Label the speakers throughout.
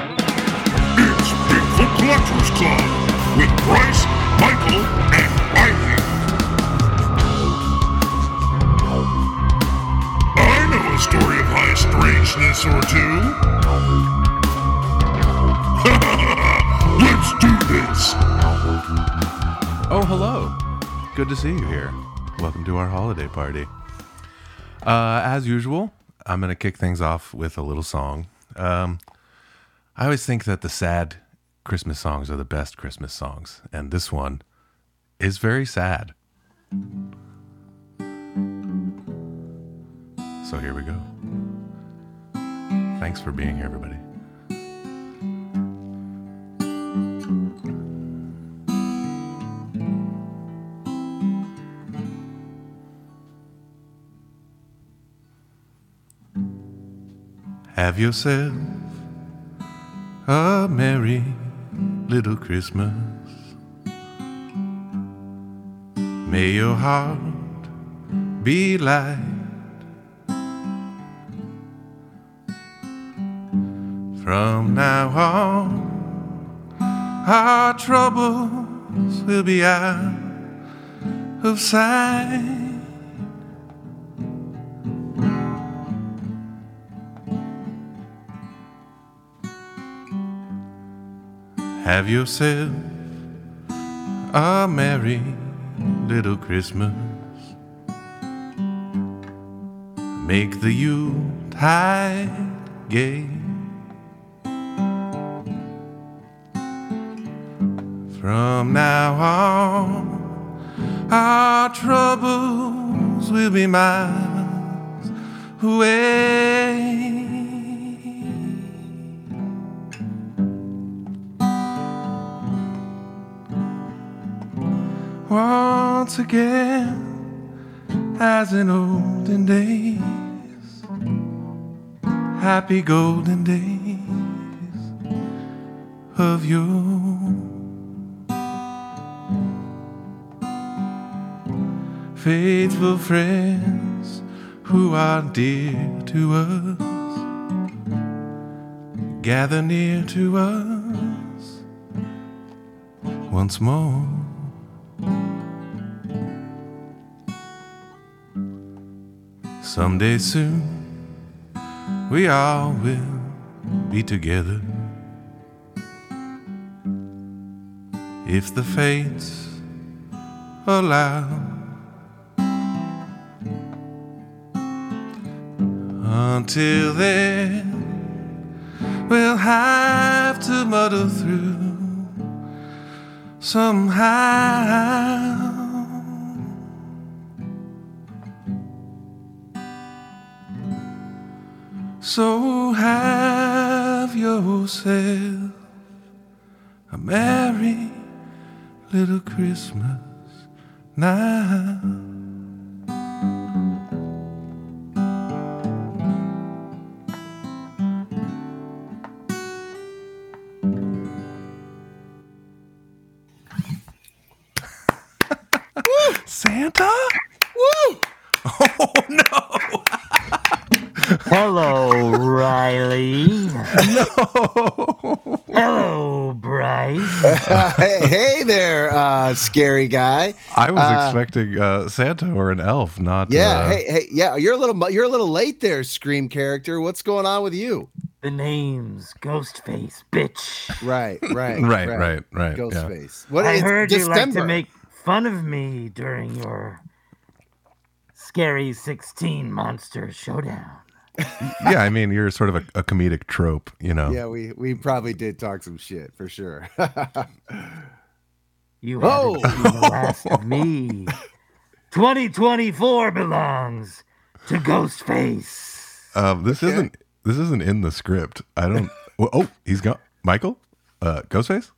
Speaker 1: It's Bigfoot Collectors Club with Bryce, Michael, and Ivan. I know a story of high strangeness or two. Let's do this.
Speaker 2: Oh, hello. Good to see you here. Welcome to our holiday party. Uh, as usual, I'm going to kick things off with a little song. Um, I always think that the sad Christmas songs are the best Christmas songs, and this one is very sad. So here we go. Thanks for being here, everybody. Have yourself a merry little Christmas. May your heart be light. From now on, our troubles will be out of sight. Have yourself a merry little Christmas. Make the Yuletide gay. From now on, our troubles will be miles away. once again as in olden days happy golden days of yore faithful friends who are dear to us gather near to us once more Someday soon, we all will be together. If the fates allow. Until then, we'll have to muddle through somehow. So have yourself a merry little Christmas now. Santa? Woo! Oh no!
Speaker 3: Hello, Riley.
Speaker 2: No.
Speaker 3: Hello,
Speaker 4: hey, hey there, uh, scary guy.
Speaker 2: I was
Speaker 4: Uh,
Speaker 2: expecting uh, Santa or an elf, not
Speaker 4: Yeah,
Speaker 2: uh,
Speaker 4: hey, hey, yeah, you're a little, mu- you're a little late there, Scream character. What's going on with you?
Speaker 5: The name's Ghostface, bitch.
Speaker 4: Right, right,
Speaker 2: Right, right, right, yeah.
Speaker 4: Ghostface. What?
Speaker 5: I
Speaker 4: it's
Speaker 5: heard you like to
Speaker 4: December.
Speaker 5: make fun of me during your scary 16 monster showdown.
Speaker 2: yeah. I mean, you're sort of a, a comedic trope, you know.
Speaker 4: Yeah, we we probably did talk some shit for sure.
Speaker 5: You
Speaker 4: Oh.
Speaker 5: haven't seen the last of me. 2024 belongs to Ghostface.
Speaker 2: Um, this isn't this isn't in the script. I don't. well, oh, he's gone. Michael, uh, Ghostface.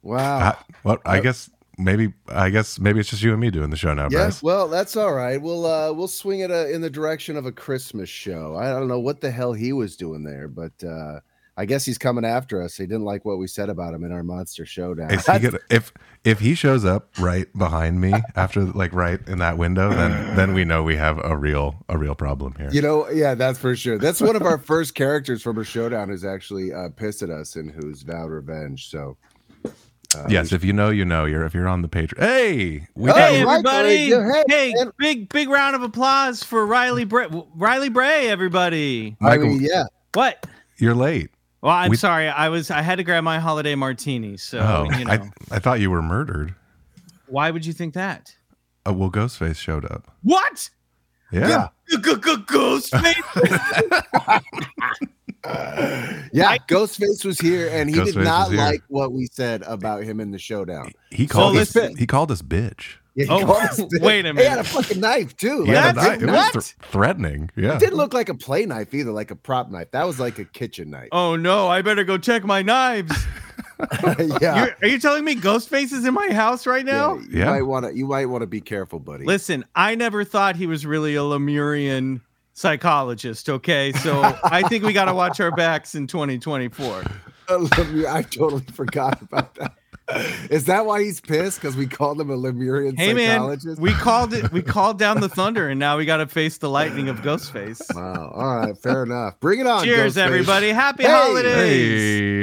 Speaker 4: wow.
Speaker 2: I, well, I guess maybe I guess maybe it's just you and me doing the show now,
Speaker 4: Yeah,
Speaker 2: Bryce.
Speaker 4: well, that's all right. We'll uh, we'll swing it uh, in the direction of a Christmas show. I don't know what the hell he was doing there, but uh, I guess he's coming after us. He didn't like what we said about him in our Monster Showdown.
Speaker 2: If he, could, if if he shows up right behind me after like right in that window, then then we know we have a real a real problem here.
Speaker 4: you know, yeah, that's for sure. That's one of our first characters from our showdown who's actually uh, pissed at us and who's vowed revenge. So,
Speaker 2: yes, if you know, you know. You're if you're on the Patreon. Hey, we
Speaker 4: Hey,
Speaker 6: Hey,
Speaker 4: Michael,
Speaker 6: everybody!
Speaker 4: you- hey,
Speaker 6: Hey,
Speaker 4: man.
Speaker 6: big big round of applause for Riley Bray. Riley Bray, everybody.
Speaker 4: I
Speaker 2: Michael,
Speaker 4: mean, yeah,
Speaker 6: What?
Speaker 2: you're late.
Speaker 6: Well, I'm
Speaker 2: We-
Speaker 6: sorry. I was I had to grab my holiday martini. So
Speaker 2: Oh,
Speaker 6: you know,
Speaker 2: I I thought you were murdered.
Speaker 6: why would you think that?
Speaker 2: Uh, well, Ghostface showed up.
Speaker 6: What?
Speaker 2: Yeah.
Speaker 6: Ghostface.
Speaker 4: yeah. Ghostface was here, and he
Speaker 2: Ghostface
Speaker 4: did not
Speaker 2: was here.
Speaker 4: like what we said about him in the showdown.
Speaker 2: He called us.
Speaker 6: listen-
Speaker 2: He called us bitch.
Speaker 4: Yeah, he
Speaker 6: Oh,
Speaker 4: called us-
Speaker 6: wait a
Speaker 4: He had a
Speaker 6: minute.
Speaker 4: fucking knife too.
Speaker 2: He had a
Speaker 4: Like,
Speaker 2: knife. It was
Speaker 6: what?
Speaker 2: thr- threatening. Yeah.
Speaker 4: It didn't look like a play knife either, like a prop knife. That was like a kitchen knife.
Speaker 6: oh no! I better go check my knives.
Speaker 4: yeah.
Speaker 6: You're, are you telling me Ghostface is in my house right now?
Speaker 4: you
Speaker 2: Yeah.
Speaker 4: might want to you might want to be careful, buddy.
Speaker 6: Listen, I never thought he was really a Lemurian psychologist. Okay, so I think we got to watch our backs in 2024.
Speaker 4: I totally forgot about that. Is that why he's pissed? Because we called him a Lemurian
Speaker 6: Hey man,
Speaker 4: psychologist.
Speaker 6: we called it. We called down the thunder, and now we got to face the lightning of Ghostface.
Speaker 4: wow. All right. Fair enough. Bring it on.
Speaker 6: Cheers,
Speaker 4: Ghostface.
Speaker 6: everybody! Happy
Speaker 4: Hey!
Speaker 6: holidays!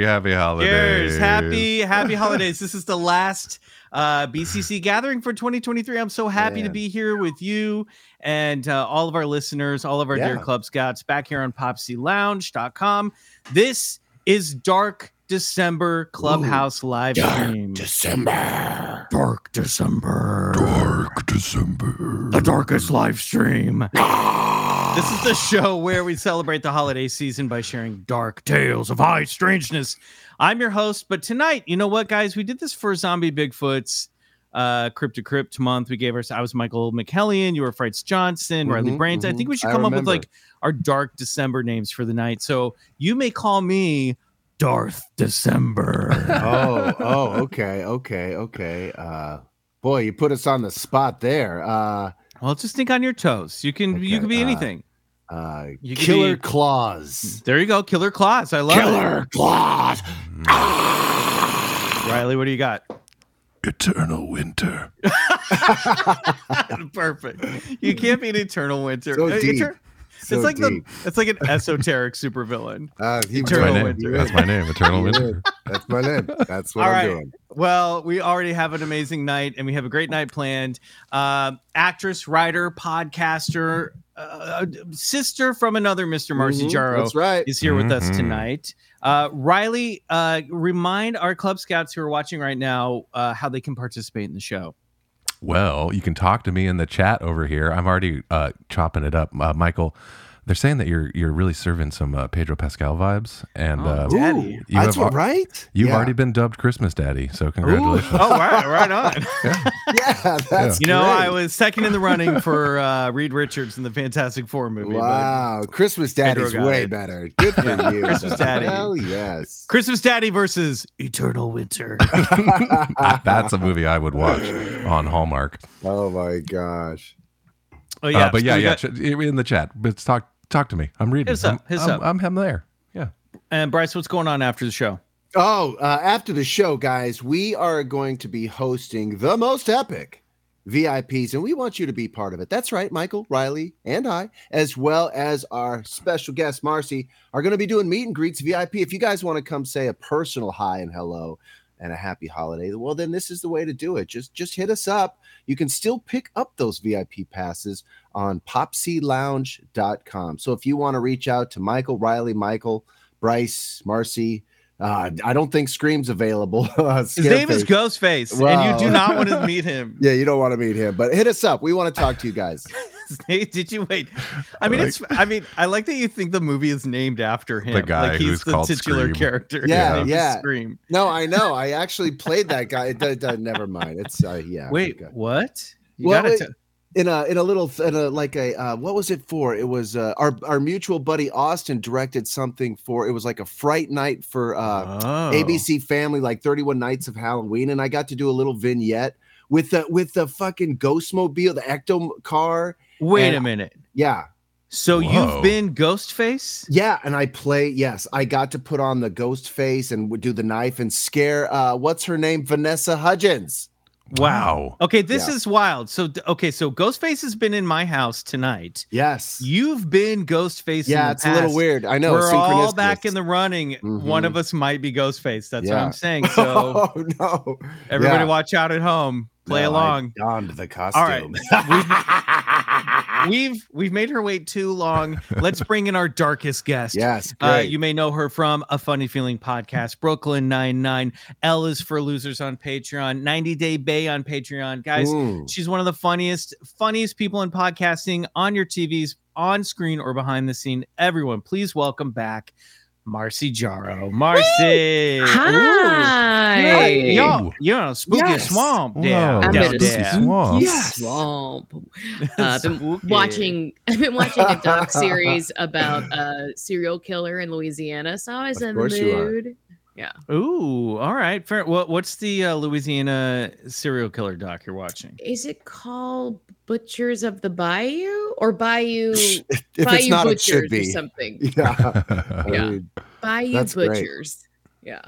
Speaker 2: Hey, happy holidays.
Speaker 6: Cheers! Happy Happy holidays! This is the last uh, BCC gathering for 2023. I'm so happy to
Speaker 4: Man.
Speaker 6: be here with you and uh, all of our listeners, all of our dear
Speaker 4: Yeah.
Speaker 6: Club Scouts, back here on PopsyLounge.com. This is Dark December Clubhouse live stream.
Speaker 4: December.
Speaker 6: Dark December.
Speaker 2: Dark December.
Speaker 6: the darkest live stream. this is the show where we celebrate the holiday season by sharing dark tales of high strangeness. I'm your host, but tonight, you know what, guys? We did this for Zombie Bigfoot's uh crypto crypt month we gave us i was michael mckellion you were fritz johnson riley
Speaker 4: Mhm,
Speaker 6: Brandt. i
Speaker 4: mhm.
Speaker 6: think we should
Speaker 4: I
Speaker 6: come up with
Speaker 4: remember.
Speaker 6: like our dark december names for the night so you may call me darth december
Speaker 4: Oh, oh, okay, okay, okay. Uh boy, you put us on the spot there. Uh
Speaker 6: well just think on your toes you can you
Speaker 4: Okay,
Speaker 6: can be
Speaker 4: uh,
Speaker 6: anything
Speaker 4: uh
Speaker 6: You could
Speaker 4: killer
Speaker 6: be-
Speaker 4: claws.
Speaker 6: there you go killer claws i love it Mm.
Speaker 4: Killer claws.
Speaker 6: riley what do you got
Speaker 2: Eternal winter.
Speaker 6: Perfect. You can't be an eternal winter.
Speaker 4: So
Speaker 6: Uh,
Speaker 4: deep.
Speaker 6: eter-
Speaker 4: So
Speaker 6: it's like
Speaker 4: deep.
Speaker 6: the it's like an esoteric supervillain.
Speaker 4: Uh, he
Speaker 2: That's my
Speaker 6: Eternal
Speaker 2: name.
Speaker 4: would. He
Speaker 6: winter.
Speaker 4: would.
Speaker 2: That's my name. Eternal
Speaker 4: He
Speaker 2: winter.
Speaker 4: would. That's my name. That's what
Speaker 6: All
Speaker 4: I'm
Speaker 6: right.
Speaker 4: doing.
Speaker 6: Well, we already have an amazing night, and we have a great night planned. Um, actress, writer, podcaster, uh, sister from another Mr. Marcy
Speaker 4: Mhm,
Speaker 6: Jarro
Speaker 4: That's right.
Speaker 6: is here with us
Speaker 2: Mhm.
Speaker 6: tonight. Uh, Riley, uh, remind our Club Scouts who are watching right now uh, how they can participate in the show.
Speaker 2: Well, you can talk to me in the chat over here. I'm already uh, chopping it up, uh, Michael. They're saying that you're you're really serving some uh, Pedro Pascal vibes, and
Speaker 6: Oh,
Speaker 2: uh,
Speaker 6: Ooh, Daddy.
Speaker 2: you have
Speaker 4: that's what,
Speaker 2: al-
Speaker 4: right?
Speaker 2: you've
Speaker 4: Yeah.
Speaker 2: already been dubbed Christmas Daddy. So congratulations.
Speaker 6: Oh, right, right on.
Speaker 4: Mm-hmm. Yeah, that's
Speaker 6: You know, I
Speaker 4: great.
Speaker 6: was second in the running for uh, Reed Richards in the Fantastic Four movie. but
Speaker 4: Wow, Christmas Daddy's
Speaker 6: got
Speaker 4: way
Speaker 6: it.
Speaker 4: better. Good for
Speaker 6: Yeah,
Speaker 4: you.
Speaker 6: Christmas Daddy.
Speaker 4: Hell yes.
Speaker 6: Christmas Daddy versus Eternal Winter.
Speaker 2: That's a movie I would watch on Hallmark.
Speaker 4: Oh my gosh.
Speaker 6: Oh
Speaker 2: Uh, but yeah,
Speaker 6: we
Speaker 2: yeah,
Speaker 6: got-
Speaker 2: ch- in the chat. But talk talk to me. I'm reading.
Speaker 6: Hit us up,
Speaker 2: I'm-
Speaker 6: hit us
Speaker 2: I'm,
Speaker 6: up.
Speaker 2: I'm, I'm there. Yeah.
Speaker 6: and Bryce, what's going on after the show?
Speaker 4: Oh, uh, after the show, guys, we are going to be hosting the most epic VIPs, and we want you to be part of it. That's right, Michael, Riley, and I, as well as our special guest, Marcy, are going to be doing meet and greets VIP. If you guys want to come say a personal hi and hello and a happy holiday, well, then this is the way to do it. Just just hit us up. You can still pick up those VIP passes on popsylounge.com. So if you want to reach out to Michael, Riley, Michael, Bryce, Marcy, uh, I don't think Scream's available. His
Speaker 6: His name is Ghostface,
Speaker 4: Wow.
Speaker 6: and you do not want to meet him.
Speaker 4: Yeah, you don't want to meet him, but hit us up. We want to talk to you guys.
Speaker 6: Hey, Did you wait? I mean, it's. I mean, I like that you think the movie is named after him.
Speaker 2: guy
Speaker 6: like he's
Speaker 2: who's
Speaker 6: the
Speaker 2: called
Speaker 6: titular
Speaker 2: Scream.
Speaker 6: character. His
Speaker 4: Yeah,
Speaker 6: name is
Speaker 4: yeah.
Speaker 6: Scream.
Speaker 4: No, I know. I actually played that guy. It, d- d- never mind. It's uh, yeah.
Speaker 6: Wait,
Speaker 4: okay.
Speaker 6: what? You
Speaker 4: Well,
Speaker 6: gotta
Speaker 4: it-
Speaker 6: tell-
Speaker 4: in a in a little th- in a, like a uh, what was it for? It was uh, our our mutual buddy Austin directed something for. It was like a fright night for uh,
Speaker 6: Oh.
Speaker 4: ABC Family, like Thirty One Nights of Halloween, and I got to do a little vignette with the with the fucking ghost mobile, the ecto car.
Speaker 6: Wait
Speaker 4: and-
Speaker 6: a minute.
Speaker 4: Yeah,
Speaker 6: So
Speaker 2: Whoa.
Speaker 6: you've been Ghostface?
Speaker 4: Yeah, and I play. Yes, I got to put on the ghost face and would do the knife and scare. Uh, what's her name? Vanessa Hudgens.
Speaker 2: Wow.
Speaker 6: Okay, this
Speaker 4: Yeah.
Speaker 6: is wild. So d- okay, so Ghostface has been in my house tonight.
Speaker 4: Yes.
Speaker 6: You've been Ghostface. in
Speaker 4: yeah,
Speaker 6: the
Speaker 4: it's a little
Speaker 6: past.
Speaker 4: weird. I know.
Speaker 6: We're all back in
Speaker 4: synchronistic.
Speaker 6: the running. One
Speaker 4: Mhm.
Speaker 6: of us might be Ghostface. That's what
Speaker 4: Yeah.
Speaker 6: I'm saying. So
Speaker 4: oh no!
Speaker 6: everybody,
Speaker 4: Yeah.
Speaker 6: watch out at home. Play
Speaker 4: No, I
Speaker 6: along.
Speaker 4: donned the costume.
Speaker 6: All right.
Speaker 4: Ah.
Speaker 6: We've we've made her wait too long. Let's bring in our darkest guest.
Speaker 4: yes.
Speaker 6: Uh,
Speaker 4: great.
Speaker 6: you may know her from a funny feeling podcast, Brooklyn Nine Nine. L is for losers on Patreon, 90 Day Bay on Patreon. Guys,
Speaker 4: Mm.
Speaker 6: she's one of the funniest, funniest people in podcasting on your TVs, on screen or behind the scene. Everyone, please welcome back Marcy Jaro. Marcy.
Speaker 7: Hi.
Speaker 6: Hey, Yo, you know, spooky
Speaker 7: Yes.
Speaker 6: swamp.
Speaker 2: Wow.
Speaker 6: down,
Speaker 7: I'm
Speaker 6: down
Speaker 7: in a
Speaker 6: there.
Speaker 2: Swamp.
Speaker 7: Yes. Swamp. Uh, I've been
Speaker 6: Spooky.
Speaker 7: watching. I've been watching a doc series about a serial killer in Louisiana, so I was
Speaker 4: Of
Speaker 7: in the
Speaker 4: course you are.
Speaker 7: mood.
Speaker 6: Ooh, all right. Fair. What, what's the uh, Louisiana serial killer doc you're watching?
Speaker 7: Is it called Butchers of the Bayou or Bayou?
Speaker 4: if
Speaker 7: Bayou
Speaker 4: it's not, it
Speaker 7: Butchers
Speaker 4: should
Speaker 7: or
Speaker 4: be.
Speaker 7: something.
Speaker 4: Yeah. I
Speaker 7: Yeah.
Speaker 4: mean,
Speaker 7: Bayou
Speaker 4: That's great.
Speaker 7: Butchers. Yeah.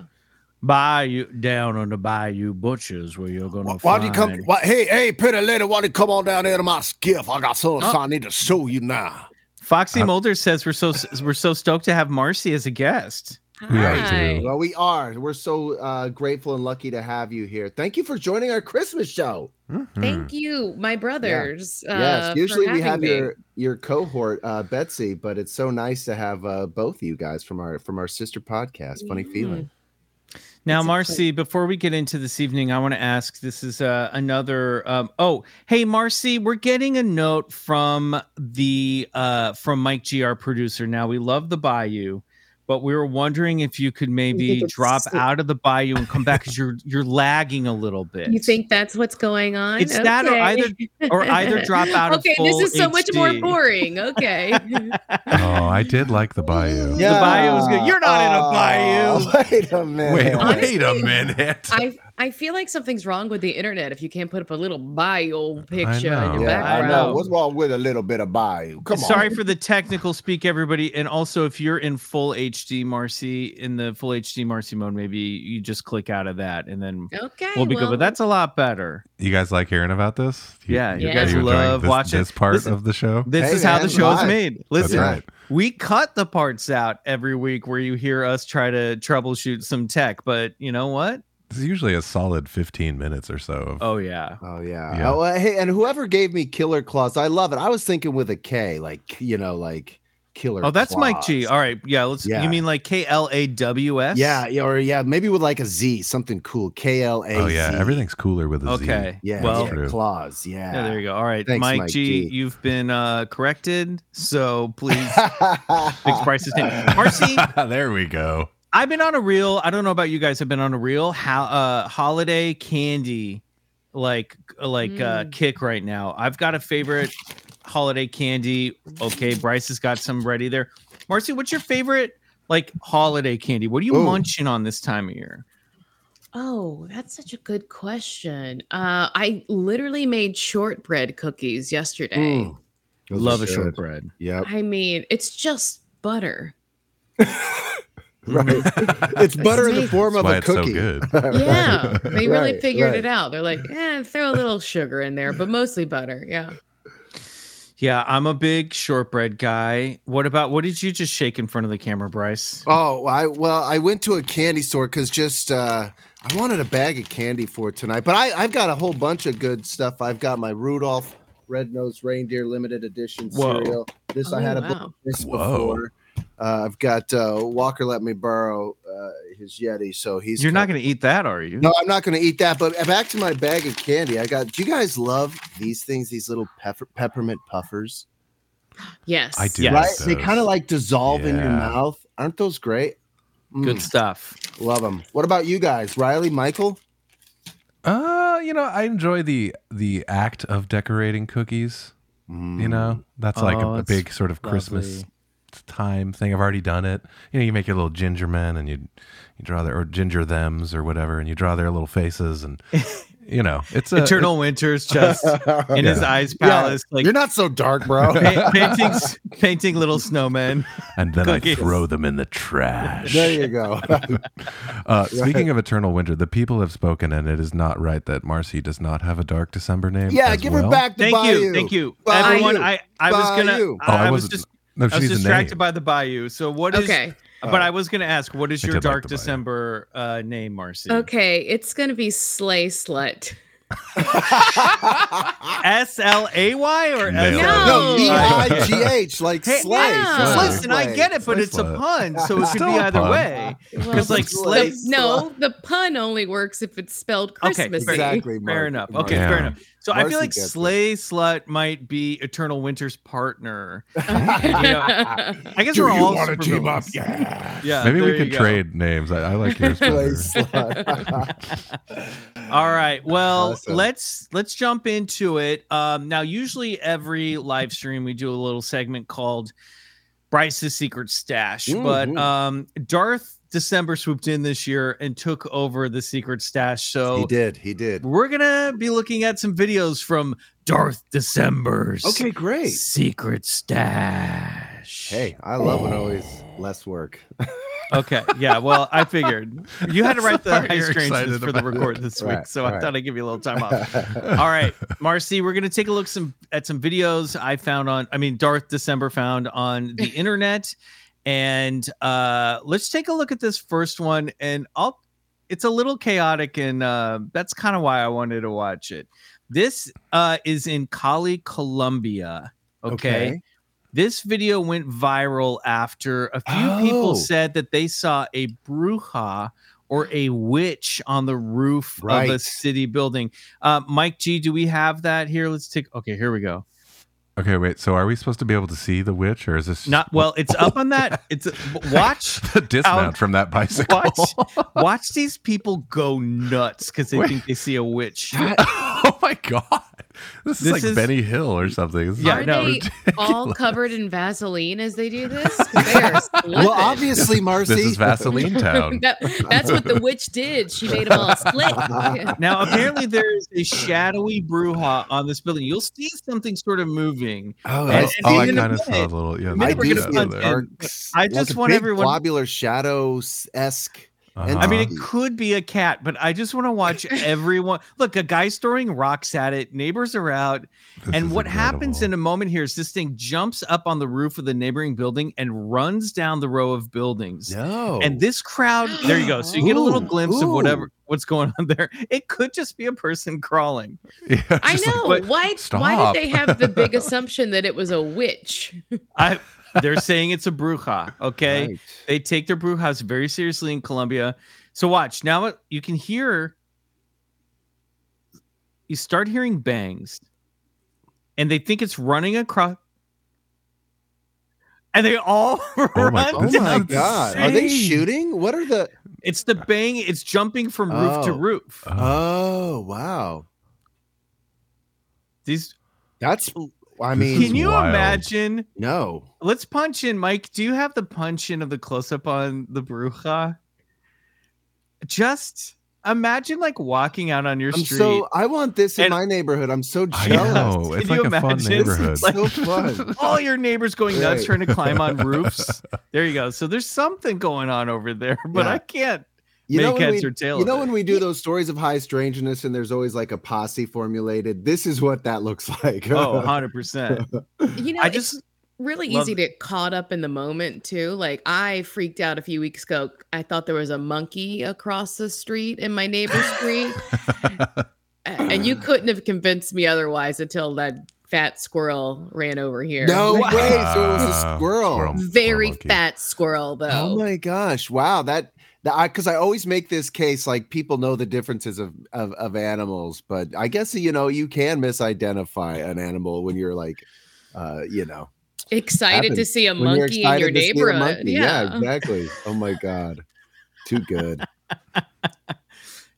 Speaker 6: Bayou down on the Bayou Butchers, where you're gonna.
Speaker 8: Why do you come?
Speaker 6: find-
Speaker 8: Why, hey, hey, pretty lady, why do you come on down here to my skiff? I got something
Speaker 6: Oh.
Speaker 8: I need to show you now.
Speaker 6: Foxy
Speaker 2: Uh,
Speaker 6: Mulder says we're so we're so stoked to have Marcy as a guest.
Speaker 2: We are
Speaker 7: Hi.
Speaker 2: too.
Speaker 4: well, we are. We're so uh, grateful and lucky to have you here. Thank you for joining our Christmas show.
Speaker 6: Mm-hmm.
Speaker 7: Thank you, my brothers. uh,
Speaker 4: yes
Speaker 7: for
Speaker 4: usually we
Speaker 7: having
Speaker 4: have
Speaker 7: me.
Speaker 4: your your cohort uh betsy but it's so nice to have uh both of you guys from our from our sister podcast funny
Speaker 7: Mm.
Speaker 4: feeling
Speaker 6: Now,
Speaker 7: It's a
Speaker 6: Marcy, before we get into this evening, I want to ask. This is uh, another. Um, oh, hey, Marcy, we're getting a note from the uh, from Mike G, our producer. Now we love the Bayou, but we were wondering if you could maybe
Speaker 7: it's
Speaker 6: drop
Speaker 7: so-
Speaker 6: out of the Bayou and come back because you're you're lagging a little bit.
Speaker 7: You think that's what's going on?
Speaker 6: It's that or either- or either drop out of
Speaker 7: okay,
Speaker 6: full
Speaker 7: this is so much more
Speaker 6: HD.
Speaker 7: boring. Okay.
Speaker 2: Oh, I did like the bayou.
Speaker 6: Yeah. bayou is good. You're not in a
Speaker 4: bayou wait a minute
Speaker 2: Wait,
Speaker 7: Honestly,
Speaker 2: wait a minute.
Speaker 7: I I feel like something's wrong with the internet if you can't put up a little bio picture
Speaker 2: know.
Speaker 7: in your
Speaker 4: yeah i
Speaker 7: background.
Speaker 4: know what's wrong with a little bit of bayou come on
Speaker 6: Sorry for the technical speak, everybody. And also, if you're in full HD Marcy, in the full HD Marcy mode, maybe you just click out of that and then
Speaker 7: Okay.
Speaker 6: we'll be
Speaker 7: well,
Speaker 6: good. But that's a lot better.
Speaker 2: you guys like hearing about this? You-
Speaker 6: Yeah,
Speaker 7: you
Speaker 2: are
Speaker 7: guys
Speaker 2: enjoying
Speaker 6: love
Speaker 2: this,
Speaker 6: watching-
Speaker 2: this part
Speaker 6: Listen.
Speaker 2: of the show.
Speaker 6: This
Speaker 4: Hey,
Speaker 6: is how
Speaker 4: man,
Speaker 6: the show's
Speaker 4: live.
Speaker 6: made. Listen,
Speaker 2: right.
Speaker 6: we cut the parts out every week where you hear us try to troubleshoot some tech, but you know what?
Speaker 2: This is usually a solid 15 minutes or so. Of,
Speaker 6: Oh, yeah.
Speaker 4: Oh yeah.
Speaker 2: Yeah.
Speaker 4: Oh, uh, hey, and whoever gave me Killer Claws, I love it. I was thinking with a K, like you know, like Killer.
Speaker 6: Oh, that's Mike G.
Speaker 4: Claws.
Speaker 6: All right. Yeah. Let's,
Speaker 4: Yeah.
Speaker 6: you mean like K L A W S?
Speaker 4: Yeah, yeah, or yeah, maybe with like a Z, something cool. K L A.
Speaker 2: Oh, yeah. Everything's cooler with a Z.
Speaker 6: Okay.
Speaker 4: Yeah.
Speaker 6: Well,
Speaker 4: yeah, claws. Yeah.
Speaker 6: Yeah, there you go. All right,
Speaker 4: Thanks,
Speaker 6: Mike,
Speaker 4: Mike
Speaker 6: G,
Speaker 4: G.
Speaker 6: you've been uh, corrected, so please fix
Speaker 4: go.
Speaker 6: Bryce's name. Marcy,
Speaker 2: there we go.
Speaker 6: I've been on a real. I don't know about you guys. I've been on a real how uh, holiday candy like like uh,
Speaker 7: Mm.
Speaker 6: kick right now. I've got a favorite holiday candy. Okay, Bryce has got some ready there. Marcy, what's your favorite like holiday candy? What are you
Speaker 4: Ooh.
Speaker 6: munching on this time of year?
Speaker 7: Oh, that's such a good question. Uh, I literally made shortbread cookies yesterday.
Speaker 4: Mm. Those are
Speaker 6: Love a
Speaker 4: good.
Speaker 6: shortbread.
Speaker 4: Yep.
Speaker 7: I mean, it's just butter.
Speaker 4: Right. it's butter in the
Speaker 7: amazing.
Speaker 4: form
Speaker 2: That's
Speaker 4: of
Speaker 2: why
Speaker 4: a
Speaker 2: it's
Speaker 4: cookie.
Speaker 2: so good.
Speaker 7: Yeah, they really
Speaker 4: Right,
Speaker 7: figured
Speaker 4: right.
Speaker 7: it out. They're like, eh, throw a little sugar in there, but mostly butter. Yeah.
Speaker 6: Yeah, I'm a big shortbread guy. What about what did you just shake in front of the camera, Bryce?
Speaker 4: Oh, I well, I went to a candy store because just uh, I wanted a bag of candy for tonight, but I, I've got a whole bunch of good stuff. I've got my Rudolph Red Nosed Reindeer limited edition
Speaker 9: Whoa.
Speaker 4: cereal. This I
Speaker 9: Oh,
Speaker 4: had a
Speaker 9: wow.
Speaker 4: this
Speaker 9: Whoa.
Speaker 4: before. Uh, I've got uh, Walker let me borrow uh, his Yeti, so he's.
Speaker 6: You're not going to eat that, are you?
Speaker 4: No, I'm not going to eat that. But back to my bag of candy. I got. Do you guys love these things? These little pepper, peppermint puffers.
Speaker 7: Yes.
Speaker 4: I do Right? They kind of like dissolve in your
Speaker 6: Yeah.
Speaker 4: mouth. Aren't those great? Mm,
Speaker 6: Good
Speaker 4: Hmm.
Speaker 6: stuff.
Speaker 4: Love them. What about you guys, Riley, Michael?
Speaker 2: Uh, you know, I enjoy the the act of decorating cookies. You know, that's like
Speaker 6: Oh,
Speaker 2: a, a
Speaker 6: that's
Speaker 2: big sort of Christmas
Speaker 6: lovely.
Speaker 2: time thing. I've already done it. You know, you make your little ginger men and you you draw their or ginger thems or whatever, and you draw their little faces and you know, it's a,
Speaker 6: Eternal Winter's just in his eyes palace. like
Speaker 4: you're not so dark, bro.
Speaker 6: pa- paintings, painting little snowmen.
Speaker 2: and then I
Speaker 6: Cookies.
Speaker 2: throw them in the trash.
Speaker 4: There you go.
Speaker 2: Uh, Speaking of Eternal Winter, the people have spoken, and it is not right that Marcy does not have a dark December name.
Speaker 4: Yeah,
Speaker 2: as
Speaker 4: give her
Speaker 2: well.
Speaker 4: back the
Speaker 6: Thank
Speaker 4: Bayou.
Speaker 6: you, thank you,
Speaker 4: Bayou.
Speaker 6: everyone. I, I was gonna.
Speaker 4: Bayou.
Speaker 2: Oh,
Speaker 6: I,
Speaker 2: I
Speaker 6: I was
Speaker 2: wasn't-
Speaker 6: just.
Speaker 2: no, she
Speaker 6: I was
Speaker 2: needs a
Speaker 6: distracted
Speaker 2: name.
Speaker 6: by the bayou. So what is?
Speaker 7: Okay.
Speaker 6: But I was gonna ask, what is
Speaker 2: I
Speaker 6: your
Speaker 2: did like
Speaker 6: dark
Speaker 2: the bayou.
Speaker 6: December uh, name, Marcy?
Speaker 7: Okay, it's gonna be Slay Slut.
Speaker 6: S L A Y or S
Speaker 2: Nailed it.
Speaker 4: No,
Speaker 6: L?
Speaker 4: B I G H, like
Speaker 6: Hey,
Speaker 4: slay.
Speaker 7: yeah.
Speaker 4: slay,
Speaker 6: Listen, I
Speaker 4: slay.
Speaker 6: get it, but
Speaker 2: Slay
Speaker 6: it's a
Speaker 2: slut.
Speaker 6: pun, so it
Speaker 2: It's
Speaker 6: could
Speaker 2: still
Speaker 6: be
Speaker 2: a
Speaker 6: either
Speaker 2: pun.
Speaker 6: way. Because
Speaker 7: Well,
Speaker 6: like
Speaker 7: the-
Speaker 6: slay,
Speaker 7: no, the pun only works if it's spelled
Speaker 6: Okay,
Speaker 7: Christmas.
Speaker 6: fair-
Speaker 4: Exactly,
Speaker 6: Fair
Speaker 4: Mark-
Speaker 6: enough.
Speaker 4: Mark-
Speaker 6: Okay,
Speaker 2: Yeah.
Speaker 6: fair enough. So I
Speaker 4: Marcy
Speaker 6: feel like
Speaker 4: gets it.
Speaker 6: Slay Slut might be Eternal Winter's partner. You know, I guess
Speaker 10: Do
Speaker 6: we're
Speaker 10: you
Speaker 6: all
Speaker 10: want to team up?
Speaker 6: supervillains.
Speaker 10: Yeah.
Speaker 6: Yeah,
Speaker 2: Maybe we
Speaker 6: there you
Speaker 2: could
Speaker 6: go.
Speaker 2: trade names. I, I like yours
Speaker 4: Slay,
Speaker 2: better.
Speaker 4: slay.
Speaker 6: All right. Well,
Speaker 4: Awesome.
Speaker 6: let's let's jump into it. Um, now, usually every live stream we do a little segment called Bryce's Secret Stash, but
Speaker 4: Mhm.
Speaker 6: um, Darth December swooped in this year and took over the Secret Stash. So
Speaker 4: He did. He did.
Speaker 6: We're gonna be looking at some videos from Darth December's
Speaker 4: Okay, great.
Speaker 6: secret stash. Oh.
Speaker 4: Hey, I love when always less work.
Speaker 6: Okay. Yeah. Well, I figured you had to write the
Speaker 2: Sorry,
Speaker 6: ice
Speaker 2: you're
Speaker 6: strangeness
Speaker 2: excited
Speaker 6: for the
Speaker 2: about it.
Speaker 6: record this week,
Speaker 4: Right,
Speaker 6: so I
Speaker 4: right.
Speaker 6: thought I'd give you a little time off. All right, Marcy, we're gonna take a look some at some videos I found on. I mean, Darth December found on the internet, and uh, let's take a look at this first one. And I'll. It's a little chaotic, and uh, that's kind of why I wanted to watch it. This uh, is in Cali, Colombia. okay. This video went viral after a few
Speaker 4: Oh.
Speaker 6: people said that they saw a bruja or a witch on the roof of a
Speaker 4: Right.
Speaker 6: city building. Uh, Mike G, do we have that here? Let's take. Okay, here we go.
Speaker 2: Okay, wait. So are we supposed to be able to see the witch, or is this just-
Speaker 6: Not well. It's up on that. It's watch.
Speaker 2: the dismount
Speaker 6: out-
Speaker 2: from that bicycle?
Speaker 6: Watch, watch these people go nuts because they think they see a witch.
Speaker 2: oh my god, this is
Speaker 6: This
Speaker 2: like
Speaker 6: is-
Speaker 2: Benny Hill or something. This is
Speaker 6: Yeah,
Speaker 7: Are
Speaker 2: like-
Speaker 6: no,
Speaker 7: they all covered in Vaseline as they do this? They are
Speaker 4: Well,
Speaker 7: slipping.
Speaker 4: obviously, Marcy.
Speaker 2: this is Vaseline Town.
Speaker 7: that, that's what the witch did. She made them all slick.
Speaker 6: Now, apparently, there is a shadowy bruja on this building. You'll see something sort of moving.
Speaker 4: Oh,
Speaker 2: Oh,
Speaker 4: I
Speaker 6: And-
Speaker 2: oh, I
Speaker 6: in a
Speaker 2: kind of saw a
Speaker 6: minute-
Speaker 2: little. Yeah,
Speaker 6: minute
Speaker 4: I
Speaker 2: there's
Speaker 6: we're
Speaker 4: do
Speaker 2: a
Speaker 6: gonna
Speaker 4: see a
Speaker 2: shadow
Speaker 6: punch
Speaker 2: there.
Speaker 4: dark,
Speaker 6: I
Speaker 4: like
Speaker 6: just
Speaker 4: a
Speaker 6: want
Speaker 4: big
Speaker 6: everyone-
Speaker 4: globular shadows esque.
Speaker 2: Uh-huh.
Speaker 6: I mean, it
Speaker 4: Zombie.
Speaker 6: could be a cat, but I just want to watch everyone. Look, a guy's throwing rocks at it. Neighbors are out.
Speaker 2: This
Speaker 6: and
Speaker 2: is
Speaker 6: what happens
Speaker 2: incredible.
Speaker 6: in a moment here is this thing jumps up on the roof of the neighboring building and runs down the row of buildings.
Speaker 4: No.
Speaker 6: And this crowd, there you go. So you get a little
Speaker 4: Ooh,
Speaker 6: glimpse of whatever
Speaker 4: ooh.
Speaker 6: what's going on there. It could just be a person crawling.
Speaker 2: Yeah,
Speaker 7: I
Speaker 2: just like-
Speaker 7: know.
Speaker 6: what-
Speaker 7: why? Why
Speaker 2: Stop.
Speaker 7: did they have the big assumption that it was a witch?
Speaker 6: I they're saying it's a bruja. Okay.
Speaker 4: Right.
Speaker 6: They take their brujas very seriously in Colombia. So watch now. it- You can hear. You start hearing bangs, and they think it's running across. And they all
Speaker 2: my-
Speaker 6: run.
Speaker 2: oh
Speaker 4: Oh
Speaker 2: This
Speaker 4: my
Speaker 2: is
Speaker 4: god! Are they
Speaker 6: insane.
Speaker 4: shooting? What are the?
Speaker 6: It's the bang. It's jumping from roof to
Speaker 4: Oh.
Speaker 6: roof.
Speaker 4: Oh wow,
Speaker 6: These.
Speaker 4: that's. I
Speaker 2: This
Speaker 4: mean,
Speaker 2: is
Speaker 6: Can you
Speaker 2: wild.
Speaker 6: imagine?
Speaker 4: no.
Speaker 6: Let's punch in, Mike. Do you have the punch in of the close up on the bruja? Just imagine like walking out on your
Speaker 4: I'm
Speaker 6: street.
Speaker 4: so. I want this in
Speaker 6: And-
Speaker 4: my neighborhood. I'm so
Speaker 2: I
Speaker 4: jealous.
Speaker 2: know.
Speaker 6: Can
Speaker 2: It's
Speaker 6: you
Speaker 2: like a fun
Speaker 6: imagine?
Speaker 2: neighborhood.
Speaker 4: It's so fun.
Speaker 6: all your neighbors going nuts
Speaker 4: Right.
Speaker 6: trying to climb on roofs. There you go. So there's something going on over there, but
Speaker 4: Yeah.
Speaker 6: I can't
Speaker 4: You know
Speaker 6: make
Speaker 4: when
Speaker 6: heads
Speaker 4: we
Speaker 6: or tail.
Speaker 4: you know
Speaker 6: of
Speaker 4: when
Speaker 6: it.
Speaker 4: we do those stories of high strangeness and there's always like a posse formulated this is what that looks like
Speaker 6: oh, 100 percent.
Speaker 7: You know,
Speaker 6: I
Speaker 7: it's-
Speaker 6: just
Speaker 7: really
Speaker 6: Love
Speaker 7: easy to get caught up in the moment too. Like I freaked out a few weeks ago. I thought there was a monkey across the street in my neighbor's street, A- and you couldn't have convinced me otherwise until that fat squirrel ran over here.
Speaker 4: No way. So it was a
Speaker 2: Uh,
Speaker 4: squirrel.
Speaker 2: squirrel.
Speaker 7: Very fat squirrel though.
Speaker 4: Oh my gosh. Wow. That because I, always make this case like people know the differences of, of of animals, but I guess you know you can misidentify an animal when you're like uh you know
Speaker 7: excited to
Speaker 4: happens.
Speaker 7: see a
Speaker 4: When you're
Speaker 7: monkey in
Speaker 4: excited
Speaker 7: your
Speaker 4: to see a
Speaker 7: neighborhood.
Speaker 4: monkey.
Speaker 7: Yeah.
Speaker 4: exactly. Oh my god. Too good.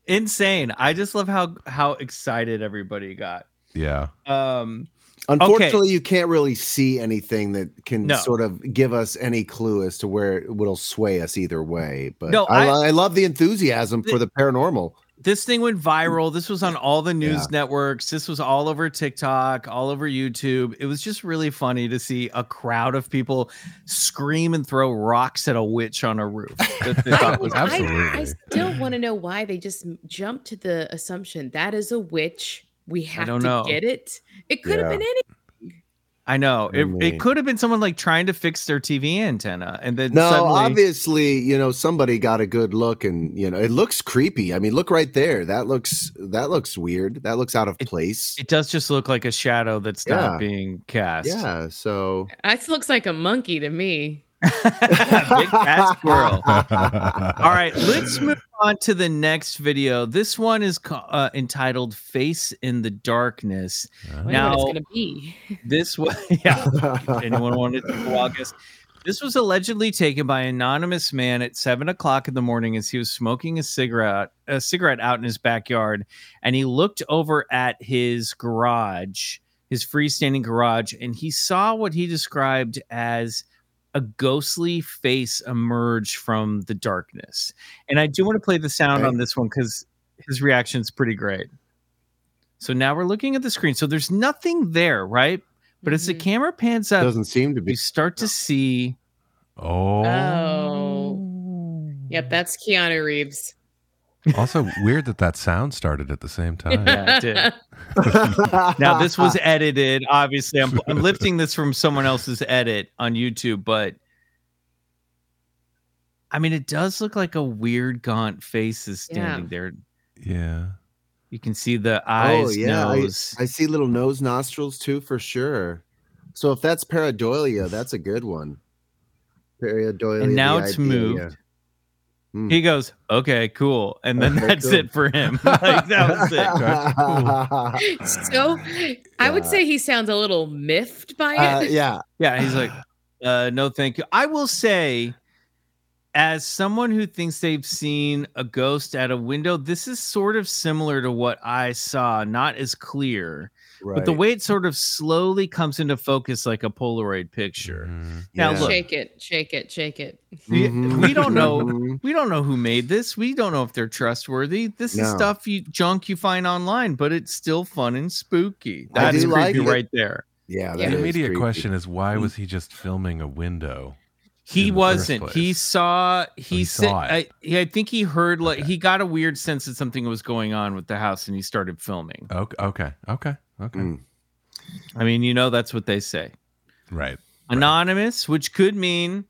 Speaker 6: Insane. I just love how how excited everybody got.
Speaker 2: Yeah.
Speaker 6: Um
Speaker 4: Unfortunately, you can't really see anything that can
Speaker 6: No.
Speaker 4: sort of give us any clue as to where it will sway us either way. But
Speaker 6: No,
Speaker 4: I,
Speaker 6: I-
Speaker 4: I love the enthusiasm for the paranormal.
Speaker 6: this thing went viral. This was on all the news networks. This was all over TikTok, all over YouTube. It was just really funny to see a crowd of people scream and throw rocks at a witch on a roof. that they thought was-
Speaker 7: I- I, still want to know why they just m- jumped to the assumption that is a witch. We have
Speaker 6: don't
Speaker 7: to
Speaker 6: know.
Speaker 7: get it. It could have
Speaker 4: Yeah.
Speaker 7: been any.
Speaker 6: I know. It,
Speaker 4: mean-
Speaker 6: it could have been someone like trying to fix their TV antenna and then
Speaker 4: No,
Speaker 6: suddenly
Speaker 4: obviously, you know, somebody got a good look and you know, it looks creepy. I mean, look right there. That looks that looks weird. That looks out of place.
Speaker 6: it does just look like a shadow that's
Speaker 4: Yeah.
Speaker 6: not being cast.
Speaker 4: yeah, uh, so
Speaker 7: That looks like a monkey to me.
Speaker 6: Big fat squirrel. All right, let's move on to the next video. This one is ca- uh, entitled "Face in the Darkness."
Speaker 7: I wonder what
Speaker 6: Now,
Speaker 7: it's gonna be.
Speaker 6: this was yeah. Anyone wanted to vlog us? This was allegedly taken by an anonymous man at seven o'clock in the morning as he was smoking a cigarette, a cigarette out in his backyard, and he looked over at his garage, his freestanding garage, and he saw what he described as a ghostly face emerge from the darkness. And I do want to play the sound on this one because his reaction's pretty great. So now we're looking at the screen. So there's nothing there, right? But as the camera pans up,
Speaker 4: doesn't seem to
Speaker 6: you
Speaker 4: be
Speaker 6: start to see
Speaker 2: Oh.
Speaker 7: Oh. Yep, that's Keanu Reeves.
Speaker 2: also weird that that sound started at the same time.
Speaker 6: Yeah, it did. now this was edited obviously I'm, I'm lifting this from someone else's edit on youtube but i mean it does look like a weird gaunt face is
Speaker 7: Yeah.
Speaker 6: standing there
Speaker 2: Yeah.
Speaker 6: you can see the eyes
Speaker 4: Oh, I,
Speaker 6: nose
Speaker 4: I see little nose nostrils too for sure. So if that's pareidolia, that's a good one. Pareidolia.
Speaker 6: and now it's
Speaker 4: VIPolia.
Speaker 6: moved
Speaker 4: Hmm.
Speaker 6: he goes okay cool and then
Speaker 4: Okay,
Speaker 6: that's
Speaker 4: cool.
Speaker 6: it for him like that was it
Speaker 7: So I would say he sounds a little miffed by
Speaker 4: Uh,
Speaker 7: it.
Speaker 4: yeah.
Speaker 6: Yeah, he's like, uh, no, thank you. I will say, as someone who thinks they've seen a ghost at a window, this is sort of similar to what I saw, not as clear,
Speaker 4: Right.
Speaker 6: but the way it sort of slowly comes into focus like a Polaroid picture.
Speaker 2: Mhm.
Speaker 6: Now,
Speaker 4: Yeah.
Speaker 6: look,
Speaker 7: Shake it, shake it, shake it.
Speaker 6: we-
Speaker 4: Mhm.
Speaker 6: we don't know.
Speaker 4: Mhm.
Speaker 6: We don't know who made this. We don't know if they're trustworthy. This is
Speaker 4: No.
Speaker 6: stuff you junk you find online, but it's still fun and spooky.
Speaker 4: I
Speaker 6: That's
Speaker 4: do
Speaker 6: creepy
Speaker 4: like it.
Speaker 6: right there.
Speaker 4: Yeah.
Speaker 7: Yeah.
Speaker 4: that
Speaker 2: The
Speaker 4: is
Speaker 2: immediate
Speaker 4: creepy. Mm.
Speaker 2: question is why was he just filming a window?
Speaker 6: he
Speaker 2: in the first
Speaker 6: wasn't he
Speaker 2: place.
Speaker 6: saw he,
Speaker 2: he
Speaker 6: said
Speaker 2: saw
Speaker 6: I,
Speaker 2: it.
Speaker 6: yeah, I think he heard like
Speaker 2: Okay.
Speaker 6: he got a weird sense that something was going on with the house and he started filming
Speaker 2: Okay. Okay. Okay. Okay.
Speaker 4: Mm.
Speaker 6: i mean you know that's what they say
Speaker 2: Right.
Speaker 6: anonymous which could mean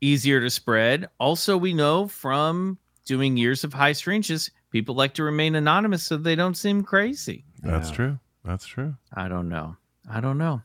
Speaker 6: easier to spread also we know from doing years of high strangeness people like to remain anonymous so they don't seem crazy
Speaker 2: That's true. That's true.
Speaker 6: I don't know. I don't know.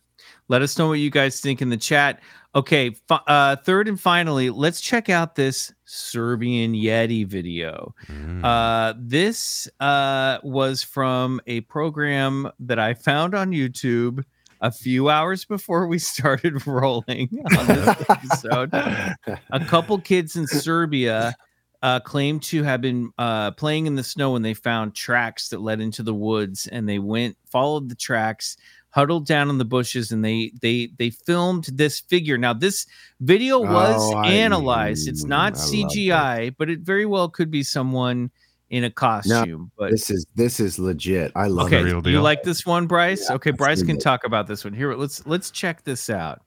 Speaker 6: Let us know what you guys think in the chat. Okay, fi- uh, third and finally, let's check out this Serbian Yeti video.
Speaker 2: Mm. Hmm.
Speaker 6: Uh, this uh, was from a program that I found on YouTube a few hours before we started rolling on this episode. a couple kids in Serbia uh, claimed to have been uh, playing in the snow when they found tracks that led into the woods, and they went followed the tracks, huddled down in the bushes, and they they they filmed this figure. Now this video was
Speaker 4: Oh, I-
Speaker 6: analyzed; it's not
Speaker 4: I love
Speaker 6: CGI, but it very well could be someone in a costume. but
Speaker 4: This is this is legit. I love
Speaker 6: Uh, okay,
Speaker 4: it.
Speaker 2: real
Speaker 6: you
Speaker 2: deal.
Speaker 6: like this one, Bryce? okay,
Speaker 4: I've
Speaker 6: Bryce
Speaker 4: seen
Speaker 6: can
Speaker 4: it.
Speaker 6: talk about this one. Here, let's let's check this out.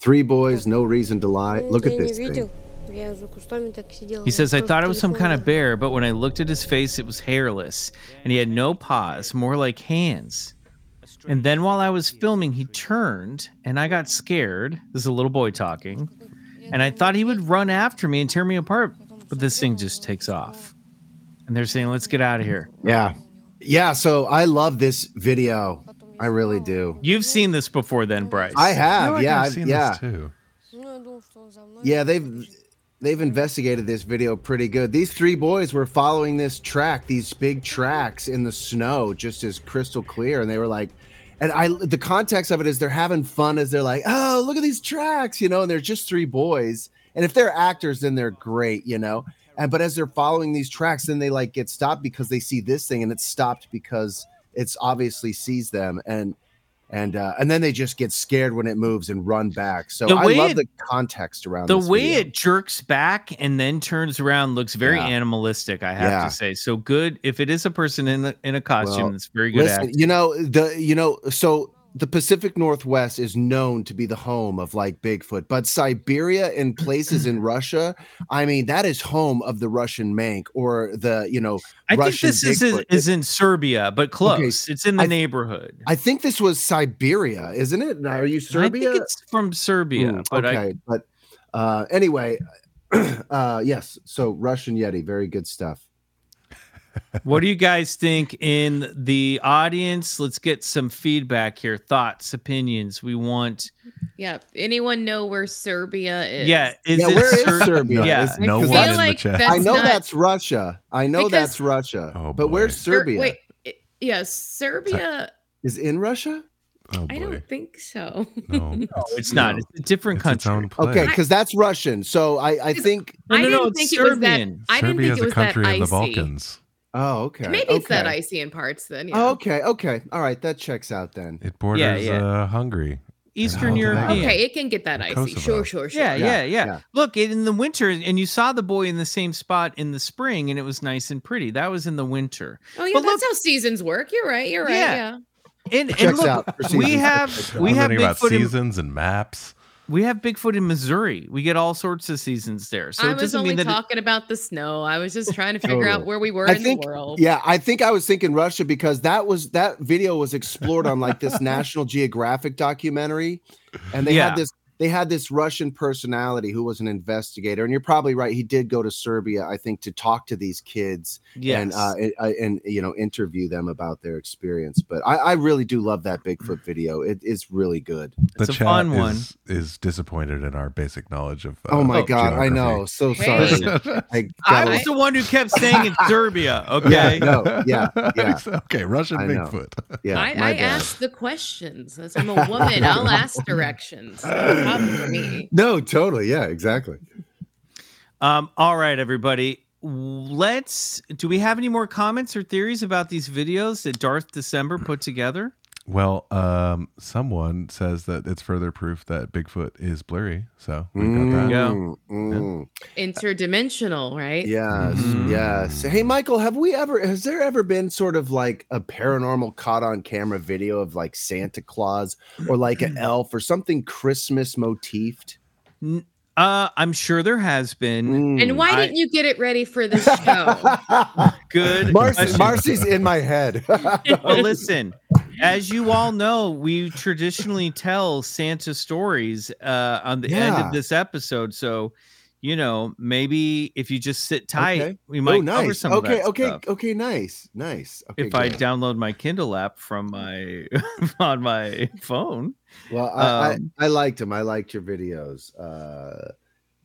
Speaker 4: Three boys, no reason to lie. Look at this thing.
Speaker 6: He says, I thought it was some kind of bear, but when I looked at his face, it was hairless and he had no paws, more like hands. And then while I was filming, he turned and I got scared. This is a little boy talking. And I thought he would run after me and tear me apart. But this thing just takes off. And they're saying, let's get out of here.
Speaker 4: Yeah. Yeah. So I love this video. I really do.
Speaker 6: You've seen this before then, Bryce.
Speaker 4: I have.
Speaker 2: like
Speaker 4: yeah.
Speaker 2: I've
Speaker 4: I've-
Speaker 2: seen this
Speaker 4: yeah.
Speaker 2: too.
Speaker 4: Yeah. They've they've investigated this video pretty good. These three boys were following this track, these big tracks in the snow, just as crystal clear, and they were like. And I, the context of it is they're having fun as they're like, oh, look at these tracks, you know, and they're just three boys. And if they're actors, then they're great, you know. And but as they're following these tracks, then they like get stopped because they see this thing, and it's stopped because it's obviously sees them, and and uh, and then they just get scared when it moves and run back. So
Speaker 6: The
Speaker 4: I
Speaker 6: way
Speaker 4: love
Speaker 6: it-
Speaker 4: the context around
Speaker 6: the
Speaker 4: this
Speaker 6: way
Speaker 4: video.
Speaker 6: it jerks back and then turns around looks very
Speaker 4: Yeah.
Speaker 6: animalistic i have
Speaker 4: Yeah.
Speaker 6: to say so good if it is a person in a, in a costume
Speaker 4: Well,
Speaker 6: that's very good
Speaker 4: Listen,
Speaker 6: acting.
Speaker 4: you know the you know so the Pacific Northwest is known to be the home of like Bigfoot, but Siberia and places in Russia, I mean, that is home of the Russian Mank or the you know
Speaker 6: i
Speaker 4: Russian
Speaker 6: think this is,
Speaker 4: Bigfoot.
Speaker 6: is in serbia but close it's in the
Speaker 4: I-
Speaker 6: neighborhood
Speaker 4: I think this was Siberia, isn't it? Now, Are you Serbia?
Speaker 6: i think it's from serbia
Speaker 4: Mm,
Speaker 6: but
Speaker 4: okay, but uh, anyway, uh, yes. So Russian Yeti, very good stuff.
Speaker 6: I, what do you guys think in the audience let's get some feedback here thoughts opinions we want
Speaker 7: Yeah. Anyone know where Serbia is?
Speaker 6: yeah is
Speaker 4: yeah,
Speaker 6: it
Speaker 4: where is
Speaker 6: Ser-
Speaker 4: Serbia?
Speaker 6: yeah.
Speaker 4: Is-
Speaker 2: No
Speaker 7: I
Speaker 2: one
Speaker 7: feel
Speaker 2: in
Speaker 7: like
Speaker 2: the chat.
Speaker 7: that-
Speaker 4: I know
Speaker 7: not-
Speaker 4: that's Russia. I know
Speaker 7: Because-
Speaker 4: that's Russia.
Speaker 2: Oh,
Speaker 4: but where's
Speaker 2: boy.
Speaker 7: Ser-
Speaker 4: Serbia?
Speaker 7: Wait. it- Yeah, Serbia.
Speaker 4: Is in Russia?
Speaker 2: oh boy.
Speaker 7: I don't think so.
Speaker 2: no,
Speaker 6: it's not it's a different
Speaker 2: It's its
Speaker 6: country
Speaker 2: own place.
Speaker 4: Okay, because that's Russian. So I, I think.
Speaker 6: No,
Speaker 7: I
Speaker 6: no, no,
Speaker 7: didn't
Speaker 6: it's
Speaker 7: think it was
Speaker 6: Serbian.
Speaker 7: that. I didn't
Speaker 2: Serbia
Speaker 7: think
Speaker 2: is
Speaker 7: it
Speaker 2: a
Speaker 7: was that
Speaker 2: country
Speaker 7: icy.
Speaker 2: in the Balkans.
Speaker 4: Oh, okay.
Speaker 7: Maybe
Speaker 4: okay.
Speaker 7: it's that icy in parts then. Yeah.
Speaker 4: Oh, okay, okay. All right, that checks out then.
Speaker 2: It borders
Speaker 6: yeah.
Speaker 2: Uh, Hungary.
Speaker 6: eastern
Speaker 2: Yeah.
Speaker 6: european
Speaker 7: Okay, it can get that icy.
Speaker 2: Kosovo.
Speaker 7: Sure, sure, sure.
Speaker 6: Yeah, yeah,
Speaker 4: Yeah,
Speaker 6: yeah,
Speaker 4: yeah.
Speaker 6: Look, in the winter, and you saw the boy in the same spot in the spring, and it was nice and pretty. That was in the winter.
Speaker 7: Oh yeah,
Speaker 6: But
Speaker 7: that's
Speaker 6: look-
Speaker 7: how seasons work. You're right. You're right.
Speaker 6: Yeah.
Speaker 7: Yeah.
Speaker 6: And, and
Speaker 4: Checks
Speaker 6: look,
Speaker 4: out for
Speaker 6: we
Speaker 4: seasons.
Speaker 6: have we
Speaker 2: I'm
Speaker 6: have
Speaker 2: learning about
Speaker 6: Bigfoot. In,
Speaker 2: seasons and maps.
Speaker 6: we have Bigfoot in Missouri. We get all sorts of seasons there. So
Speaker 7: I
Speaker 6: it
Speaker 7: was
Speaker 6: doesn't
Speaker 7: only
Speaker 6: mean that. it-
Speaker 7: talking about the snow. I was just trying to figure out
Speaker 4: Totally.
Speaker 7: where we were
Speaker 4: I
Speaker 7: in
Speaker 4: think,
Speaker 7: the world.
Speaker 4: yeah, I think I was thinking Russia because that was that video was explored on like this National Geographic documentary, and they
Speaker 6: Yeah.
Speaker 4: had this they had this Russian personality who was an investigator, and you're probably right. He did go to Serbia, I think, to talk to these kids
Speaker 6: yes.
Speaker 4: and uh, and, uh, and you know interview them about their experience. But I, I really do love that Bigfoot video. It is really good.
Speaker 2: The
Speaker 6: It's a
Speaker 2: chat
Speaker 6: fun
Speaker 2: is,
Speaker 6: one.
Speaker 2: is disappointed in our basic knowledge of. Uh,
Speaker 4: Oh my god, I
Speaker 2: geography.
Speaker 4: know. So
Speaker 7: Hey.
Speaker 4: sorry. I
Speaker 6: I
Speaker 4: gotta-
Speaker 6: was the one who kept saying it's Serbia.
Speaker 4: yeah,
Speaker 6: Okay.
Speaker 4: no, yeah, yeah,
Speaker 2: okay, Russian
Speaker 4: I know.
Speaker 2: Bigfoot.
Speaker 4: yeah.
Speaker 7: I,
Speaker 4: my
Speaker 7: I
Speaker 4: bad.
Speaker 7: asked the questions. That's, I'm a woman. I'll ask directions. No problem for me.
Speaker 4: No, totally. Yeah, exactly.
Speaker 6: Um, all right, everybody. Let's. Do we have any more comments or theories about these videos that Darth December put together?
Speaker 2: Well, um, someone says that it's further proof that Bigfoot is blurry. So we got that.
Speaker 6: Yeah.
Speaker 4: Mm, mm.
Speaker 7: Interdimensional, right?
Speaker 4: Yes,
Speaker 6: Mhm.
Speaker 4: Mm, yes. Hey, Michael, have we ever? Has there ever been sort of like a paranormal caught on camera video of like Santa Claus or like an elf or something Christmas motifed?
Speaker 6: Uh, I'm sure there has been.
Speaker 7: And why
Speaker 6: I-
Speaker 7: didn't you get it ready for the show?
Speaker 6: Good.
Speaker 4: Marcy,
Speaker 6: question.
Speaker 4: Marcy's in my head.
Speaker 6: well, listen, as you all know, we traditionally tell Santa stories uh, on the end
Speaker 4: Yeah.
Speaker 6: of this episode. So, you know, maybe if you just sit tight,
Speaker 4: Okay.
Speaker 6: we
Speaker 4: oh,
Speaker 6: might cover
Speaker 4: nice.
Speaker 6: some of
Speaker 4: Okay,
Speaker 6: that
Speaker 4: okay,
Speaker 6: stuff.
Speaker 4: okay. Nice, nice. Okay,
Speaker 6: If I
Speaker 4: good.
Speaker 6: download my Kindle app from my on my phone,
Speaker 7: Mm.
Speaker 4: well, I,
Speaker 6: um,
Speaker 4: I, I liked him. I liked your videos. Uh,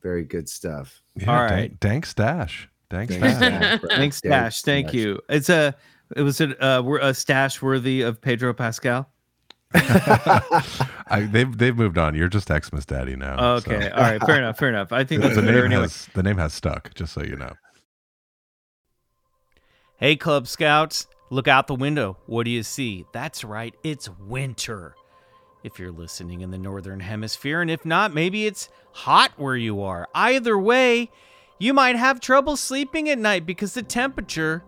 Speaker 4: very good stuff.
Speaker 2: Yeah,
Speaker 6: All
Speaker 2: dank-
Speaker 6: right.
Speaker 2: Dank stash. Dank
Speaker 4: Thanks,
Speaker 2: stash.
Speaker 4: Dash.
Speaker 6: thanks,
Speaker 4: Thanks,
Speaker 6: Stash. Thank
Speaker 4: Dash.
Speaker 6: you. It's a it was a uh, we're a stash worthy of Pedro Pascal.
Speaker 2: I, they've they've moved on. You're just Xmas Daddy now.
Speaker 6: Okay,
Speaker 2: so.
Speaker 6: all right, fair enough, fair enough. I think that's
Speaker 2: the
Speaker 6: better
Speaker 2: name
Speaker 6: anyway.
Speaker 2: has the name has stuck. Just so you know.
Speaker 6: Hey, Club Scouts, look out the window. What do you see? That's right, it's winter. If you're listening in the Northern Hemisphere, and if not, maybe it's hot where you are. Either way, you might have trouble sleeping at night because the temperature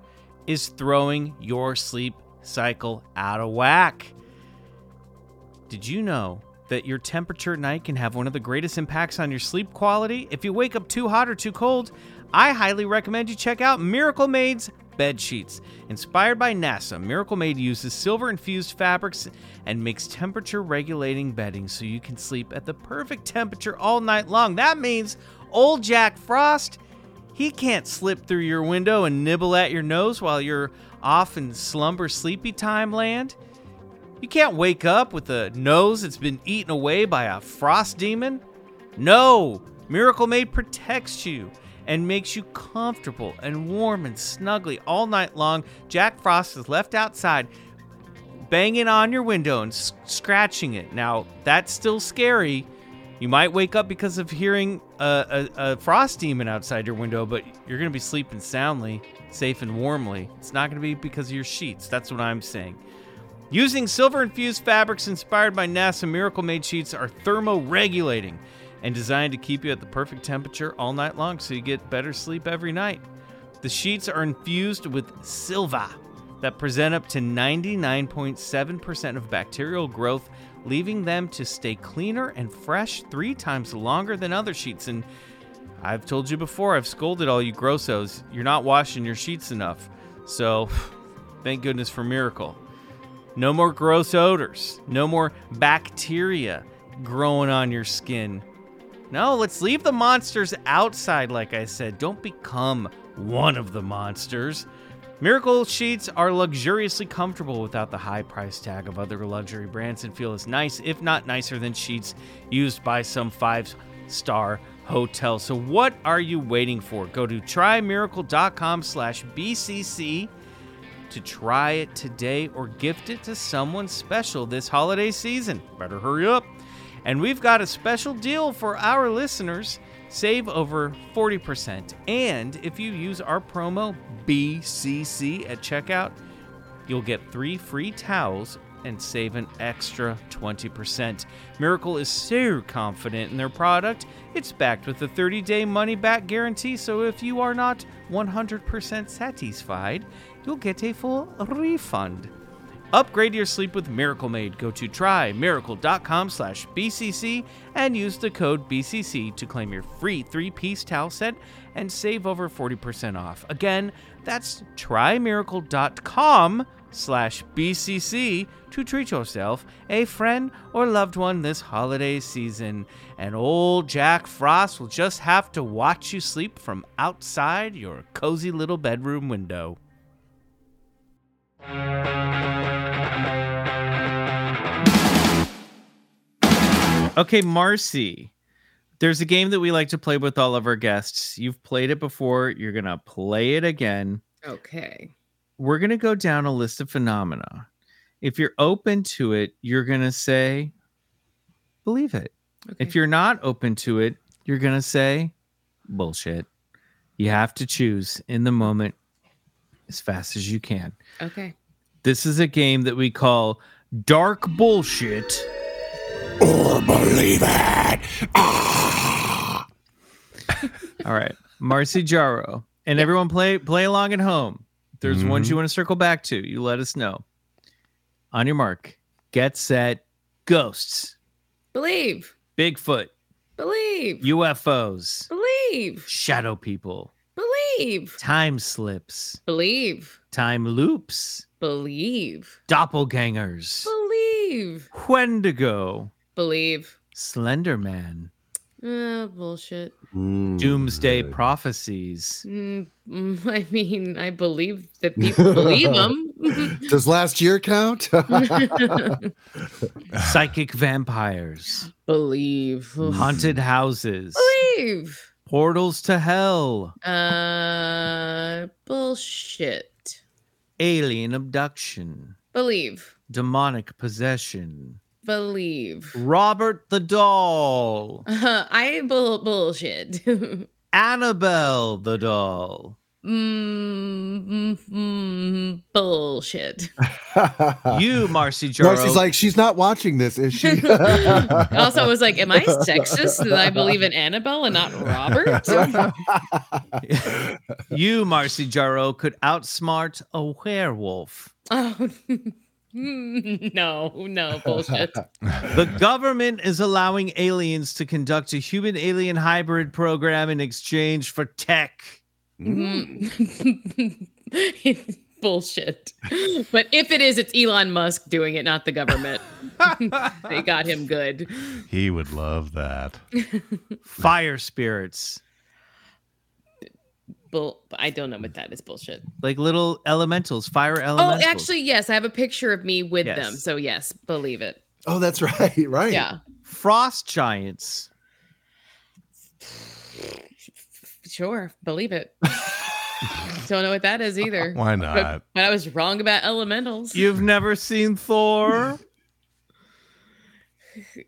Speaker 6: is throwing your sleep cycle out of whack. Did you know that your temperature at night can have one of the greatest impacts on your sleep quality? If you wake up too hot or too cold, I highly recommend you check out Miracle Maid's
Speaker 1: bed sheets. Inspired by NASA, Miracle Made uses silver infused fabrics and makes temperature regulating bedding so you can sleep at the perfect temperature all night long. That means old Jack Frost, he can't slip through your window and nibble at your nose while you're off in slumber sleepy time land. You can't wake up with a nose that's been eaten away by a frost demon. No! Miracle Maid protects you and makes you comfortable and warm and snuggly all night long. Jack Frost is left outside banging on your window and s- scratching it. Now, that's still scary. You might wake up because of hearing a, a, a frost demon outside your window, but you're going to be sleeping soundly, safe, and warmly. It's not going to be because of your sheets. That's what I'm saying. Using silver infused fabrics inspired by NASA Miracle Made sheets are thermoregulating and designed to keep you at the perfect temperature all night long so you get better sleep every night. The sheets are infused with silva that present up to 99.7% of bacterial growth, leaving them to stay cleaner and fresh three times longer than other sheets. And I've told you before, I've scolded all you grossos. You're not washing your sheets enough. So thank goodness for Miracle. No more gross odors. No more bacteria growing on your skin. No, let's leave the monsters outside, like I said. Don't become one of the monsters. Miracle sheets are luxuriously comfortable without the high price tag of other luxury brands and feel as nice, if not nicer, than sheets used by some five star hotel. So what are you waiting for? Go to trymiracle.com slash BCC to try it today or gift it to someone special this holiday season. Better hurry up. And we've got a special deal for our listeners. Save over 40%. And if you use our promo BCC at checkout, you'll get three free towels and save an e extra 20%. Miracle is so confident in their product, it's backed with a 30 day money back guarantee. So if you are not 100% satisfied, you'll get a full refund. Upgrade your sleep with Miracle Made. Go to trymiracle.com slash BCC and use the code BCC to claim your free three piece towel set and save over 40% off. Again, that's trymiracle.com slash BCC to treat yourself, a friend, or loved one this holiday season. And old Jack Frost will just have to watch you sleep from outside your cozy little bedroom window. Okay, Marcy. There's a game that we like to play with all of our guests. You've played it before. You're going to play it again.
Speaker 7: Okay.
Speaker 1: We're going to go down a list of phenomena. If you're open to it, you're going to say, believe it. If you're not open to it, you're going to say, bullshit. You have to choose in the moment as fast as you can.
Speaker 7: Okay.
Speaker 1: This is a game that we call Dark Bullshit or Believe It. All right, Marcy Jaro, and everyone play play along at home. If there's ones you want to circle back to. You let us know. On your mark, get set, ghosts,
Speaker 7: Believe.
Speaker 1: Bigfoot,
Speaker 7: Believe.
Speaker 1: UFOs,
Speaker 7: Believe.
Speaker 1: shadow people,
Speaker 7: Believe.
Speaker 1: time slips,
Speaker 7: Believe.
Speaker 1: time loops,
Speaker 7: Believe.
Speaker 1: doppelgangers,
Speaker 7: Believe.
Speaker 1: Wendigo,
Speaker 7: Believe.
Speaker 1: Slender Man,
Speaker 7: Uh, bullshit.
Speaker 4: Mm.
Speaker 1: Doomsday prophecies.
Speaker 7: Mm, mm, I mean, I believe that people believe them.
Speaker 4: Does last year count?
Speaker 7: Mm-hmm.
Speaker 1: psychic vampires,
Speaker 7: believe.
Speaker 1: haunted houses,
Speaker 7: Believe.
Speaker 1: portals to hell,
Speaker 7: Uh, bullshit.
Speaker 1: alien abduction,
Speaker 7: Believe.
Speaker 1: demonic possession,
Speaker 7: Believe.
Speaker 1: Robert the doll,
Speaker 7: I bull- bullshit. mm,
Speaker 1: Annabelle the doll.
Speaker 7: mm, mm, bullshit.
Speaker 1: You, Marcy Jaro.
Speaker 4: Marcy's like, she's not watching this, is she?
Speaker 7: also, I was like, am I sexist that I believe in Annabelle and not Robert?
Speaker 1: you, Marcy Jaro, could outsmart a werewolf.
Speaker 7: oh, no, no, bullshit.
Speaker 1: The government is allowing aliens to conduct a human alien hybrid program in exchange for tech.
Speaker 7: Mm. It's bullshit. But if it is, it's Elon Musk doing it, not the government. they got him good.
Speaker 2: He would love that.
Speaker 6: Fire spirits,
Speaker 7: Bull- I don't know what that is. Bullshit.
Speaker 6: like little elementals, fire
Speaker 7: Oh,
Speaker 6: elementals.
Speaker 7: actually, yes. I have a picture of me with them.
Speaker 6: Yes.
Speaker 7: So, yes, believe it.
Speaker 4: Oh, that's right. Right.
Speaker 7: Yeah.
Speaker 6: frost giants.
Speaker 7: Sure. Believe it. don't know what that is either.
Speaker 2: Why
Speaker 7: But-
Speaker 2: not?
Speaker 7: But I was wrong about elementals.
Speaker 6: You've never seen Thor.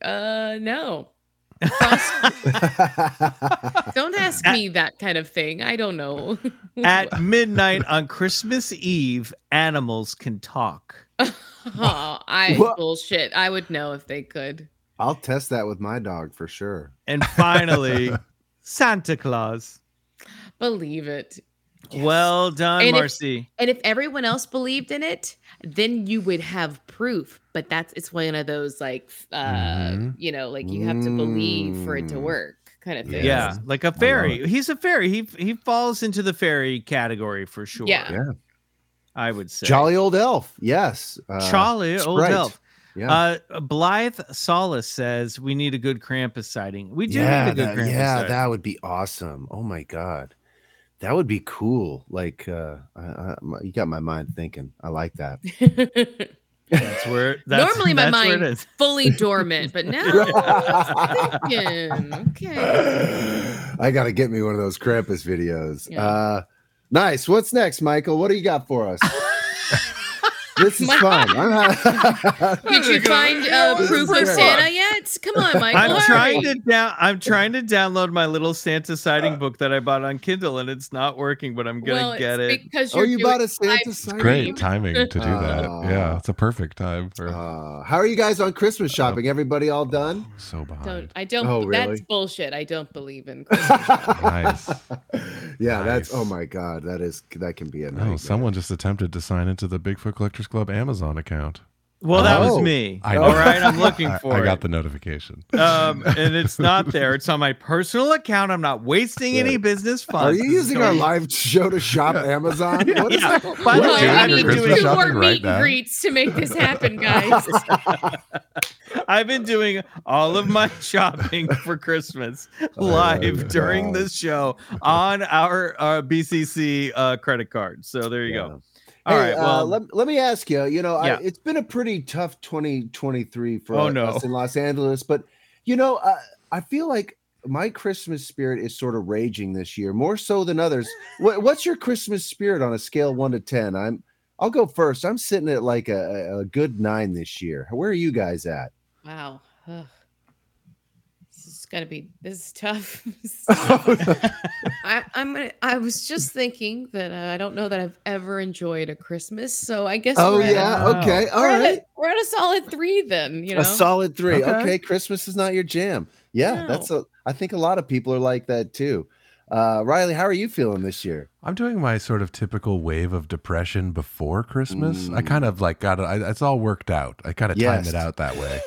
Speaker 7: Uh, no. Frost- don't ask me that kind of thing. I don't know.
Speaker 6: At midnight on Christmas Eve, animals can talk.
Speaker 7: Oh, I
Speaker 4: What?
Speaker 7: bullshit. I would know if they could.
Speaker 4: I'll test that with my dog for sure.
Speaker 6: And finally, Santa Claus.
Speaker 7: Believe it.
Speaker 6: Well done,
Speaker 7: And if-
Speaker 6: Marcy.
Speaker 7: And if everyone else believed in it, then you would have proof. But that's it's one of those like uh
Speaker 2: Mhm.
Speaker 7: you know, like you have to believe for it to
Speaker 4: Mm.
Speaker 7: work kind of thing.
Speaker 6: yeah, like a
Speaker 4: love
Speaker 6: fairy. He's a fairy. He he falls into the fairy category for sure.
Speaker 7: Yeah.
Speaker 4: Yeah.
Speaker 6: I would say.
Speaker 4: Jolly old elf. Yes. Uh,
Speaker 6: Charlie, old
Speaker 4: Sprite.
Speaker 6: elf.
Speaker 4: Yeah.
Speaker 6: Uh, Blythe Solace says we need a good Krampus sighting. We do need
Speaker 4: yeah,
Speaker 6: a good
Speaker 4: that,
Speaker 6: Krampus
Speaker 4: yeah,
Speaker 6: sighting.
Speaker 4: that would be awesome. Oh my god, that would be cool. Like, uh, I, I, my- you got my mind thinking. I like that.
Speaker 6: that's where that's,
Speaker 7: Normally my
Speaker 6: that's where it
Speaker 7: mind
Speaker 6: is.
Speaker 7: fully dormant, but now I was thinking, okay.
Speaker 4: I got to get me one of those Krampus videos.
Speaker 7: Yeah.
Speaker 4: Uh, nice. What's next, Michael? What do you got for us? this is
Speaker 7: My-
Speaker 4: fun. I'm not-
Speaker 7: Did you find uh,
Speaker 4: this is
Speaker 7: proof
Speaker 4: great.
Speaker 7: of Santa yet? Come on, Michael.
Speaker 6: I'm
Speaker 7: hurry.
Speaker 6: trying to down. I'm trying to download my little Santa sighting book that I bought on Kindle, and it's not working. But I'm gonna
Speaker 7: well,
Speaker 6: get
Speaker 7: it's
Speaker 6: it.
Speaker 7: Because
Speaker 4: oh,
Speaker 7: you're
Speaker 4: you
Speaker 7: doing
Speaker 4: bought a
Speaker 7: live
Speaker 4: Santa sign.
Speaker 2: Great timing to do that.
Speaker 4: Aw.
Speaker 2: Yeah, it's a perfect time for
Speaker 4: Uh, how are you guys on
Speaker 6: Uh,
Speaker 4: Christmas shopping? Everybody all done?
Speaker 2: so
Speaker 7: Don't
Speaker 2: behind.
Speaker 7: I don't
Speaker 4: Oh,
Speaker 7: that's
Speaker 4: really?
Speaker 7: bullshit. I don't believe in
Speaker 2: Nice.
Speaker 4: yeah, that's oh
Speaker 2: Nice.
Speaker 4: my god, that is that can be a
Speaker 2: No,
Speaker 4: nightmare.
Speaker 2: someone just attempted to sign into the Bigfoot Collectors Club Amazon account.
Speaker 6: Well, that was
Speaker 4: Oh.
Speaker 6: me.
Speaker 2: I
Speaker 6: All
Speaker 2: know.
Speaker 6: right, I'm looking for
Speaker 2: I, I
Speaker 6: it.
Speaker 2: got the notification.
Speaker 6: um, and it's not there. It's on my personal account. I'm not wasting any
Speaker 4: Right.
Speaker 6: business funds.
Speaker 4: Are you
Speaker 6: Uh, This is
Speaker 4: using our
Speaker 6: going-
Speaker 4: live show to shop Amazon? What is
Speaker 6: Yeah.
Speaker 4: that?
Speaker 6: By the
Speaker 7: Well,
Speaker 6: way,
Speaker 2: doing
Speaker 7: I
Speaker 6: I've
Speaker 2: your
Speaker 7: need
Speaker 6: been
Speaker 2: Christmas
Speaker 7: two
Speaker 6: doing,
Speaker 2: shopping?
Speaker 7: more
Speaker 2: right
Speaker 7: meet
Speaker 2: now.
Speaker 7: and greets to make this happen, guys.
Speaker 6: I've been doing all of my shopping for Christmas live during this show on our uh, BCC uh, credit card. So there you go. All
Speaker 4: Hey,
Speaker 6: right.
Speaker 4: uh,
Speaker 6: Well,
Speaker 4: let, let me ask you. You know,
Speaker 6: Yeah.
Speaker 4: I, it's been a pretty tough 2023 for
Speaker 6: Oh,
Speaker 4: us
Speaker 6: no.
Speaker 4: in Los Angeles, but you know, uh, I feel like my Christmas spirit is sort of raging this year, more so than others. what, what's your Christmas spirit on a scale of one to ten? I'm. I'll go first. I'm sitting at like a, a- a good nine this year. Where are you guys at?
Speaker 7: Wow. Ugh. This is gonna be this is tough. I, I'm gonna I was just thinking that uh, I don't know that I've ever enjoyed a Christmas, so I guess
Speaker 4: oh
Speaker 7: we're at-
Speaker 4: yeah.
Speaker 6: Wow.
Speaker 4: Okay. All
Speaker 7: we're at
Speaker 4: right.
Speaker 7: a, we're at a solid three then, you know.
Speaker 4: a solid three.
Speaker 6: Okay.
Speaker 4: Okay. Christmas is not your jam. Yeah, that's a. I think a lot of people are like that too. Uh, Riley, how are you feeling this year?
Speaker 2: I'm doing my sort of typical wave of depression before Christmas. I
Speaker 4: Mm.
Speaker 2: kind of like got it. I- It's all worked out. I kind of timed
Speaker 4: Yes.
Speaker 2: it out that way.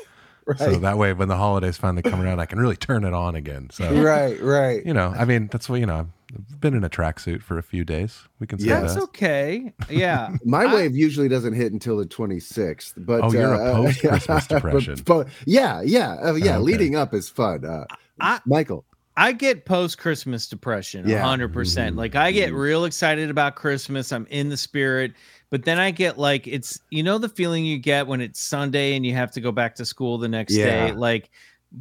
Speaker 4: Right,
Speaker 2: So that way, when the holidays finally come around, I can really turn it on again. So,
Speaker 4: right, right.
Speaker 2: you know, I mean, that's what, you know, I've been in a tracksuit for a few days. We can say
Speaker 4: Yeah.
Speaker 6: that's
Speaker 2: that.
Speaker 6: okay. Yeah.
Speaker 4: My
Speaker 6: I-
Speaker 4: wave usually doesn't hit until the twenty sixth. But
Speaker 2: Oh, you're a
Speaker 4: uh,
Speaker 2: post-Christmas
Speaker 4: but-
Speaker 2: depression.
Speaker 4: but- yeah, yeah, oh, yeah.
Speaker 2: okay.
Speaker 4: Leading up is fun. Uh,
Speaker 6: I,
Speaker 4: Michael,
Speaker 6: I get post Christmas depression,
Speaker 4: Yeah. Mm-hmm.
Speaker 6: 100%. Like, I get real excited about Christmas. I'm in the spirit. But then I get like, it's, you know, the feeling you get when it's Sunday and you have to go back to school the next day.
Speaker 4: Yeah.
Speaker 6: Like,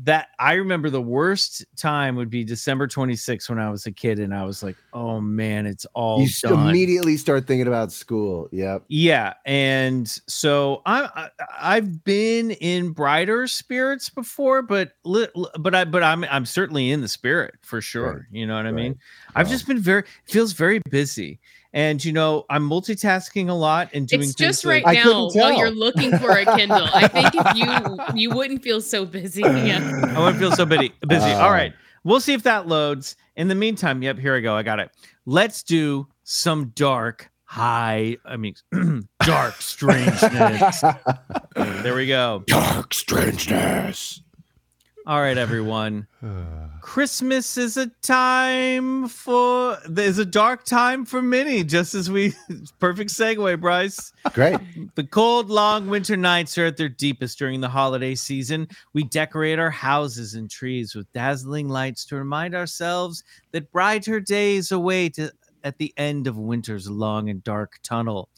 Speaker 6: that I remember the worst time would be December 26th when I was a kid and I was like, oh man, it's all
Speaker 4: you s-
Speaker 6: done.
Speaker 4: immediately start thinking about school. Yep.
Speaker 6: Yeah, and so I, I I've been in brighter spirits before, but li, li- but I but I'm I'm certainly in the spirit for sure.
Speaker 4: Right,
Speaker 6: You know what I mean?
Speaker 4: right.
Speaker 6: I've
Speaker 4: Wow.
Speaker 6: just been very it feels very busy, and you know I'm multitasking a lot and doing
Speaker 7: it's
Speaker 6: things
Speaker 7: just
Speaker 6: like-
Speaker 7: right
Speaker 4: I couldn't
Speaker 7: now while you're
Speaker 4: tell.
Speaker 7: looking for a Kindle. I think if you you wouldn't feel so busy. Yeah.
Speaker 6: I wouldn't feel so busy. busy.
Speaker 4: Uh,
Speaker 6: All right. We'll see if that loads. In the meantime, yep, here I go. I got it. Let's do some dark high. I mean, dark strangeness. there we go.
Speaker 8: Dark strangeness.
Speaker 6: All right, everyone. Christmas is a time for there's a dark time for many, just as we perfect segue, Bryce.
Speaker 4: Great.
Speaker 6: The cold, long winter nights are at their deepest during the holiday season. We decorate our houses and trees with dazzling lights to remind ourselves that brighter days await at the end of winter's long and dark tunnel.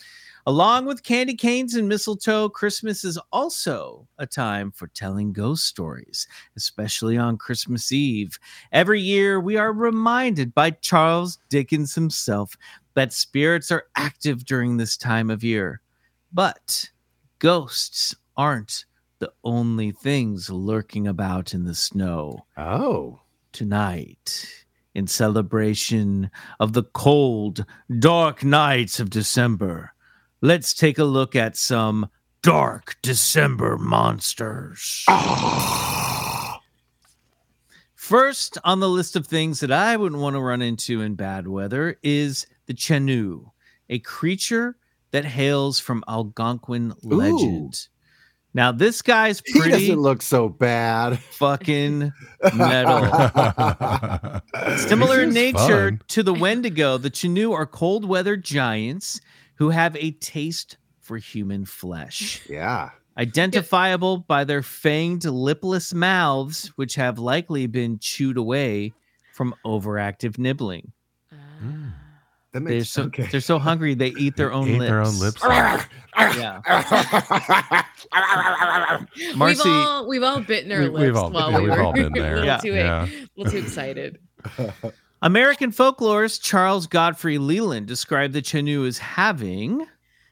Speaker 6: Along with candy canes and mistletoe, Christmas is also a time for telling ghost stories, especially on Christmas Eve. Every year, we are reminded by Charles Dickens himself that spirits are active during this time of year. But ghosts aren't the only things lurking about in the snow.
Speaker 4: Oh.
Speaker 6: Tonight, in celebration of the cold, dark nights of December, let's take a look at some dark December monsters. First on the list of things that I wouldn't want to run into in bad weather is the Chenu, a creature that hails from Algonquin legend. Now this guy's
Speaker 4: He
Speaker 6: pretty
Speaker 4: doesn't look so bad.
Speaker 6: fucking metal. Similar in
Speaker 2: This is
Speaker 6: nature
Speaker 2: fun.
Speaker 6: to the Wendigo, the Chinoo are cold weather giants who have a taste for human flesh.
Speaker 4: Yeah.
Speaker 6: Identifiable by their fanged, lipless mouths, which have likely been chewed away from overactive nibbling.
Speaker 2: Mm.
Speaker 4: That
Speaker 6: They're
Speaker 4: makes
Speaker 6: so
Speaker 4: sense. okay.
Speaker 6: they're so hungry they eat their own
Speaker 2: Ate
Speaker 6: lips.
Speaker 2: their own lips.
Speaker 6: Yeah. Marcy,
Speaker 7: we've all we've all bitten our
Speaker 2: We-
Speaker 7: lips
Speaker 2: we've all-
Speaker 7: while
Speaker 2: yeah,
Speaker 7: we
Speaker 2: we've
Speaker 7: were
Speaker 2: all been
Speaker 7: a
Speaker 2: there.
Speaker 7: little
Speaker 6: Yeah.
Speaker 7: too
Speaker 2: Yeah.
Speaker 7: a little too excited.
Speaker 6: American folklorist Charles Godfrey Leland described the Chinoo as having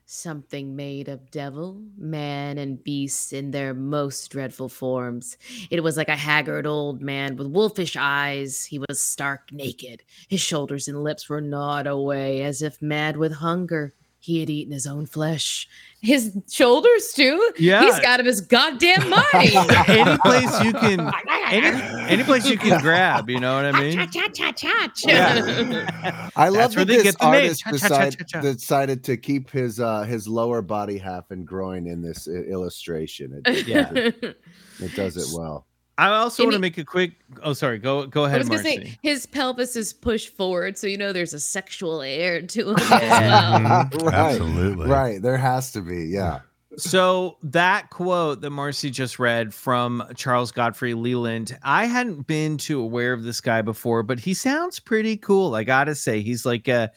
Speaker 7: Something made of devil, man, and beast in their most dreadful forms. It was like a haggard old man with wolfish eyes. He was stark naked. His shoulders and lips were gnawed away as if mad with hunger. He had eaten his own flesh. His shoulders, too?
Speaker 6: Yeah.
Speaker 7: He's out of his goddamn mind.
Speaker 6: any place you can any, any place you can grab, you know what I mean?
Speaker 7: cha, cha, cha, cha.
Speaker 4: I
Speaker 6: That's
Speaker 4: love
Speaker 6: where they
Speaker 4: that this
Speaker 6: get the name.
Speaker 4: artist
Speaker 6: Cha, cha, cha,
Speaker 4: decide,
Speaker 6: cha, cha.
Speaker 4: decided to keep his uh, his lower body half and groin in this i- illustration. It,
Speaker 6: Yeah.
Speaker 4: it does it well.
Speaker 6: I also
Speaker 7: And
Speaker 6: want to
Speaker 7: he-
Speaker 6: make a quick oh sorry, go go
Speaker 7: I
Speaker 6: ahead,
Speaker 7: was gonna
Speaker 6: Marcy.
Speaker 7: say his pelvis is pushed forward, so you know there's a sexual air to him. as well.
Speaker 4: Right.
Speaker 2: Absolutely.
Speaker 4: Right, there has to be. Yeah.
Speaker 6: So that quote that Marcy just read from Charles Godfrey Leland, I hadn't been too aware of this guy before, but he sounds pretty cool. I gotta say, he's like a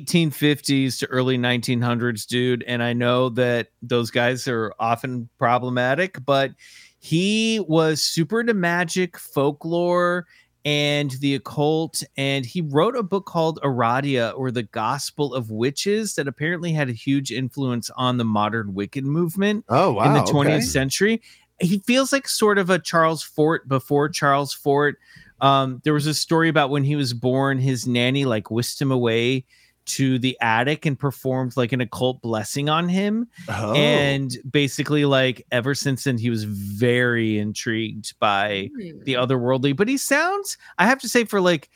Speaker 6: 1850s to early 1900s dude, and I know that those guys are often problematic, but he was super into magic, folklore, and the occult. And he wrote a book called Aradia or the Gospel of Witches that apparently had a huge influence on the modern Wiccan movement
Speaker 4: Oh wow.
Speaker 6: in the 20th
Speaker 4: okay.
Speaker 6: century. He feels like sort of a Charles Fort before Charles Fort. Um, there was a story about when he was born, his nanny like whisked him away to the attic and performed like an occult blessing on him
Speaker 4: Oh.
Speaker 6: and basically like ever since then he was very intrigued by
Speaker 7: Hmm.
Speaker 6: the otherworldly but he sounds i have to say for like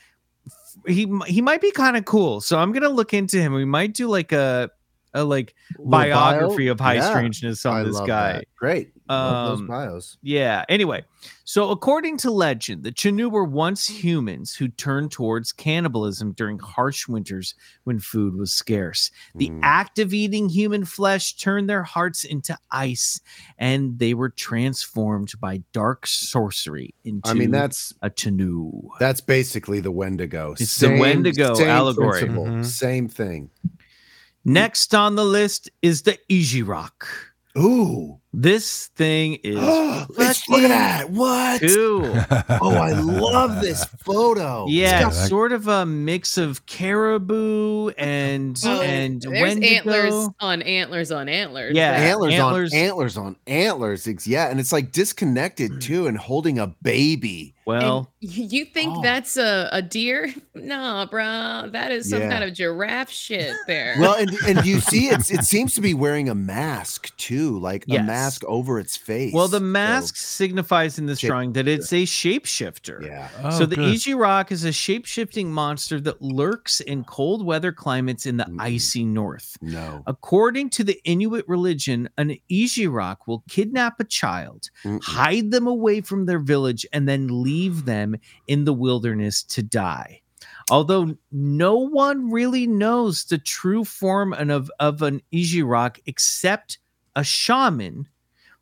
Speaker 6: f- he m- he might be kind of cool so i'm gonna look into him we might do like a a like
Speaker 4: Little
Speaker 6: biography
Speaker 4: bio?
Speaker 6: of high
Speaker 4: Yeah,
Speaker 6: strangeness on
Speaker 4: I
Speaker 6: this
Speaker 4: love
Speaker 6: guy
Speaker 4: that. Great. Love
Speaker 6: Um,
Speaker 4: those bios.
Speaker 6: yeah. Anyway, so according to legend, the Chinoo were once humans who turned towards cannibalism during harsh winters when food was scarce. The
Speaker 4: Hmm.
Speaker 6: act of eating human flesh turned their hearts into ice, and they were transformed by dark sorcery into
Speaker 4: I mean, that's
Speaker 6: a Chinoo.
Speaker 4: that's basically the Wendigo.
Speaker 6: It's the Wendigo allegory.
Speaker 4: principle,
Speaker 2: Mhm.
Speaker 4: Same thing.
Speaker 6: Next on the list is the Ijirak.
Speaker 4: Ooh.
Speaker 6: This thing is
Speaker 4: Let's look at that. What?
Speaker 6: cool.
Speaker 4: Oh, I love this photo.
Speaker 6: yeah,
Speaker 2: got-
Speaker 6: sort of a mix of caribou and
Speaker 7: Oh,
Speaker 6: and
Speaker 7: there's
Speaker 6: wendigo.
Speaker 7: antlers on antlers on antlers.
Speaker 6: Yeah.
Speaker 7: That's-
Speaker 4: antlers,
Speaker 6: antlers.
Speaker 4: on antlers on antlers. It's- Yeah, and it's like
Speaker 7: Mm.
Speaker 4: disconnected too, and holding a baby.
Speaker 7: and
Speaker 6: Well,
Speaker 7: y- you think
Speaker 4: Oh.
Speaker 7: that's a, a deer? No, bro, that is some
Speaker 4: Yeah.
Speaker 7: kind of giraffe shit there.
Speaker 4: Well, and, and you see, it's it seems to be wearing a mask too, like
Speaker 6: Yes.
Speaker 4: a mask over its face.
Speaker 6: Well, the mask signifies in this drawing that it's a shapeshifter.
Speaker 4: Yeah.
Speaker 2: Oh,
Speaker 6: so the Eiji Rock is a shapeshifting monster that lurks in cold weather climates in the
Speaker 4: Mm.
Speaker 6: icy north.
Speaker 4: No.
Speaker 6: According to the Inuit religion, an Eiji Rock will kidnap a child, hide them away from their village, and then leave them in the wilderness to die. Although no one really knows the true form and of, of an Eiji Rock except a shaman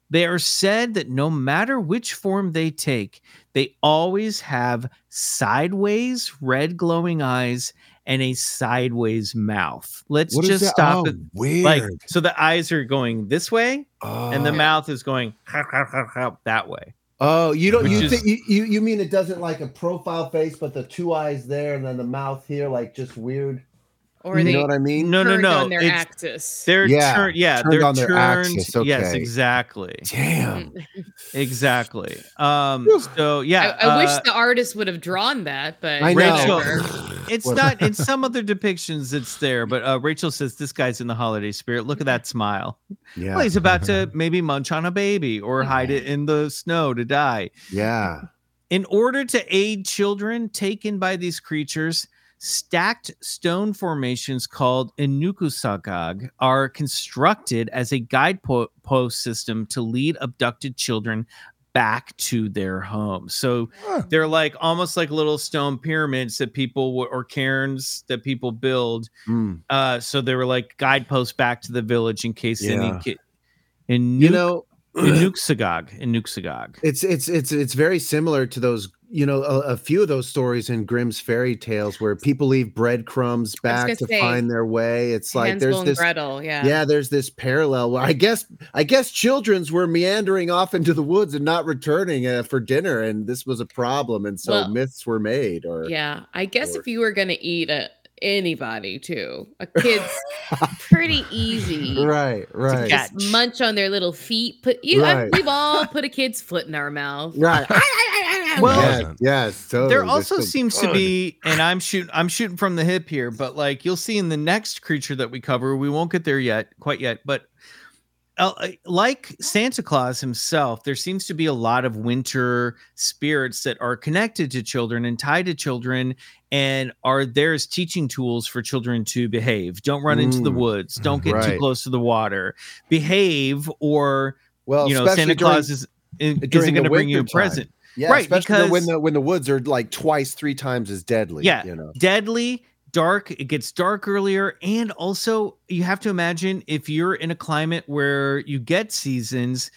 Speaker 6: they are said that no matter which form they take, they always have sideways red glowing eyes and a sideways mouth. Let's
Speaker 4: What is
Speaker 6: just
Speaker 4: that?
Speaker 6: stop
Speaker 4: Oh,
Speaker 6: it. Like
Speaker 4: weird.
Speaker 6: so the eyes are going this way and the
Speaker 4: Oh.
Speaker 6: mouth is going that way.
Speaker 4: Oh, you don't
Speaker 6: Which
Speaker 4: you
Speaker 6: is-
Speaker 4: think you, you you mean it doesn't like a profile face, but the two eyes there and then the mouth here, like just weird.
Speaker 7: Or
Speaker 4: you
Speaker 7: they
Speaker 4: know what I mean?
Speaker 6: No, no,
Speaker 7: turned
Speaker 6: no.
Speaker 7: on their
Speaker 6: it's-
Speaker 7: axis.
Speaker 6: They're
Speaker 4: Yeah,
Speaker 6: turned yeah,
Speaker 4: turned
Speaker 6: they're
Speaker 4: on their
Speaker 6: turned
Speaker 4: axis,
Speaker 6: yes,
Speaker 4: okay.
Speaker 6: exactly.
Speaker 4: Damn.
Speaker 6: Exactly. Um so yeah,
Speaker 7: I, I
Speaker 6: uh,
Speaker 7: wish the artist would have drawn that, but
Speaker 4: I know.
Speaker 6: Rachel,
Speaker 7: whatever.
Speaker 6: it's
Speaker 4: What-
Speaker 6: not in some other depictions. It's there, but uh, Rachel says this guy's in the holiday spirit. Look at that smile.
Speaker 4: Yeah.
Speaker 6: Well, he's about to maybe munch on a baby or hide it in the snow to die.
Speaker 4: Yeah.
Speaker 6: In order to aid children taken by these creatures, stacked stone formations called inukusagag are constructed as a guidepost system to lead abducted children back to their home. So they're like almost like little stone pyramids that people w- or cairns that people build.
Speaker 4: Mm.
Speaker 6: Uh, so they were like guideposts back to the village in case
Speaker 4: Yeah.
Speaker 6: any kid. In
Speaker 4: You know,
Speaker 6: Inuksagog, Inuksagog.
Speaker 4: it's it's it's it's very similar to those you know a, a few of those stories in grimm's fairy tales where people leave breadcrumbs
Speaker 7: gonna
Speaker 4: back to
Speaker 7: say,
Speaker 4: find their way it's like
Speaker 7: Hansel
Speaker 4: there's
Speaker 7: and
Speaker 4: this
Speaker 7: Gretel, yeah.
Speaker 4: yeah there's this parallel where i guess i guess children's were meandering off into the woods and not returning uh, for dinner and this was a problem and so
Speaker 7: Well-
Speaker 4: myths were made or
Speaker 7: Yeah, I guess
Speaker 4: or-
Speaker 7: if you were gonna eat a, anybody too, a kid's pretty easy.
Speaker 4: right right
Speaker 7: Just
Speaker 6: Catch.
Speaker 7: munch on their little feet. Put you. I-
Speaker 4: Right.
Speaker 7: we've all put a kid's foot in our mouth.
Speaker 4: right
Speaker 6: Well,
Speaker 4: yes, yes totally.
Speaker 6: there
Speaker 4: Oh, They're
Speaker 6: also
Speaker 4: so
Speaker 6: seems to
Speaker 4: good.
Speaker 6: be and i'm shooting i'm shooting from the hip here but like you'll see in the next creature that we cover we won't get there yet quite yet but uh, like santa claus himself there seems to be a lot of winter spirits that are connected to children and tied to children and are there as teaching tools for children to behave don't run into the
Speaker 4: Mm,
Speaker 6: woods don't get too
Speaker 4: right.
Speaker 6: close to the water behave or
Speaker 4: well
Speaker 6: you know
Speaker 4: especially
Speaker 6: santa
Speaker 4: during-
Speaker 6: claus is isn't
Speaker 4: during
Speaker 6: going to
Speaker 4: the
Speaker 6: bring you a
Speaker 4: wintertime.
Speaker 6: present
Speaker 4: yeah,
Speaker 6: right,
Speaker 4: especially when
Speaker 6: because-
Speaker 4: the when the woods are like twice three times as deadly
Speaker 6: Yeah.
Speaker 4: you know
Speaker 6: deadly dark it gets dark earlier and also you have to imagine if you're in a climate where you get seasons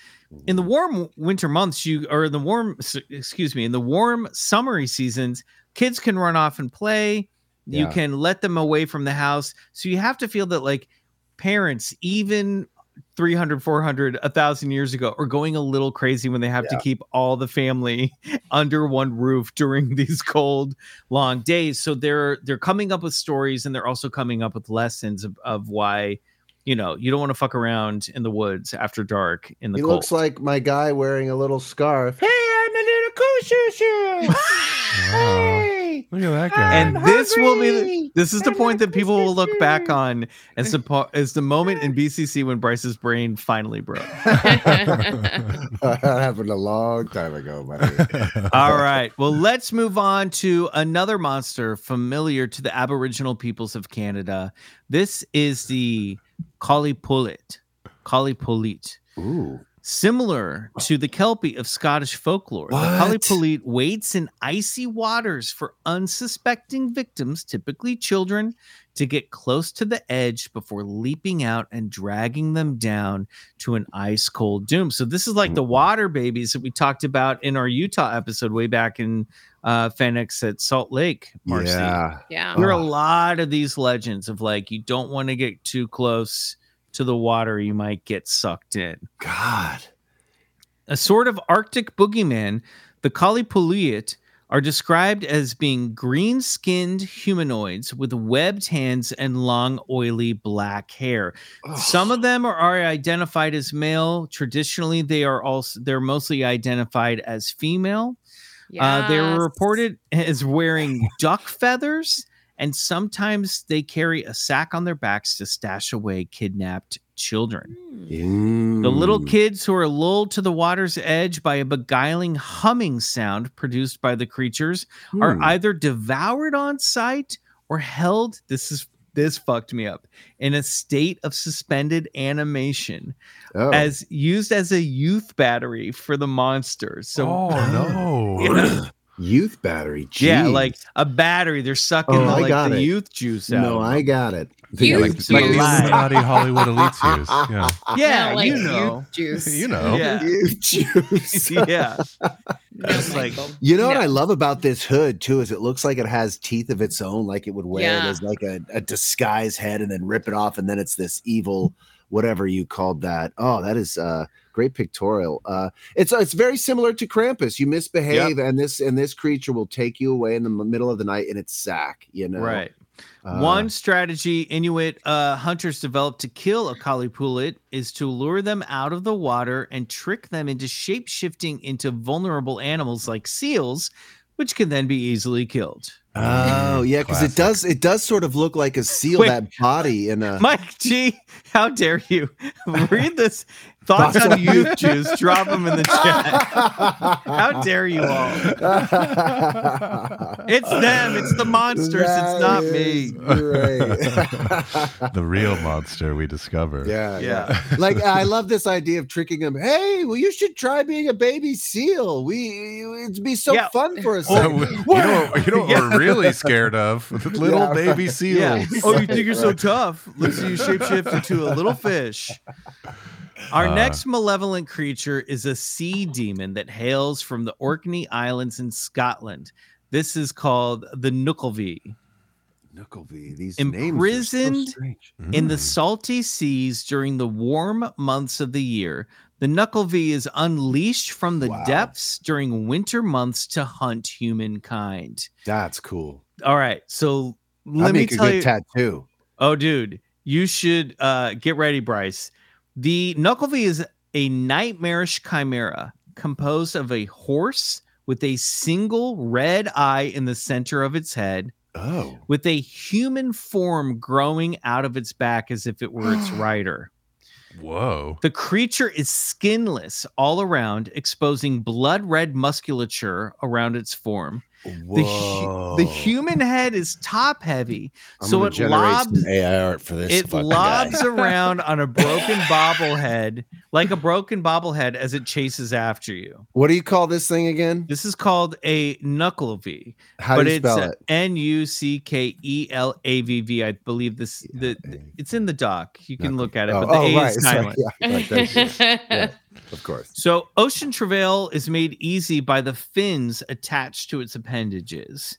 Speaker 6: in the warm w- winter months you or in the warm s- excuse me in the warm summery seasons kids can run off and play you
Speaker 4: Yeah.
Speaker 6: can let them away from the house so you have to feel that like parents even 300 400 1000 years ago are going a little crazy when they have to keep all the family under one roof during these cold long days so they're they're coming up with stories and they're also coming up with lessons of, of why you know you don't want to fuck around in the woods after dark in the
Speaker 4: He
Speaker 6: cold
Speaker 4: looks like my guy wearing a little scarf. Hey, I'm a little cool
Speaker 2: Wow. Look at that guy.
Speaker 6: and this will be
Speaker 4: hungry.
Speaker 6: this is the point that people will look back on as the po- as the moment in BCC when Bryce's brain finally broke.
Speaker 4: that happened a long time ago, buddy.
Speaker 6: All right. Well, let's move on to another monster familiar to the Aboriginal peoples of Canada. This is the Collipulit. Collipulit.
Speaker 4: Ooh.
Speaker 6: Similar to the Kelpie of Scottish folklore, the
Speaker 4: What?
Speaker 6: Collipulit waits in icy waters for unsuspecting victims, typically children, to get close to the edge before leaping out and dragging them down to an ice cold doom. So this is like
Speaker 4: Mm-hmm.
Speaker 6: the water babies that we talked about in our Utah episode way back in uh, Phoenix at Salt Lake, Marcy.
Speaker 4: Yeah.
Speaker 7: Yeah.
Speaker 6: There are a
Speaker 4: Oh.
Speaker 6: lot of these legends of like you don't want to get too close to the water, you might get sucked in
Speaker 4: God.
Speaker 6: a sort of Arctic boogeyman, the Kalipuliat are described as being green skinned humanoids with webbed hands and long, oily black hair. Some of them are, are identified as male. Traditionally, they are also they're mostly identified as female. Uh, they
Speaker 7: Yes.
Speaker 6: were reported as wearing duck feathers, and sometimes they carry a sack on their backs to stash away kidnapped children.
Speaker 4: Mm.
Speaker 6: The
Speaker 4: Hmm.
Speaker 6: little kids who are lulled to the water's edge by a beguiling humming sound produced by the creatures are
Speaker 9: Hmm.
Speaker 6: either devoured on sight or held. This is this fucked me up in a state of suspended animation
Speaker 4: Oh.
Speaker 6: as used as a youth battery for the monsters. So
Speaker 2: Oh, no.
Speaker 4: Youth battery.
Speaker 6: Yeah,
Speaker 4: Oh, Jeez.
Speaker 6: like a battery. They're sucking
Speaker 4: Oh,
Speaker 6: the,
Speaker 4: I
Speaker 6: like,
Speaker 4: got
Speaker 6: the
Speaker 4: it.
Speaker 6: youth juice out.
Speaker 4: No, I got it.
Speaker 6: Yeah, like- Youth like the juice. Illuminati
Speaker 2: Hollywood elites use. Yeah.
Speaker 6: Yeah,
Speaker 7: Now, like,
Speaker 6: you know.
Speaker 7: youth juice.
Speaker 6: You know. Yeah.
Speaker 4: Youth juice.
Speaker 6: yeah. It's like
Speaker 4: You know what I love about this hood too is it looks like it has teeth of its own, like it would wear
Speaker 7: Yeah.
Speaker 4: it as like a, a disguise head and then rip it off, and then it's this evil whatever you called that. Oh, that is uh great pictorial. Uh it's it's very similar to Krampus. You misbehave and this and this creature will take you away in the m- middle of the night in its sack, you know.
Speaker 6: Right.
Speaker 4: Uh,
Speaker 6: One strategy Inuit uh, hunters developed to kill a Kalipulit is to lure them out of the water and trick them into shape shifting into vulnerable animals like seals, which can then be easily killed.
Speaker 4: Oh yeah, because it does it does sort of look like a seal
Speaker 6: Mm, Wait.
Speaker 4: that body in a
Speaker 6: Mike G, how dare you read this? Thoughts on youth juice? Drop them in the chat. How dare you all? It's them. It's the monsters. it's not me.
Speaker 2: the real monster we discover.
Speaker 4: Yeah, like I love this idea of tricking them. Hey, well, you should try being a baby seal. We it'd be so
Speaker 6: Yeah.
Speaker 4: fun for us.
Speaker 2: Oh, you know, you know what we're really scared of? Little
Speaker 4: Yeah,
Speaker 2: baby
Speaker 4: right.
Speaker 2: seals.
Speaker 6: Yeah. Oh, you think you're so tough? Let's see you shapeshift into a little fish. Our
Speaker 2: Uh.
Speaker 6: next malevolent creature is a sea demon that hails from the Orkney Islands in Scotland. This is called the Nuckelvee.
Speaker 4: Nuckleby, these
Speaker 6: Imprisoned
Speaker 4: names are so strange.
Speaker 6: in the salty seas during the warm months of the year, the Nuckelvee is unleashed from the depths during winter months to hunt humankind.
Speaker 4: That's cool.
Speaker 6: All right, so
Speaker 4: I
Speaker 6: let me
Speaker 4: make a
Speaker 6: tell
Speaker 4: good
Speaker 6: you.
Speaker 4: tattoo.
Speaker 6: Oh, dude, you should uh, get ready, Bryce. The Knucklevee is a nightmarish chimera composed of a horse with a single red eye in the center of its head.
Speaker 4: Oh.
Speaker 6: With a human form growing out of its back as if it were its rider.
Speaker 2: Whoa.
Speaker 6: The creature is skinless all around, exposing blood red musculature around its form. The, hu- the
Speaker 4: Whoa.
Speaker 6: human head is top heavy,
Speaker 4: I'm
Speaker 6: so
Speaker 4: gonna
Speaker 6: it
Speaker 4: generate
Speaker 6: lobs
Speaker 4: some AI art for this.
Speaker 6: it
Speaker 4: fucking
Speaker 6: lobs
Speaker 4: guy.
Speaker 6: around on a broken bobblehead, like a broken bobblehead, as it chases after you.
Speaker 4: What do you call this thing again?
Speaker 6: This is called a knuckle V.
Speaker 4: How do
Speaker 6: but
Speaker 4: you
Speaker 6: it's
Speaker 4: spell
Speaker 6: a
Speaker 4: it?
Speaker 6: N U C K E L A V V. I believe this. The, it's in the doc. You can look at it,
Speaker 4: Oh,
Speaker 6: but the
Speaker 4: oh,
Speaker 6: A
Speaker 4: right,
Speaker 6: is
Speaker 4: sorry,
Speaker 6: silent.
Speaker 4: yeah, right, thank you. Yeah, of course.
Speaker 6: So ocean travail is made easy by the fins attached to its appendages.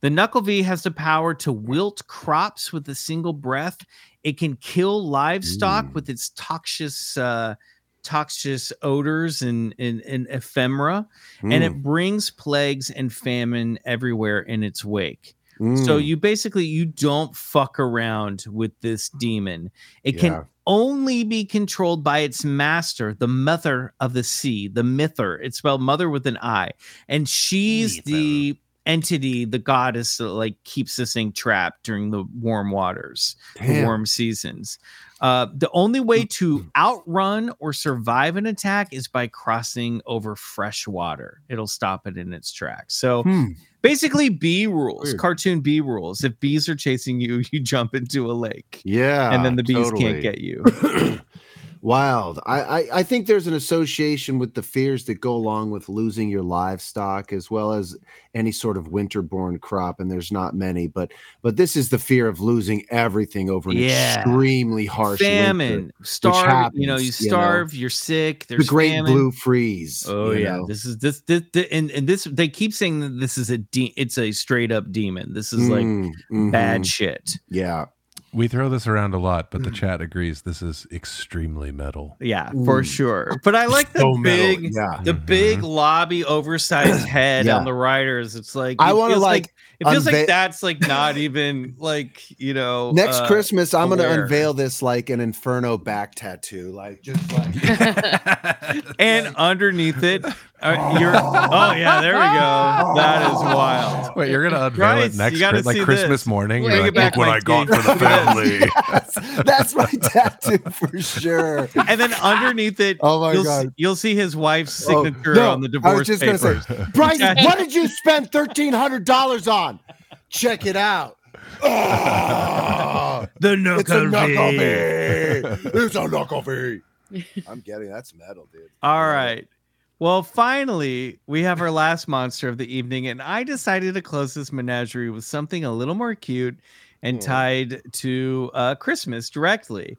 Speaker 6: The knuckle V has the power to wilt crops with a single breath. It can kill livestock with its toxic, uh, toxic odors and, and, and ephemera, and
Speaker 4: Mm.
Speaker 6: it brings plagues and famine everywhere in its wake. So
Speaker 9: Mm.
Speaker 6: you basically you don't fuck around with this demon. It
Speaker 9: Yeah.
Speaker 6: can only be controlled by its master, the mother of the sea, the mither. It's spelled mother with an I. And she's the entity, the goddess that like keeps this thing trapped during the warm waters, the
Speaker 9: Damn.
Speaker 6: warm seasons. Uh, the only way
Speaker 4: Mm-hmm.
Speaker 6: to outrun or survive an attack is by crossing over fresh water. It'll stop it in its tracks. So
Speaker 4: Hmm.
Speaker 6: basically, bee rules, cartoon bee rules. If bees are chasing you, you jump into a lake.
Speaker 4: Yeah,
Speaker 6: And then the bees
Speaker 4: totally.
Speaker 6: can't get you.
Speaker 4: Wild. I, I I think there's an association with the fears that go along with losing your livestock as well as any sort of winterborn crop, and there's not many, but but this is the fear of losing everything over an
Speaker 6: Yeah.
Speaker 4: extremely harsh winter,
Speaker 6: famine,
Speaker 4: which
Speaker 6: starve. you know, you
Speaker 4: happens,
Speaker 6: starve. You are sick. There's
Speaker 4: the great
Speaker 6: famine.
Speaker 4: blue freeze.
Speaker 6: Oh
Speaker 4: you
Speaker 6: yeah,
Speaker 4: know?
Speaker 6: this is this, this, thi- and and this they keep saying that this is a de- it's a straight up demon. This is like
Speaker 2: Mm,
Speaker 6: bad
Speaker 4: Mm-hmm.
Speaker 2: mhm.
Speaker 6: shit.
Speaker 4: Yeah.
Speaker 2: We throw this around a lot, but the chat agrees this is extremely metal.
Speaker 6: Yeah, for
Speaker 2: Mm.
Speaker 6: sure. But I like the
Speaker 2: So metal,
Speaker 6: big,
Speaker 2: yeah.
Speaker 6: the big lobby oversized head
Speaker 2: Yeah.
Speaker 6: on the riders. It's like
Speaker 4: I
Speaker 6: it
Speaker 4: wanna,
Speaker 6: feels
Speaker 4: like,
Speaker 6: it feels
Speaker 4: unve-
Speaker 6: like that's like not even like you know
Speaker 4: Next
Speaker 6: uh,
Speaker 4: Christmas, I'm going to
Speaker 6: aware.
Speaker 4: unveil this like an inferno back tattoo, like just like
Speaker 6: and underneath it
Speaker 1: Uh, you're, oh yeah, there we go. That is wild.
Speaker 2: Wait, you're gonna unveil
Speaker 1: Christ,
Speaker 2: it
Speaker 1: you
Speaker 2: next
Speaker 1: gotta
Speaker 2: Chris- like
Speaker 1: see
Speaker 2: Christmas
Speaker 1: this.
Speaker 2: morning.
Speaker 1: Bring
Speaker 2: You're
Speaker 1: it
Speaker 2: like,
Speaker 1: back
Speaker 2: look what I
Speaker 1: next
Speaker 2: got
Speaker 1: week.
Speaker 2: for the
Speaker 1: Look at this.
Speaker 2: family.
Speaker 4: That's my tattoo for sure.
Speaker 1: And then underneath it,
Speaker 4: Oh my
Speaker 1: you'll,
Speaker 4: God.
Speaker 1: See, you'll see his wife's
Speaker 4: Oh,
Speaker 1: signature
Speaker 4: no,
Speaker 1: on the
Speaker 4: I
Speaker 1: divorce
Speaker 4: was just
Speaker 1: papers.
Speaker 4: gonna say, Bryce, what did you spend thirteen hundred dollars on? Check it out. Oh,
Speaker 1: the
Speaker 4: it's a knuckle
Speaker 1: knucklehead.
Speaker 4: fee. It's a knuckle fee. I'm getting that's metal, dude.
Speaker 1: All right. Well, finally, we have our last monster of the evening, and I decided to close this menagerie with something a little more cute and tied to uh, Christmas directly.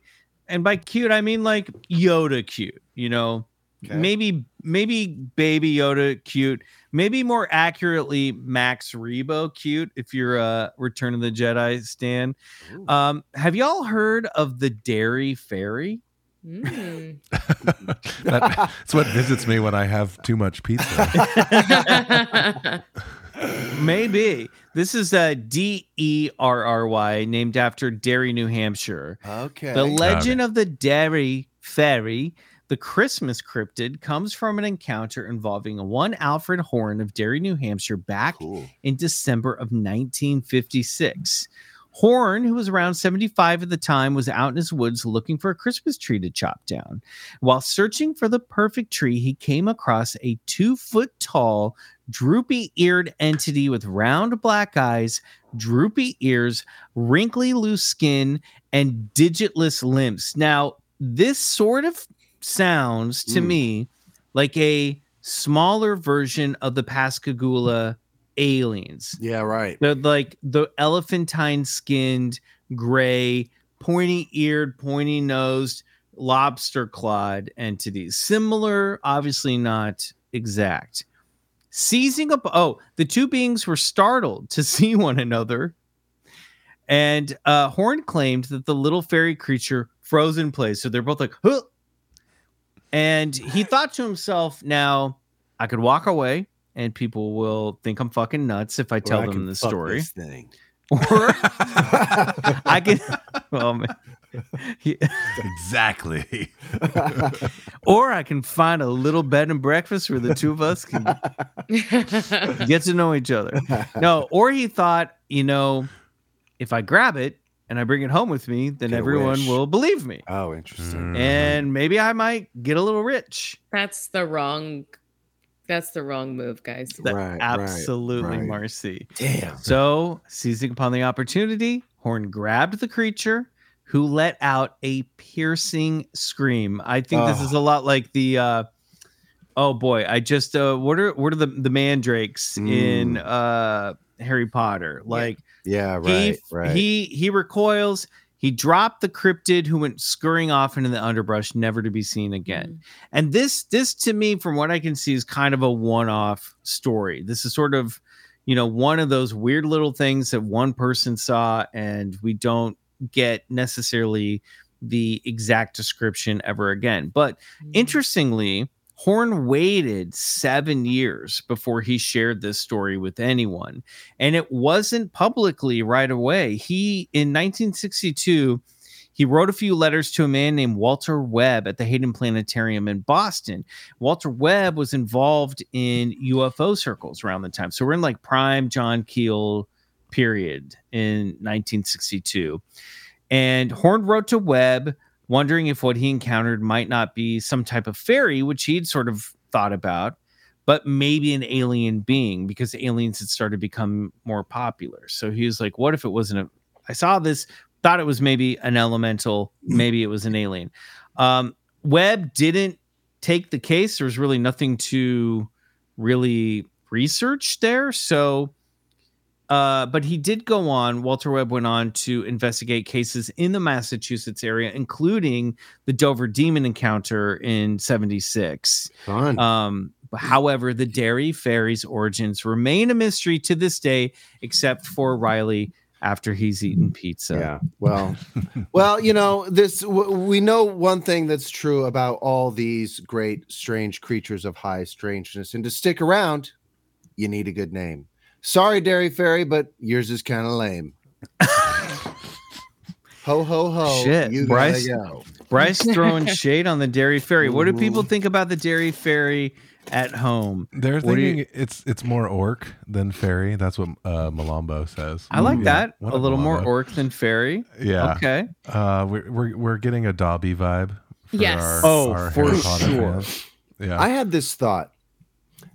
Speaker 1: And by cute, I mean like Yoda cute, you know, maybe maybe baby Yoda cute, maybe more accurately Max Rebo cute if you're a Return of the Jedi stan. Um, have y'all heard of the Dairy Fairy?
Speaker 7: Mm.
Speaker 2: That- That's what visits me when I have too much pizza.
Speaker 1: Maybe. This is a D E R R Y named after Derry, New Hampshire.
Speaker 4: Okay.
Speaker 1: The legend of the Derry Fairy, the Christmas cryptid, comes from an encounter involving one Alfred Horn of Derry, New Hampshire back in December of 1956. Horn, who was around 75 at the time, was out in his woods looking for a Christmas tree to chop down. While searching for the perfect tree, he came across a two foot tall, droopy eared entity with round black eyes, droopy ears, wrinkly loose skin, and digitless limbs. Now, this sort of sounds
Speaker 4: Mm.
Speaker 1: to me like a smaller version of the Pascagoula aliens.
Speaker 4: Yeah, right.
Speaker 1: They're like the elephantine skinned, gray, pointy eared, pointy nosed, lobster clawed entities. Similar, obviously not exact. Seizing up, oh, the two beings were startled to see one another. And uh, Horn claimed that the little fairy creature froze in place. So they're both like, huh. And he thought to himself, now I could walk away and people will think I'm fucking nuts if I tell
Speaker 4: I
Speaker 1: them
Speaker 4: can
Speaker 1: this
Speaker 4: fuck
Speaker 1: story.
Speaker 4: this thing.
Speaker 1: Or I can, well, man. Yeah.
Speaker 2: exactly.
Speaker 1: or I can find a little bed and breakfast where the two of us can get to know each other. No, or he thought, you know, if I grab it and I bring it home with me, then
Speaker 4: Get a
Speaker 1: everyone
Speaker 4: wish.
Speaker 1: will believe me.
Speaker 4: Oh, interesting.
Speaker 1: And maybe I might get a little rich.
Speaker 7: That's the wrong. That's the wrong move, guys.
Speaker 1: That-
Speaker 4: Right, right,
Speaker 1: absolutely,
Speaker 4: right.
Speaker 1: Marcy.
Speaker 4: Damn.
Speaker 1: So, seizing upon the opportunity, Horn grabbed the creature, who let out a piercing scream. I think this
Speaker 4: Oh.
Speaker 1: is a lot like the. Uh, oh boy, I just uh, what are what are the the mandrakes
Speaker 2: Um,
Speaker 1: in uh, Harry Potter? Like
Speaker 4: Yeah, right.
Speaker 1: he
Speaker 4: right.
Speaker 1: he he recoils. He dropped the cryptid, who went scurrying off into the underbrush, never to be seen again. And this this to me, from what I can see, is kind of a one-off story. This is sort of, you know, one of those weird little things that one person saw, and we don't get necessarily the exact description ever again. But
Speaker 7: Hmm.
Speaker 1: interestingly, Horn waited seven years before he shared this story with anyone. And it wasn't publicly right away. He, in 1962, he wrote a few letters to a man named Walter Webb at the Hayden Planetarium in Boston. Walter Webb was involved in UFO circles around the time. So we're in like prime John Keel period in 1962. And Horn wrote to Webb, wondering if what he encountered might not be some type of fairy, which he'd sort of thought about, but maybe an alien being because aliens had started to become more popular. So he was like, what if it wasn't a. I saw this, thought it was maybe an elemental,
Speaker 2: Mm.
Speaker 1: maybe it was an alien. Um, Webb didn't take the case. There was really nothing to really research there. So uh, but he did go on. Walter Webb went on to investigate cases in the Massachusetts area, including the Dover Demon encounter in '76.
Speaker 4: Fun.
Speaker 1: Um, however, the Dairy Fairy's origins remain a mystery to this day, except for Riley after he's eaten pizza.
Speaker 4: Yeah. Well, well, you know, this w- we know one thing that's true about all these great strange creatures of high strangeness, and to stick around, you need a good name. Sorry, Dairy Fairy, but yours is kind of lame. Ho ho ho!
Speaker 6: Shit,
Speaker 4: you
Speaker 6: Bryce.
Speaker 4: gotta go.
Speaker 6: Bryce throwing shade on the Dairy Ferry. What do people think about the Dairy Ferry at home?
Speaker 2: They're
Speaker 6: What do you-
Speaker 2: thinking it's it's more orc than fairy. That's what uh, Malombo says.
Speaker 6: I like
Speaker 2: Yeah.
Speaker 6: that
Speaker 2: What
Speaker 6: a little more
Speaker 2: Malombo.
Speaker 6: orc than fairy.
Speaker 2: Yeah.
Speaker 6: Okay.
Speaker 2: Uh, we're we're we're getting a Dobby vibe. for
Speaker 7: Yes.
Speaker 2: our-
Speaker 6: Oh,
Speaker 2: our
Speaker 6: for
Speaker 2: Harry Potter
Speaker 6: sure.
Speaker 2: fans. Yeah.
Speaker 4: I had this thought.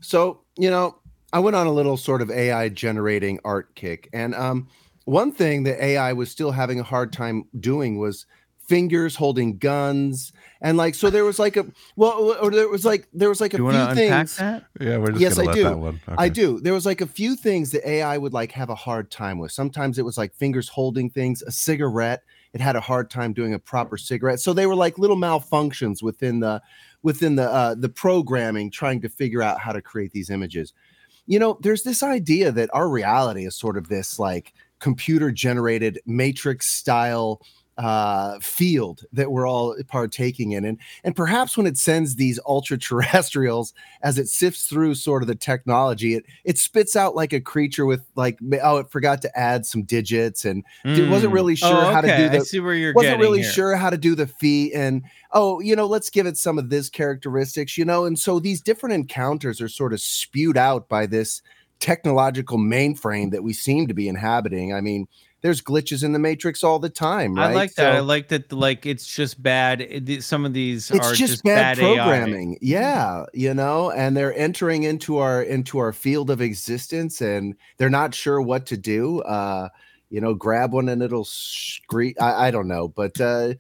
Speaker 4: So, you know, I went on a little sort of AI generating art kick. And um, one thing that AI was still having a hard time doing was fingers holding guns. And like, so there was like a, well, or there was like, there was like a
Speaker 6: Do you
Speaker 4: few
Speaker 6: want to unpack
Speaker 4: things.
Speaker 6: that?
Speaker 2: yeah. We're just
Speaker 4: Yes, I
Speaker 2: gonna let
Speaker 4: do.
Speaker 2: that one.
Speaker 4: I
Speaker 2: Okay.
Speaker 4: do. There was like a few things that AI would like have a hard time with. Sometimes it was like fingers holding things, a cigarette. It had a hard time doing a proper cigarette. So they were like little malfunctions within the within the uh, the programming, trying to figure out how to create these images. You know, there's this idea that our reality is sort of this like computer generated matrix style uh field that we're all partaking in and and perhaps when it sends these ultra terrestrials as it sifts through sort of the technology, it it spits out like a creature with like ma- oh, it forgot to add some digits and it wasn't
Speaker 6: Mm.
Speaker 4: really sure
Speaker 6: Oh,
Speaker 4: how to
Speaker 6: okay.
Speaker 4: do
Speaker 6: I
Speaker 4: the
Speaker 6: see where you're
Speaker 4: wasn't
Speaker 6: getting
Speaker 4: really
Speaker 6: here.
Speaker 4: sure how to do the feet and oh, you know, let's give it some of this characteristics, you know, and so these different encounters are sort of spewed out by this technological mainframe that we seem to be inhabiting. I mean, there's glitches in the matrix all the time, right?
Speaker 6: I like that. I
Speaker 4: So
Speaker 6: like that. Like it's just bad. It- Some of these
Speaker 4: it's
Speaker 6: are
Speaker 4: just, bad,
Speaker 6: AI.
Speaker 4: programming yeah you know and they're entering into our into our field of existence and they're not sure what to do uh you know grab one and it'll scream I, I don't know but uh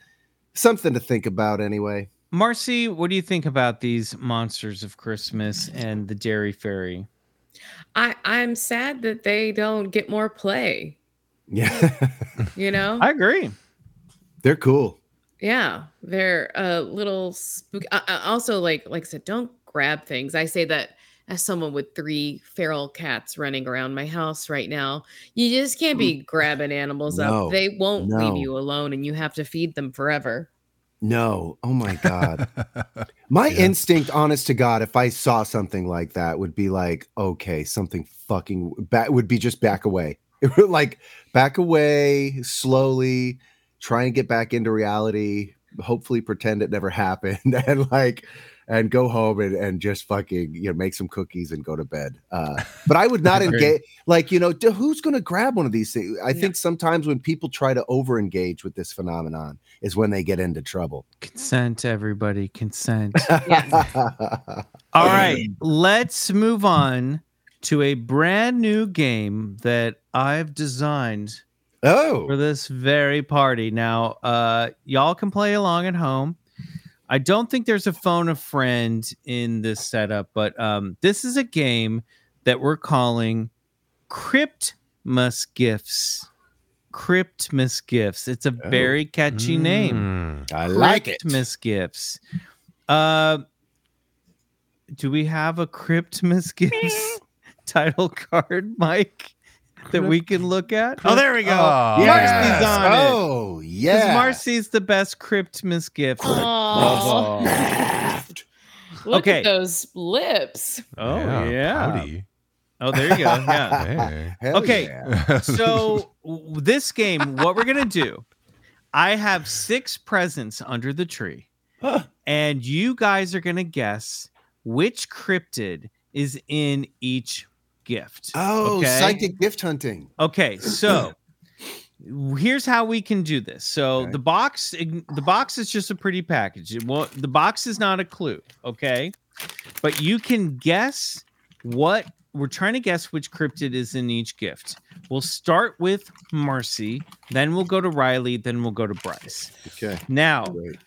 Speaker 4: something to think about anyway
Speaker 6: Marcy, what do you think about these monsters of Christmas and the Dairy Fairy?
Speaker 7: I I'm sad that they don't get more play.
Speaker 4: yeah
Speaker 7: You know,
Speaker 6: I agree.
Speaker 4: they're cool
Speaker 7: yeah, they're a little spooky. I, I also, like like I said, don't grab things. I say that as someone with three feral cats running around my house right now. You just can't be grabbing animals
Speaker 4: No,
Speaker 7: up. They won't
Speaker 4: no.
Speaker 7: leave you alone, and you have to feed them forever.
Speaker 4: no oh my god my instinct honest to god if i saw something like that would be like okay something fucking back would be just back away it would like back away slowly try and get back into reality hopefully pretend it never happened and like and go home and, and just fucking you know make some cookies and go to bed uh but i would not
Speaker 6: Agree.
Speaker 4: engage like you know d- who's gonna grab one of these things i
Speaker 7: Yeah.
Speaker 4: think sometimes when people try to over engage with this phenomenon is when they get into trouble
Speaker 6: Consent, everybody. Consent.
Speaker 7: Yeah.
Speaker 6: All right, let's move on to a brand new game that I've designed for
Speaker 4: oh
Speaker 6: this very party. Now, uh, y'all can play along at home. I don't think there's a phone a friend in this setup, but um, this is a game that we're calling Cryptmas Gifts. Cryptmas Gifts. It's a very catchy name.
Speaker 4: Mm, i
Speaker 6: Christmas gifts. Uh, do we have a Christmas gifts title card, Mike, that we can look at?
Speaker 2: Oh, there we go.
Speaker 6: Oh,
Speaker 2: Yes.
Speaker 6: Marcy's on it.
Speaker 4: oh yeah
Speaker 6: Because Marcy's the best Christmas gift. Oh,
Speaker 7: Aw, look
Speaker 6: Okay. Oh,
Speaker 7: at those lips.
Speaker 6: yeah.
Speaker 2: Howdy.
Speaker 6: Oh, there you go. Yeah.
Speaker 2: Hey.
Speaker 4: Hell
Speaker 6: Okay.
Speaker 4: yeah.
Speaker 6: so w- this game, what we're gonna do, I have six presents under the tree, and you guys are gonna guess which cryptid is in each gift.
Speaker 4: oh
Speaker 6: okay? Oh,
Speaker 4: psychic gift hunting
Speaker 6: Okay, so here's how we can do this. So
Speaker 4: Okay.
Speaker 6: the box, the box is just a pretty package. It won't- the box is not a clue. Okay, but you can guess what we're trying to guess which cryptid is in each gift. We'll start with Marcy, then we'll go to Riley, then we'll go to Bryce.
Speaker 4: okay
Speaker 6: Now,
Speaker 4: great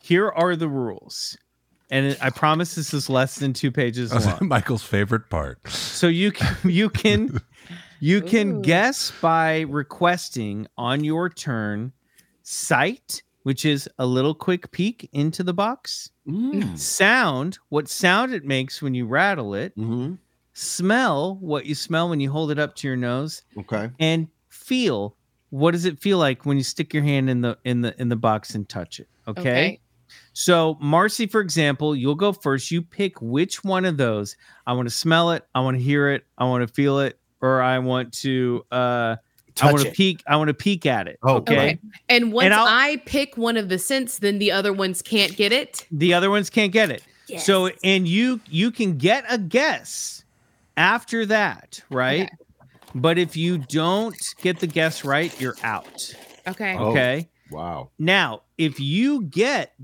Speaker 6: here are the rules. And I promise this is less than two pages long.
Speaker 2: That's Michael's favorite part.
Speaker 6: So you can you can you can
Speaker 7: Ooh.
Speaker 6: guess by requesting on your turn sight, which is a little quick peek into the box, sound, what sound it makes when you rattle it,
Speaker 4: Mhm.
Speaker 6: smell, what you smell when you hold it up to your nose,
Speaker 4: okay
Speaker 6: and feel, what does it feel like when you stick your hand in the in the in the box and touch it, okay. So, Marcy, for example, you'll go first. You pick which one of those. I want to smell it. I want to hear it. I want to feel it, or I want to uh, I want
Speaker 7: Touch
Speaker 6: to
Speaker 7: it.
Speaker 6: peek. I want to peek at it. okay.
Speaker 7: Okay. And once
Speaker 6: And I'll-
Speaker 7: I pick one of the scents, then the other ones can't get it.
Speaker 6: The other ones can't get it. So and you you can get a guess after that, right? But if you don't get the guess right, you're out.
Speaker 7: Okay.
Speaker 6: Okay.
Speaker 4: wow.
Speaker 6: Now, if you get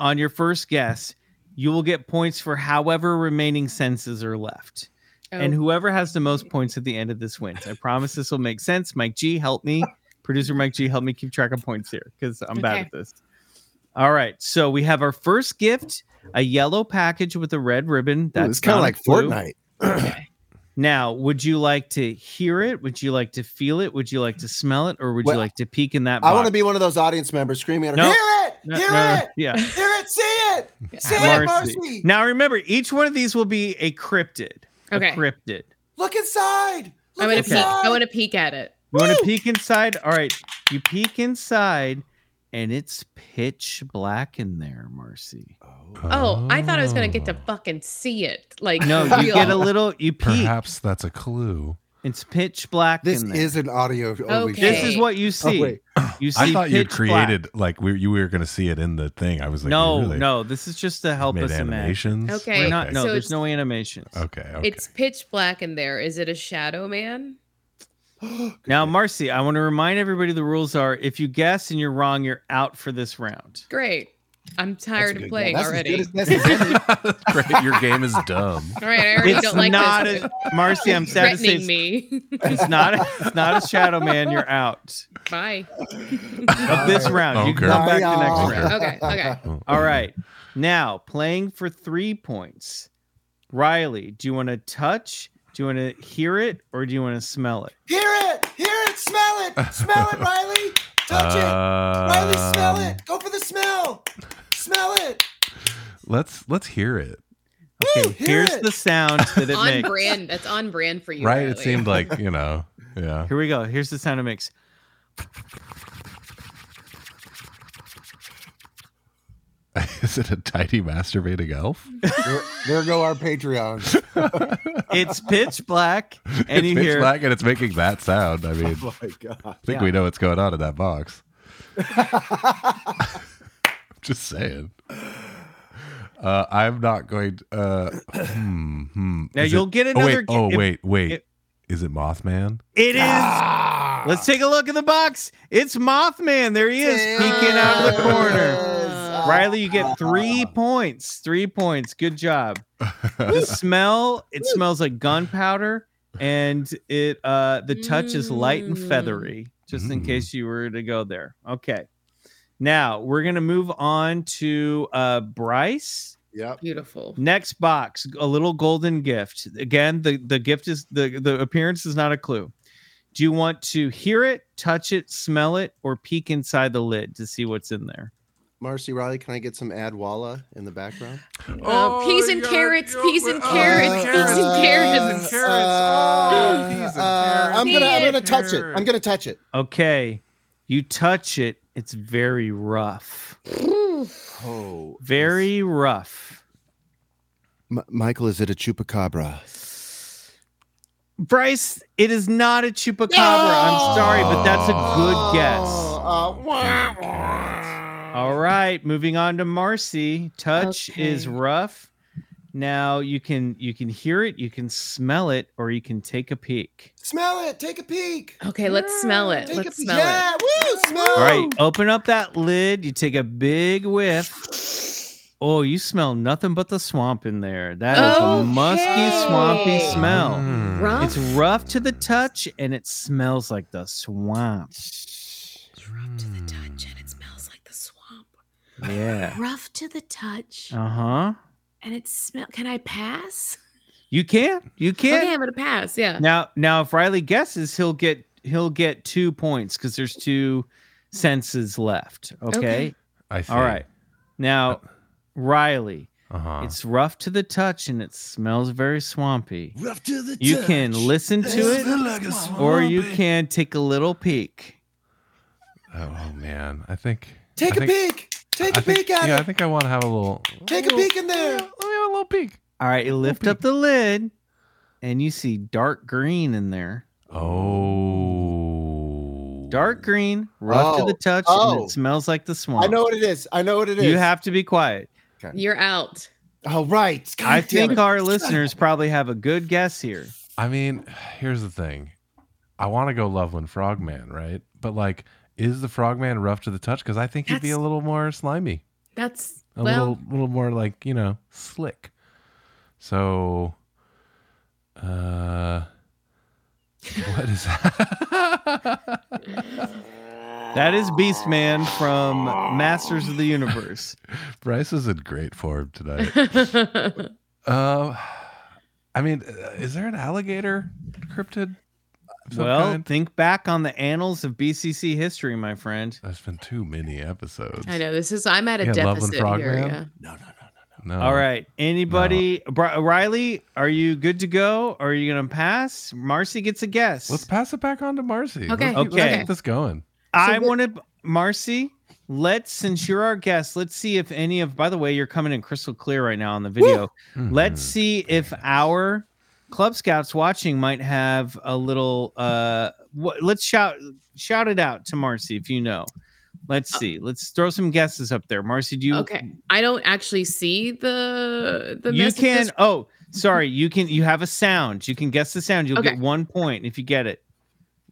Speaker 6: on your first guess, you will get points for however remaining senses are left. And
Speaker 9: Oh.
Speaker 6: whoever has the most points at the end of this wins. I promise this will make sense. Mike G, help me. Producer Mike G, help me keep track of points here because I'm bad
Speaker 9: Okay.
Speaker 6: at this. All right. So we have our first gift a yellow package with a red ribbon. That's
Speaker 4: it's kinda
Speaker 6: not a
Speaker 4: like
Speaker 6: clue.
Speaker 4: Fortnite.
Speaker 6: now, would you like to hear it? Would you like to feel it? Would you like to smell it? Or would
Speaker 4: Well,
Speaker 6: you like to peek in that
Speaker 4: I want to
Speaker 6: box?
Speaker 4: be one of those audience members screaming at her,
Speaker 6: No.
Speaker 4: Hear it!
Speaker 6: No,
Speaker 4: Hear
Speaker 6: no,
Speaker 4: it!
Speaker 6: yeah.
Speaker 4: Hear it! See it! See it,
Speaker 6: Marcy.
Speaker 4: Marcy!
Speaker 6: Now remember, each one of these will be a cryptid.
Speaker 7: Okay.
Speaker 6: A cryptid.
Speaker 4: Look inside.
Speaker 7: I want to
Speaker 6: Okay.
Speaker 7: peek. I want to peek at it.
Speaker 6: You want to peek inside? All right. You peek inside, and it's pitch black in there, Marcy.
Speaker 7: Oh, I thought I was gonna get to fucking see it. Like
Speaker 6: No, you
Speaker 7: feel
Speaker 6: get a
Speaker 7: it.
Speaker 6: little. You peek.
Speaker 2: Perhaps that's a clue.
Speaker 6: It's pitch black.
Speaker 4: This
Speaker 6: in there.
Speaker 4: is an audio.
Speaker 7: only Okay.
Speaker 6: This is what you
Speaker 4: Oh,
Speaker 6: see.
Speaker 4: wait.
Speaker 6: you see.
Speaker 2: I thought you
Speaker 6: pitch black.
Speaker 2: created like we you were going to see it in the thing. I was like,
Speaker 6: no,
Speaker 2: you really
Speaker 6: no. This is just to help
Speaker 2: made
Speaker 6: us imagine.
Speaker 2: animations.
Speaker 7: Okay,
Speaker 6: We're not. No,
Speaker 7: so
Speaker 6: there's
Speaker 7: it's-
Speaker 6: no animations.
Speaker 2: Okay.
Speaker 7: It's pitch black in there. Is it a shadow man?
Speaker 6: Now, Marcy, I want to remind everybody the rules are: if you guess and you're wrong, you're out for this round.
Speaker 7: Great. I'm tired of playing already.
Speaker 2: Great, your game is dumb.
Speaker 7: All right, I already
Speaker 6: It's
Speaker 7: don't like
Speaker 6: not
Speaker 7: this.
Speaker 6: a- Marcy, I'm sad to say
Speaker 7: Threatening me.
Speaker 6: It's not. A, it's not a shadow man. You're out
Speaker 7: Bye.
Speaker 6: of this round. You
Speaker 2: Okay.
Speaker 6: can come back the
Speaker 2: Bye,
Speaker 6: next round.
Speaker 7: Okay. Okay.
Speaker 6: All right. Now playing for three points. Riley, do you want to touch? Do you want to hear it or do you want to smell it?
Speaker 4: Hear it! Hear it! Smell it! Smell it, Riley! Touch
Speaker 2: Uh,
Speaker 4: it! Riley, smell it! Go for the smell! Smell it!
Speaker 2: Let's let's hear it.
Speaker 6: Okay, here's the sound that it
Speaker 7: on
Speaker 6: makes.
Speaker 7: brand. That's on brand for you.
Speaker 2: right? It
Speaker 7: Riley.
Speaker 2: seemed like you know. Yeah.
Speaker 6: Here we go. Here's the sound it makes.
Speaker 2: is it a tidy masturbating elf?
Speaker 4: There, there go our Patreons.
Speaker 6: It's pitch black, and
Speaker 2: it's
Speaker 6: you
Speaker 2: pitch
Speaker 6: hear
Speaker 2: black and it's making that sound. I mean,
Speaker 4: Oh
Speaker 2: I
Speaker 4: my god.
Speaker 2: think
Speaker 6: Yeah.
Speaker 2: we know what's going on in that box. Just saying. Uh, I'm not going. To, uh, hmm, hmm.
Speaker 6: Now
Speaker 2: Is
Speaker 6: you'll
Speaker 2: it-
Speaker 6: get
Speaker 2: Oh
Speaker 6: another
Speaker 2: wait!
Speaker 6: g-
Speaker 2: oh
Speaker 6: if-
Speaker 2: wait! Wait!
Speaker 6: if-
Speaker 2: is it Mothman?
Speaker 6: It is.
Speaker 2: Ah!
Speaker 6: Let's take a look at the box. It's Mothman. There he is, peeking out of the corner. Riley, you get three points. Three points. Good job. The smell. It smells like gunpowder, and it uh the touch is light and feathery. Just in
Speaker 2: Mm.
Speaker 6: case you were to go there. Okay. Now we're gonna move on to uh Bryce.
Speaker 4: Yep.
Speaker 7: Hmm. Beautiful.
Speaker 6: Next box, a little golden gift. Again, the the gift is the the appearance is not a clue. Do you want to hear it, touch it, smell it, or peek inside the lid to see what's in there?
Speaker 4: Marcy Riley, can I get some Adwalla in the background?
Speaker 7: Uh, peas and carrots. Peas and carrots. Peas and carrots.
Speaker 4: Uh, I'm gonna, I'm gonna touch it. I'm gonna touch it.
Speaker 6: Okay, you touch it. It's very rough.
Speaker 4: Oh,
Speaker 6: Very rough.
Speaker 4: M- Michael, is it a chupacabra?
Speaker 6: Bryce, it is not a chupacabra. I'm sorry, but that's a good guess. All right, moving on to Marcy. Touch is
Speaker 7: Okay.
Speaker 6: rough. Now you can you can hear it, you can smell it, or you can take a peek.
Speaker 4: Smell it. Take a peek.
Speaker 7: Okay, let's smell it.
Speaker 4: Take
Speaker 7: Let's
Speaker 4: a peek.
Speaker 7: smell
Speaker 4: yeah,
Speaker 7: it.
Speaker 4: woo! Smell.
Speaker 6: All right, open up that lid. You take a big whiff. Oh, you smell nothing but the swamp in there. That
Speaker 7: Oh.
Speaker 6: is a musky, swampy
Speaker 7: Okay.
Speaker 6: smell.
Speaker 2: Hmm,
Speaker 7: Rough.
Speaker 6: It's rough to the touch and it smells like the swamp.
Speaker 7: rough to the touch, and it smells like the swamp.
Speaker 6: Yeah.
Speaker 7: Rough to the touch,
Speaker 6: Uh huh.
Speaker 7: and it smell. Can I pass?
Speaker 6: You can. You can.
Speaker 7: Okay, I'm gonna pass. Yeah.
Speaker 6: Now, now, if Riley guesses, he'll get he'll get two points because there's two senses left. Okay.
Speaker 7: Okay.
Speaker 2: I think.
Speaker 6: All right. Now, Riley,
Speaker 2: Uh-huh.
Speaker 6: it's rough to the touch and it smells very swampy.
Speaker 8: Rough to the
Speaker 6: You can
Speaker 8: touch.
Speaker 6: listen
Speaker 8: They
Speaker 6: to
Speaker 8: smell
Speaker 6: it,
Speaker 8: like a
Speaker 6: or you
Speaker 8: swampy.
Speaker 6: can take a little peek.
Speaker 2: Oh, oh, man, I think.
Speaker 4: Take
Speaker 2: I
Speaker 4: a
Speaker 2: think-
Speaker 4: peek. Take
Speaker 2: I
Speaker 4: a
Speaker 2: think-
Speaker 4: peek at
Speaker 2: Yeah, I
Speaker 4: it.
Speaker 2: think I want to have a little.
Speaker 4: Take a peek in there.
Speaker 2: Let me have a little peek.
Speaker 6: All right, you lift up the lid, and you see dark green in there.
Speaker 2: Oh.
Speaker 4: Dark green, rough
Speaker 1: Oh,
Speaker 4: to the touch, and
Speaker 1: oh.
Speaker 4: it smells like the swamp.
Speaker 1: I know what it is. I know what it is.
Speaker 4: You have to be quiet.
Speaker 6: You're out.
Speaker 1: All right. God
Speaker 4: I
Speaker 1: damn
Speaker 4: think
Speaker 1: it.
Speaker 4: our listeners probably have a good guess here.
Speaker 2: I mean, here's the thing. I want to go Loveland Frogman, right? But like, is the Frogman rough to the touch? Because I think he'd be a
Speaker 6: That's-
Speaker 2: little more slimy,
Speaker 6: That's
Speaker 2: a
Speaker 6: well.
Speaker 2: little, little more like you know, slick. So, uh, what is that?
Speaker 4: That is Beastman from Masters of the Universe.
Speaker 2: Bryce is in great form tonight. Um, I mean, uh, is there an alligator cryptid? of some
Speaker 4: well,
Speaker 2: kind?
Speaker 4: think back on the annals of BCC history, my friend.
Speaker 2: That's been too many episodes.
Speaker 6: I know this is. I'm at a
Speaker 2: Yeah, Love and
Speaker 6: deficit here.
Speaker 2: Frogman?
Speaker 6: Yeah.
Speaker 2: No.
Speaker 4: All right. Anybody, Bri- Riley, are you good to go? Are you going to pass? Marcy gets a guess.
Speaker 2: Let's pass it back on to Marcy.
Speaker 6: Okay,
Speaker 2: Let's keep, let's
Speaker 4: okay.
Speaker 2: keep this going.
Speaker 4: I want to, Marcy. Let's since you're our guest, let's see if any of. By the way, you're coming in crystal clear right now on the video. Let's
Speaker 1: Hmm.
Speaker 4: see if our club scouts watching might have a little. uh wh- Let's shout shout it out to Marcy if you know. Let's see. Let's throw some guesses up there. Marcy, do you?
Speaker 6: Okay. I don't actually see the the
Speaker 4: you
Speaker 6: messages.
Speaker 4: can. Oh, sorry. You can. You have a sound. You can guess the sound. You'll
Speaker 6: Okay.
Speaker 4: get one point if you get it.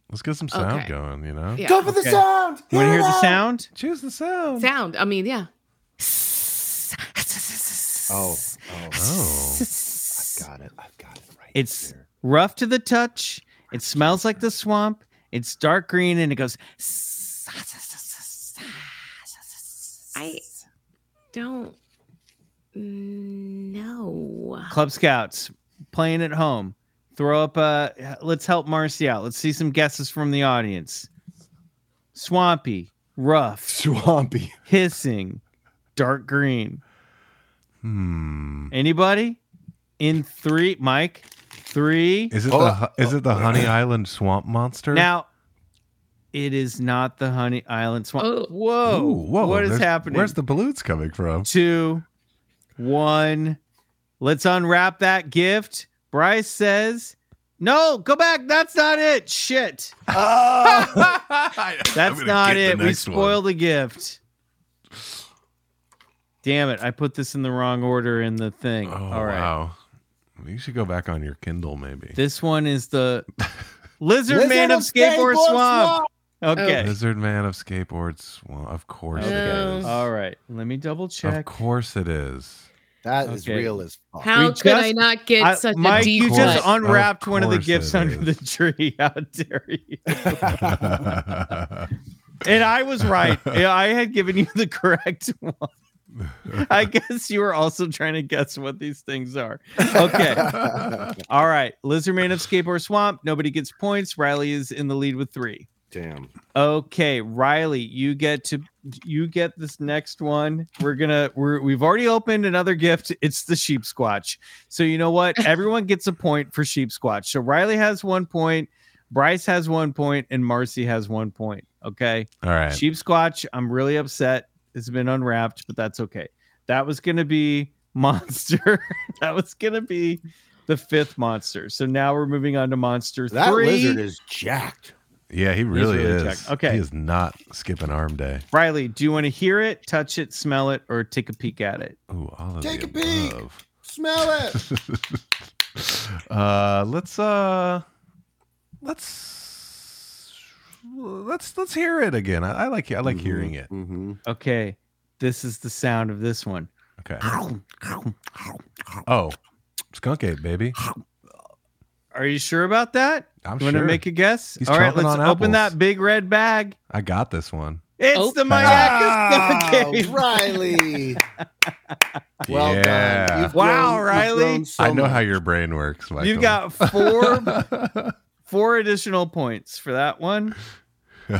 Speaker 2: Let's get some sound
Speaker 6: Okay.
Speaker 2: going, you know?
Speaker 6: Yeah.
Speaker 1: Go for the
Speaker 4: Okay.
Speaker 1: sound.
Speaker 4: Want to hear the sound?
Speaker 2: Choose the sound.
Speaker 6: sound. I mean, yeah.
Speaker 1: Oh,
Speaker 2: Oh.
Speaker 1: got it. I've got it right.
Speaker 4: It's rough to the touch. It smells like the swamp. It's dark green and it goes.
Speaker 6: I don't know.
Speaker 4: Club Scouts playing at home. Throw up a. Let's help Marcy out. Let's see some guesses from the audience. Swampy, rough,
Speaker 1: swampy.
Speaker 4: hissing, dark green.
Speaker 2: Hmm.
Speaker 4: Anybody? In three, Mike. Three.
Speaker 2: Is it
Speaker 11: Oh,
Speaker 2: the hu- is it the Honey Island Swamp Monster?
Speaker 4: Now, it is not the Honey Island Swamp.
Speaker 6: Oh.
Speaker 4: Whoa,
Speaker 2: Ooh, whoa,
Speaker 4: What is
Speaker 2: there's-
Speaker 4: happening?
Speaker 2: Where's the balloons coming from?
Speaker 4: two, one. Let's unwrap that gift. Bryce says, No, go back. That's not it. Shit. That's not it. We spoiled the gift. Damn it. I put this in the wrong order in the thing.
Speaker 2: Oh,
Speaker 4: All right.
Speaker 2: wow. You should go back on your Kindle, maybe.
Speaker 4: This one is the Lizard, Man of Skateboard, Swamp. Okay.
Speaker 2: Lizard Man of Skateboards. Well, of course it
Speaker 6: Okay.
Speaker 2: is.
Speaker 4: All right. Let me double
Speaker 2: Of
Speaker 4: check.
Speaker 2: course it is.
Speaker 1: That is
Speaker 4: Okay.
Speaker 1: real as fuck.
Speaker 6: How
Speaker 4: We
Speaker 6: could I
Speaker 4: just-
Speaker 6: not get
Speaker 4: I-
Speaker 6: such
Speaker 4: Mike,
Speaker 6: a deep
Speaker 4: you
Speaker 6: cut?
Speaker 4: just
Speaker 2: un-
Speaker 4: unwrapped one of the
Speaker 2: course
Speaker 4: gifts
Speaker 2: it
Speaker 4: under the
Speaker 2: is.
Speaker 4: tree. How dare you? And I was right. Yeah, I had given you the correct one. I guess you were also trying to guess what these things are. Okay. All right. Lizard Man of Skateboard Swamp. Nobody gets points. Riley is in the lead with three.
Speaker 1: Damn.
Speaker 4: Okay, Riley, you get to you get this next one. We're gonna we're we've already opened another gift. It's the sheep squatch. So you know what? Everyone gets a point for sheep squatch. So Riley has one point, Bryce has one point, and Marcy has one point. Okay.
Speaker 2: All right.
Speaker 4: Sheep Squatch, I'm really upset. It's been unwrapped, but that's okay. That was going to be Monster. that was going to be the fifth monster. So now we're moving on to Monster
Speaker 1: That
Speaker 4: 3.
Speaker 1: lizard is jacked.
Speaker 2: yeah, he really,
Speaker 4: really
Speaker 2: is.
Speaker 4: jacked. Okay.
Speaker 2: He is not skipping arm day.
Speaker 4: Riley, do you want to hear it, touch it, smell it, or take a peek at it?
Speaker 2: Ooh, all of
Speaker 1: Take
Speaker 2: the
Speaker 1: a peek.
Speaker 2: above.
Speaker 1: Smell it.
Speaker 2: uh, let's uh, let's let's let's hear it again. I, I like I like hearing it.
Speaker 1: Mm-hmm.
Speaker 4: Okay. This is the sound of this one.
Speaker 2: Okay. Oh, skunk ape, baby.
Speaker 4: Are you sure about that?
Speaker 2: I'm
Speaker 4: you want to
Speaker 2: sure.
Speaker 4: make a guess?
Speaker 2: He's
Speaker 4: All right,
Speaker 2: chomping
Speaker 4: let's
Speaker 2: on apples.
Speaker 4: open that big red bag.
Speaker 2: I got this one.
Speaker 4: It's
Speaker 6: Oh.
Speaker 4: the Mayaka Skunk Ape.
Speaker 1: Riley. Well done. You've
Speaker 4: Wow,
Speaker 1: grown- you've
Speaker 4: Riley.
Speaker 1: grown so
Speaker 2: I know
Speaker 1: much.
Speaker 2: how your brain works, Michael.
Speaker 4: You've got four four additional points for that one.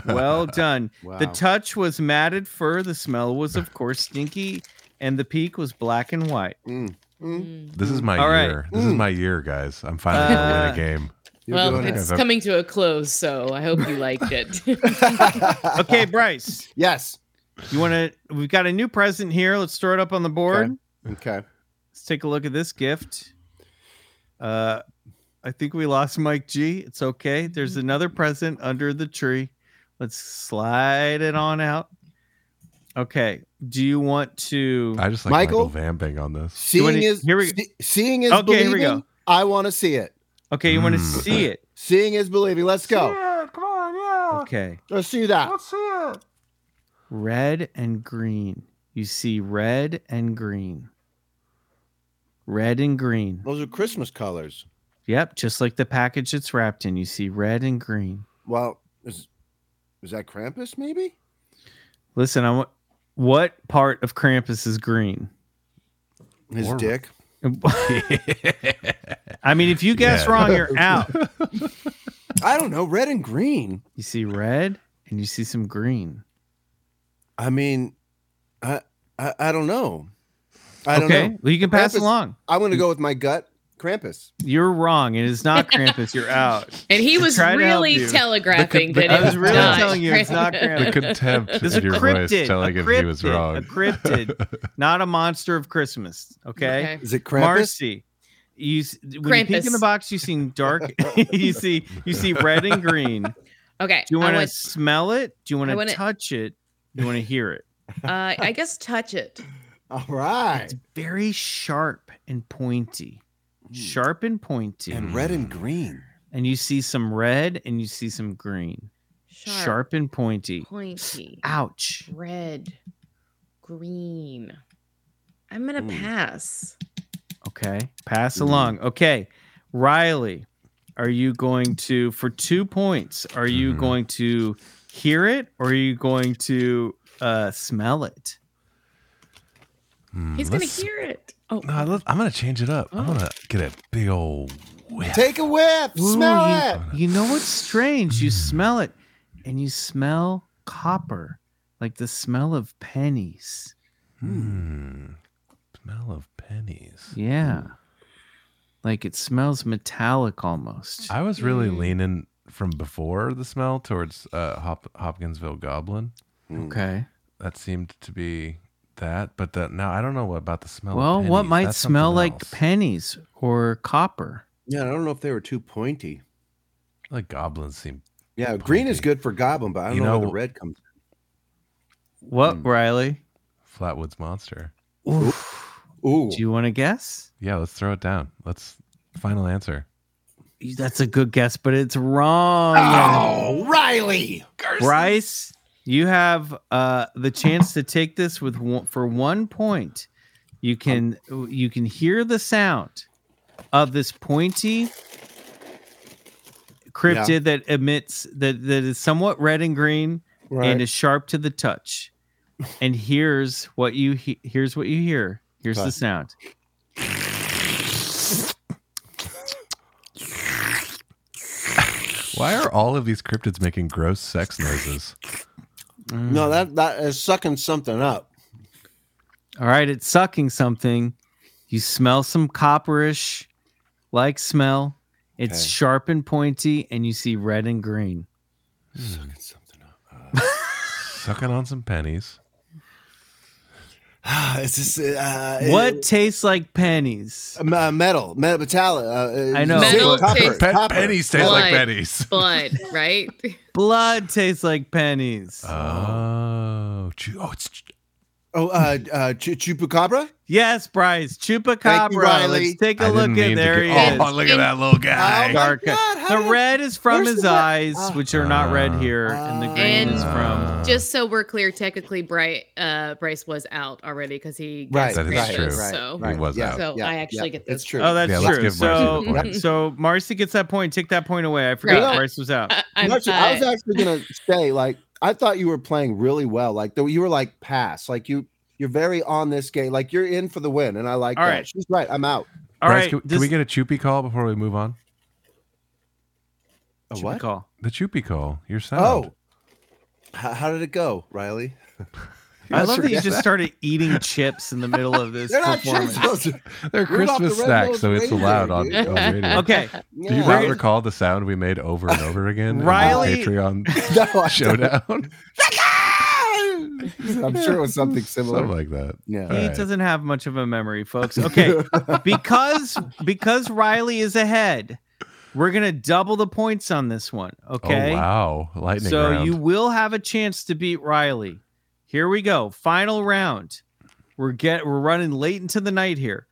Speaker 4: Well done.
Speaker 1: Wow.
Speaker 4: The touch was matted fur. The smell was, of course, stinky, and the peak was black and white.
Speaker 2: This is my
Speaker 4: All right.
Speaker 2: year. This is my year, guys. I'm finally gonna win
Speaker 4: Uh,
Speaker 2: a game.
Speaker 1: You're
Speaker 6: well,
Speaker 1: doing it.
Speaker 6: it's
Speaker 2: it.
Speaker 6: coming to a close, so I hope you liked it.
Speaker 4: Okay, Bryce,
Speaker 1: Yes.
Speaker 4: you want to? We've got a new present here. Let's throw it up on the board.
Speaker 1: Okay. Okay.
Speaker 4: Let's take a look at this gift. Uh, I think we lost Mike G. It's okay. There's another present under the tree.
Speaker 6: Let's slide it on out. Okay. Do you want to?
Speaker 1: I just like Michael, vamping on this.
Speaker 6: Do you wanna-
Speaker 2: Seeing is
Speaker 6: here we
Speaker 2: see- seeing is
Speaker 6: Okay, here we
Speaker 2: believing.
Speaker 6: go.
Speaker 2: I want to see it.
Speaker 6: Okay, you want to
Speaker 2: Hmm.
Speaker 6: see it?
Speaker 2: Seeing is believing. Let's go.
Speaker 4: Yeah, come on, yeah.
Speaker 6: Okay.
Speaker 2: Let's do that.
Speaker 4: Let's see it.
Speaker 6: Red and green. You see red and green. Red and green.
Speaker 2: Those are Christmas colors.
Speaker 6: Yep, just like the package it's wrapped in. You see red and green.
Speaker 2: Well, is is that Krampus? Maybe.
Speaker 6: Listen, I want what part of Krampus is green?
Speaker 2: His
Speaker 1: Or-
Speaker 2: dick.
Speaker 6: I mean, if you guess
Speaker 1: Yeah.
Speaker 6: wrong, you're out.
Speaker 2: I don't know. Red and green.
Speaker 6: You see red and you see some green.
Speaker 2: I mean, I I, I don't know. I don't
Speaker 6: okay,
Speaker 2: know.
Speaker 6: well, you can pass
Speaker 2: Krampus-
Speaker 6: along.
Speaker 2: I'm going to go with my gut. Krampus.
Speaker 6: You're wrong. It is not Krampus. You're out.
Speaker 12: And he was
Speaker 6: tried to help
Speaker 12: really
Speaker 6: you.
Speaker 12: telegraphing
Speaker 1: The co- the
Speaker 12: that
Speaker 1: co-
Speaker 12: it
Speaker 1: I was really
Speaker 12: not
Speaker 6: telling you it's not
Speaker 12: Krampus.
Speaker 1: The contempt
Speaker 6: There's a
Speaker 1: in your
Speaker 6: cryptid,
Speaker 1: voice telling
Speaker 6: a
Speaker 1: him he was
Speaker 6: cryptid,
Speaker 1: wrong.
Speaker 6: a cryptid, not a monster of Christmas. Okay,
Speaker 12: Okay.
Speaker 2: Is it Krampus?
Speaker 6: Marcy, you s- when you peek in the
Speaker 12: Krampus.
Speaker 6: box, you see dark. you see you see red and green. Do
Speaker 12: Okay.
Speaker 6: you
Speaker 12: I
Speaker 6: want to
Speaker 12: went-
Speaker 6: smell it? Do you
Speaker 12: I
Speaker 6: want
Speaker 12: wanna-
Speaker 6: to touch it? Do you want to hear it?
Speaker 12: uh, I guess touch it.
Speaker 2: All right.
Speaker 6: It's very sharp and pointy, sharp and pointy,
Speaker 2: And red and green.
Speaker 6: and you see some red and you see some green,
Speaker 12: Sharp,
Speaker 6: sharp, and pointy.
Speaker 12: pointy,
Speaker 6: Ouch.
Speaker 12: red, green. I'm gonna pass.
Speaker 6: Okay. Pass along. Okay. Riley, are you going to, for two points, are you
Speaker 1: Mhm.
Speaker 6: going to hear it or are you going to uh, smell it?
Speaker 1: Hmm,
Speaker 12: He's gonna
Speaker 1: let's-
Speaker 12: hear it. Oh,
Speaker 1: No, let's, I'm gonna change it up. I'm gonna get a big old whiff.
Speaker 2: Take a whiff.
Speaker 6: Ooh,
Speaker 2: Smell it.
Speaker 6: you, you know what's strange? You smell it and you smell copper, like the smell of pennies.
Speaker 1: Hmm. Smell of pennies.
Speaker 6: Yeah. Like it smells metallic almost.
Speaker 1: I was really
Speaker 6: Hmm.
Speaker 1: leaning from before the smell towards uh, Hop- Hopkinsville Goblin.
Speaker 6: Okay.
Speaker 1: That seemed to be that, but that now I don't know what about the smell. of
Speaker 6: Well, what
Speaker 1: pennies.
Speaker 6: might
Speaker 1: That's
Speaker 6: smell
Speaker 1: something
Speaker 6: like
Speaker 1: else.
Speaker 6: pennies or copper?
Speaker 2: Yeah, I don't know if they were too pointy.
Speaker 1: Like goblins seem.
Speaker 2: Yeah, green is
Speaker 1: Pointy.
Speaker 2: good for goblin, but I don't
Speaker 1: You
Speaker 2: know, where
Speaker 1: know-
Speaker 2: the red comes.
Speaker 6: What, Riley?
Speaker 1: Flatwoods monster.
Speaker 2: Ooh,
Speaker 6: Do you want to guess?
Speaker 1: Yeah, let's throw it down. Let's final answer.
Speaker 6: That's a good guess, but it's wrong.
Speaker 13: Oh, Riley.
Speaker 6: Bryce, you have uh, the chance to take this with one, for one point. You can you can hear the sound of this pointy cryptid
Speaker 2: Yeah.
Speaker 6: that emits that that is somewhat red and green
Speaker 2: Right.
Speaker 6: and is sharp to the touch. And here's what you he- here's what you hear. Here's
Speaker 2: Okay.
Speaker 6: the sound.
Speaker 1: Why are all of these cryptids making gross sex noises?
Speaker 2: no, that that is sucking something up.
Speaker 6: All right, it's sucking something. You smell some copperish like smell. It's
Speaker 2: Okay.
Speaker 6: sharp and pointy, and you see red and green.
Speaker 2: Sucking something up.
Speaker 1: Sucking on some pennies.
Speaker 2: is this uh,
Speaker 6: What tastes like pennies?
Speaker 2: uh, me- metal, metal, metallic? Uh, uh,
Speaker 6: I know.
Speaker 2: zinc,
Speaker 12: Metal
Speaker 2: copper,
Speaker 12: taste-
Speaker 1: Pe-
Speaker 2: copper.
Speaker 1: pennies taste like
Speaker 12: Blood.
Speaker 1: pennies.
Speaker 12: blood, right?
Speaker 6: Blood tastes like pennies.
Speaker 1: Uh, Oh, chu- oh, it's ch-
Speaker 2: Oh, uh, uh, chu- chupacabra.
Speaker 6: yes, Bryce. Chupacabra.
Speaker 2: Thank you, Riley.
Speaker 6: Let's take a
Speaker 1: I
Speaker 6: look
Speaker 1: didn't mean
Speaker 6: at
Speaker 1: to
Speaker 6: there
Speaker 1: get-
Speaker 6: he is.
Speaker 1: Oh, look at that little
Speaker 2: Oh
Speaker 1: guy.
Speaker 2: my
Speaker 6: Dark-
Speaker 2: God, how
Speaker 6: the
Speaker 2: did-
Speaker 6: red is from
Speaker 2: where's
Speaker 6: his
Speaker 2: the red?
Speaker 6: eyes,
Speaker 2: Ah.
Speaker 6: which are not red
Speaker 1: Ah.
Speaker 6: here, and the green
Speaker 12: And-
Speaker 6: is from.
Speaker 1: Ah.
Speaker 12: Just so we're clear, technically, Bright uh, Bryce was out already because he
Speaker 2: Right,
Speaker 12: guessed
Speaker 1: That is
Speaker 12: Krampus,
Speaker 1: true.
Speaker 12: So
Speaker 1: Right. Oh, He was
Speaker 2: yeah,
Speaker 1: out.
Speaker 12: So
Speaker 2: yeah,
Speaker 12: I actually
Speaker 2: yeah,
Speaker 12: get this.
Speaker 2: It's true.
Speaker 6: Oh, that's
Speaker 1: Yeah, let's
Speaker 6: true.
Speaker 1: give Marcy
Speaker 6: So,
Speaker 1: the point.
Speaker 6: so Marcy gets that point. Take that point away. I forgot
Speaker 12: Right.
Speaker 6: Marcy was out.
Speaker 12: I, I'm,
Speaker 2: Marcia, I was
Speaker 12: uh,
Speaker 2: actually gonna say, like, I thought you were playing really well. Like, though you were like pass, like you, you're very on this game. Like, you're in for the win, and I like
Speaker 6: All
Speaker 2: that.
Speaker 6: right.
Speaker 2: She's right. I'm out.
Speaker 6: All
Speaker 1: Bryce,
Speaker 6: right,
Speaker 1: can, can
Speaker 6: this-
Speaker 1: we get a choopy call before we move on?
Speaker 2: A
Speaker 6: should we Call.
Speaker 1: The choopy call. Your sound.
Speaker 2: Oh, how, how did it go, Riley?
Speaker 6: I love that you
Speaker 2: forget
Speaker 6: just started eating chips in the middle of this
Speaker 2: They're not
Speaker 6: performance.
Speaker 2: chips. Those are-
Speaker 1: they're
Speaker 2: Rudolph
Speaker 1: Christmas
Speaker 2: the
Speaker 1: snacks,
Speaker 2: Red-Nosed
Speaker 1: so it's allowed on,
Speaker 2: Reindeer,
Speaker 1: on radio.
Speaker 6: Okay,
Speaker 1: Do you
Speaker 2: Yeah.
Speaker 1: not recall the sound we made over and over again? in the
Speaker 6: Riley-
Speaker 1: Patreon
Speaker 2: No, I don't.
Speaker 1: showdown.
Speaker 2: I'm sure it was something similar.
Speaker 1: Something like that.
Speaker 2: yeah.
Speaker 6: he
Speaker 1: right.
Speaker 6: doesn't have much of a memory, folks. Okay, because because Riley is ahead, We're gonna double the points on this one. Okay.
Speaker 1: Oh, wow. Lightning
Speaker 6: so
Speaker 1: round.
Speaker 6: you will have a chance to beat Riley. Here we go. Final round. We're get we're running late into the night here.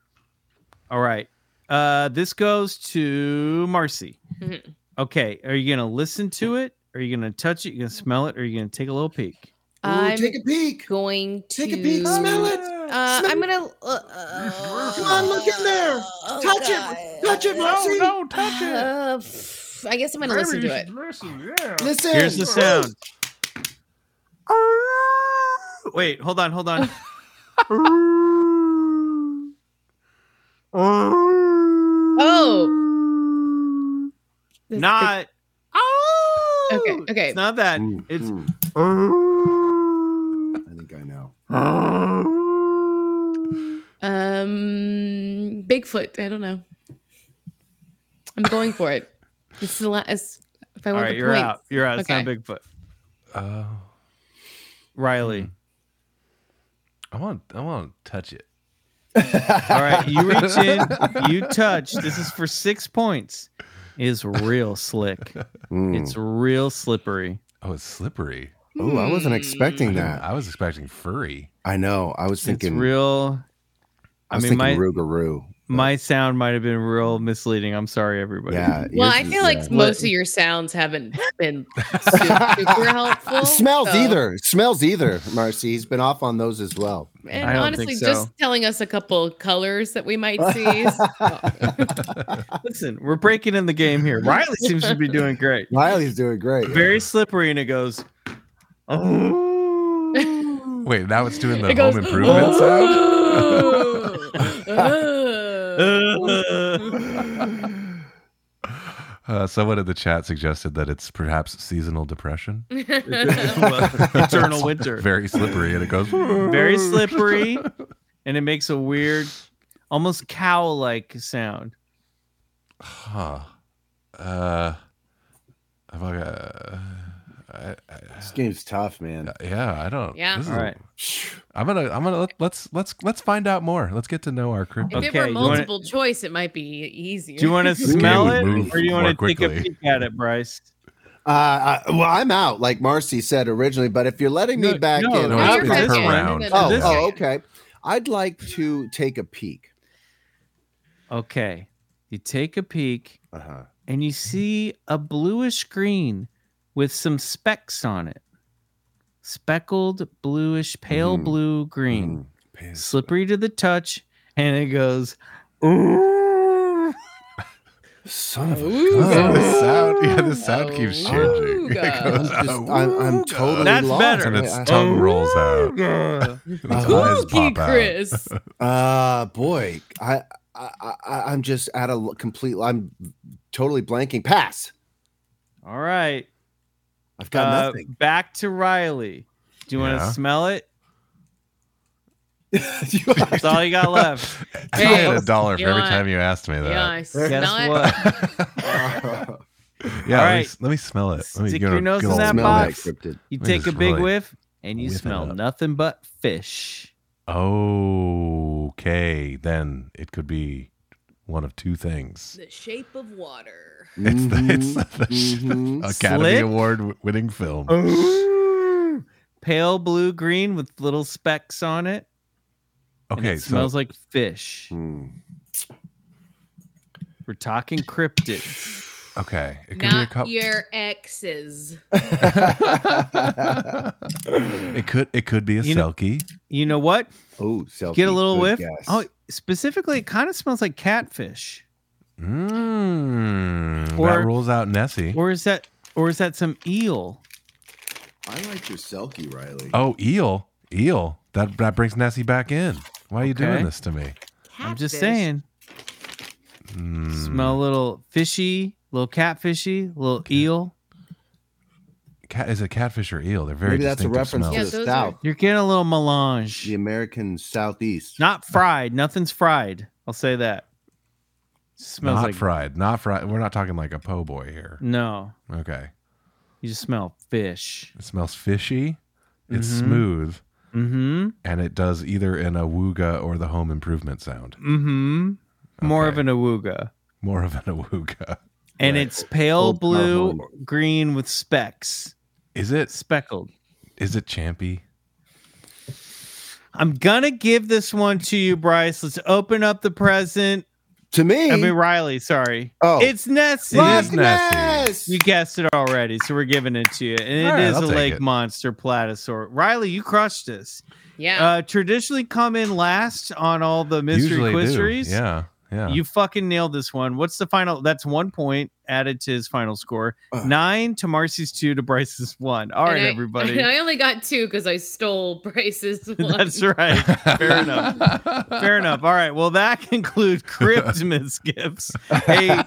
Speaker 6: All right. Uh this goes to Marcy.
Speaker 7: Mhm.
Speaker 6: Okay. Are you gonna listen to it? Are you gonna touch it? You gonna smell it? Or are you gonna take a little peek?
Speaker 7: I'm
Speaker 2: take a peek.
Speaker 7: going to
Speaker 2: Take a peek. Smell it.
Speaker 7: Uh,
Speaker 2: Smell
Speaker 7: I'm
Speaker 2: it.
Speaker 7: gonna. Uh, uh,
Speaker 2: Come on, look in there.
Speaker 7: Oh,
Speaker 2: touch
Speaker 7: God.
Speaker 2: it. Touch it, Marcy.
Speaker 1: touch
Speaker 7: Uh, pff, I guess I'm gonna listen to it.
Speaker 2: Listen.
Speaker 6: Here's the sound. Wait, hold on, hold on.
Speaker 7: Oh. This-
Speaker 6: Not.
Speaker 7: Okay, okay.
Speaker 6: It's not that.
Speaker 2: Mm,
Speaker 6: It's
Speaker 2: mm. I think I know.
Speaker 7: Um, Bigfoot. I don't know. I'm going for it. It's the last. If I
Speaker 6: all
Speaker 7: want
Speaker 6: right.
Speaker 7: the
Speaker 6: You're
Speaker 7: points.
Speaker 6: out. You're out. It's not
Speaker 7: Okay.
Speaker 6: Bigfoot.
Speaker 1: Oh,
Speaker 6: Riley.
Speaker 1: I want. I want to touch it.
Speaker 6: All right. You reach in. You touch. This is for six points. Is real slick.
Speaker 2: Mm.
Speaker 6: It's real slippery.
Speaker 1: Oh, it's slippery.
Speaker 2: Oh, I
Speaker 6: Hmm.
Speaker 2: wasn't
Speaker 1: I
Speaker 2: expecting
Speaker 1: didn't-
Speaker 2: that.
Speaker 1: I was expecting furry.
Speaker 2: I know. I was
Speaker 6: It's
Speaker 2: thinking.
Speaker 6: real. I
Speaker 2: I was
Speaker 6: mean, my
Speaker 2: thinking Rougarou.
Speaker 6: my sound might have been real misleading. I'm sorry, everybody.
Speaker 2: Yeah.
Speaker 7: Well, I
Speaker 2: yours is-
Speaker 7: feel like
Speaker 2: yeah.
Speaker 7: most of your sounds haven't been super, super helpful.
Speaker 6: Oh,
Speaker 2: It smells
Speaker 7: so-
Speaker 2: either. It smells either, Marcy. He's been off on those as well.
Speaker 7: And
Speaker 6: I don't
Speaker 7: honestly,
Speaker 6: think so.
Speaker 7: just telling us a couple colors that we might see. is-
Speaker 6: Listen, we're breaking in the game here. Riley seems to be doing great.
Speaker 2: Riley's doing great.
Speaker 6: Very slippery, and it goes.
Speaker 1: Wait, now it's doing the
Speaker 7: It goes,
Speaker 1: home improvement sound.
Speaker 7: Oh.
Speaker 1: Uh, someone in the chat suggested that it's perhaps seasonal depression.
Speaker 6: eternal winter.
Speaker 1: Very slippery, and it goes.
Speaker 6: very slippery and it makes a weird almost cow like sound
Speaker 1: Huh. Uh. I've, uh, I, I,
Speaker 2: This game's tough, man.
Speaker 1: yeah, I don't.
Speaker 7: Yeah.
Speaker 1: This is
Speaker 6: all right
Speaker 1: I'm gonna. I'm gonna. Let, let's let's let's find out more. Let's get to know our crypto.
Speaker 7: If it
Speaker 6: Okay,
Speaker 7: were
Speaker 6: you wanna-
Speaker 7: multiple choice, it might be easier.
Speaker 6: do you want to smell
Speaker 1: would
Speaker 6: it
Speaker 1: move
Speaker 6: or do you want to
Speaker 1: more
Speaker 6: take a
Speaker 1: quickly.
Speaker 6: peek at it bryce
Speaker 2: Uh, I, well, I'm out, like Marcy said originally. But if you're letting me
Speaker 6: No,
Speaker 2: back
Speaker 6: no,
Speaker 2: in,
Speaker 6: no,
Speaker 2: I'll
Speaker 7: you're
Speaker 2: be
Speaker 7: good.
Speaker 1: it's per
Speaker 2: back
Speaker 7: Yeah,
Speaker 2: in.
Speaker 7: no, no,
Speaker 1: round.
Speaker 7: no, no,
Speaker 2: Oh,
Speaker 7: no.
Speaker 2: oh, okay. I'd like to take a peek.
Speaker 6: okay you take a peek
Speaker 2: Uh
Speaker 7: Uh-huh.
Speaker 2: huh.
Speaker 6: and you see a bluish green with some specks on it speckled bluish pale
Speaker 2: Mhm.
Speaker 6: blue green
Speaker 2: Mm-hmm. Piss.
Speaker 6: slippery to the touch and it goes Ooh.
Speaker 2: Son of a
Speaker 7: Ooh,
Speaker 1: Yeah,
Speaker 2: gun.
Speaker 1: the sound, yeah, the sound keeps
Speaker 7: Oh,
Speaker 1: changing. It
Speaker 7: God.
Speaker 2: I'm,
Speaker 1: goes,
Speaker 2: just,
Speaker 1: "Oh,
Speaker 2: I'm, I'm
Speaker 1: God."
Speaker 2: totally
Speaker 6: That's
Speaker 2: lost.
Speaker 6: better.
Speaker 1: and its
Speaker 2: I- Uh-huh. I-
Speaker 1: tongue rolls out. And its eyes
Speaker 7: Spooky,
Speaker 1: pop out.
Speaker 7: Chris.
Speaker 2: Uh boy, I I, I I'm just at a l- complete. I'm totally blanking. Pass.
Speaker 6: all right
Speaker 2: I've got
Speaker 6: Uh,
Speaker 2: nothing.
Speaker 6: Back to Riley. Do you want
Speaker 1: Yeah.
Speaker 6: to smell it?
Speaker 2: You are-
Speaker 6: That's all you got left.
Speaker 1: I had a
Speaker 7: Yes.
Speaker 1: dollar for
Speaker 7: You
Speaker 1: every
Speaker 7: want-
Speaker 1: time you asked me
Speaker 7: Yeah,
Speaker 1: that.
Speaker 7: I smell
Speaker 6: Guess
Speaker 7: it.
Speaker 6: what? All
Speaker 1: Yeah, let, me,
Speaker 6: right.
Speaker 1: s- let me smell it. Let me
Speaker 6: Stick
Speaker 1: get
Speaker 6: your
Speaker 1: a
Speaker 6: nose
Speaker 1: good
Speaker 6: in
Speaker 1: old
Speaker 6: that
Speaker 1: smell.
Speaker 6: box.
Speaker 2: cryptid.
Speaker 6: You
Speaker 1: Let me
Speaker 6: take a
Speaker 1: just
Speaker 6: big
Speaker 1: really
Speaker 6: whiff and you
Speaker 1: whiff it
Speaker 6: smell
Speaker 1: up.
Speaker 6: nothing but fish.
Speaker 1: Okay, then it could be one of two things.
Speaker 7: The shape of water.
Speaker 1: It's the, it's
Speaker 7: Mm-hmm.
Speaker 1: the sh-
Speaker 2: Mhm.
Speaker 1: Academy
Speaker 6: Slick? Oh.
Speaker 1: Award w- winning film.
Speaker 6: Pale blue green with little specks on it. and
Speaker 1: okay,
Speaker 6: it
Speaker 1: so
Speaker 6: smells like fish.
Speaker 2: Hmm.
Speaker 6: We're talking cryptids.
Speaker 1: okay, it could be a
Speaker 7: Not
Speaker 1: couple.
Speaker 7: your exes.
Speaker 1: It could it could be a
Speaker 6: You know-
Speaker 1: selkie.
Speaker 6: You know what?
Speaker 2: Oh, selfie.
Speaker 6: Get a little
Speaker 2: Good
Speaker 6: whiff.
Speaker 2: guess.
Speaker 6: Oh, specifically, it kind of smells like catfish.
Speaker 1: Mm,
Speaker 6: Or-
Speaker 1: that rules out Nessie.
Speaker 6: Or is that or is that some eel?
Speaker 2: I like your selkie, Riley.
Speaker 1: oh, eel, eel. That that brings Nessie back in. Why are you
Speaker 6: Okay.
Speaker 1: doing this to me?
Speaker 6: I'm
Speaker 7: Catfish.
Speaker 6: just saying. Smell a little fishy, little catfishy, little eel.
Speaker 1: Cat is it catfish or eel? They're very.
Speaker 2: Maybe that's a
Speaker 1: distinctive
Speaker 2: reference
Speaker 7: Yeah,
Speaker 1: smells.
Speaker 2: to the
Speaker 7: those
Speaker 2: South,
Speaker 6: You're getting a little melange.
Speaker 2: the American Southeast.
Speaker 6: Not fried. Nothing's fried. I'll say that. Smells
Speaker 1: not
Speaker 6: like
Speaker 1: fried. Not fried. We're not talking like a po' boy here.
Speaker 6: no.
Speaker 1: Okay.
Speaker 6: You just smell fish.
Speaker 1: It smells fishy. It's
Speaker 6: Mhm.
Speaker 1: smooth,
Speaker 6: Mm-hmm.
Speaker 1: and it does either an awooga or the home improvement sound.
Speaker 6: Mm-hmm. More of
Speaker 1: Okay.
Speaker 6: an awooga.
Speaker 1: More of an awooga.
Speaker 6: and it's pale
Speaker 2: Old power
Speaker 6: blue, or green with specks.
Speaker 2: Is it
Speaker 6: speckled?
Speaker 2: Is it champy?
Speaker 6: I'm gonna give this one to you, Bryce. Let's open up the present.
Speaker 4: To me,
Speaker 6: I mean Riley. Sorry.
Speaker 4: Oh.
Speaker 6: it's Nessie.
Speaker 2: It is Nessie.
Speaker 6: You guessed it already, so we're giving it to you. And it is
Speaker 2: All right, I'll
Speaker 6: a
Speaker 2: take
Speaker 6: lake
Speaker 2: it.
Speaker 6: monster platasaur. Riley, you crushed this.
Speaker 7: Yeah.
Speaker 6: Uh, traditionally come in last on all the mystery
Speaker 2: Usually do.
Speaker 6: quizeries.
Speaker 2: Yeah, yeah.
Speaker 6: You fucking nailed this one. What's the final? That's one point added to his final score. Nine to Marcy's two to Bryce's one. All right,
Speaker 7: And I-
Speaker 6: everybody.
Speaker 7: and I only got two because I stole Bryce's one.
Speaker 6: That's right. Fair enough. Fair enough. All right. Well, that concludes Christmas gifts, a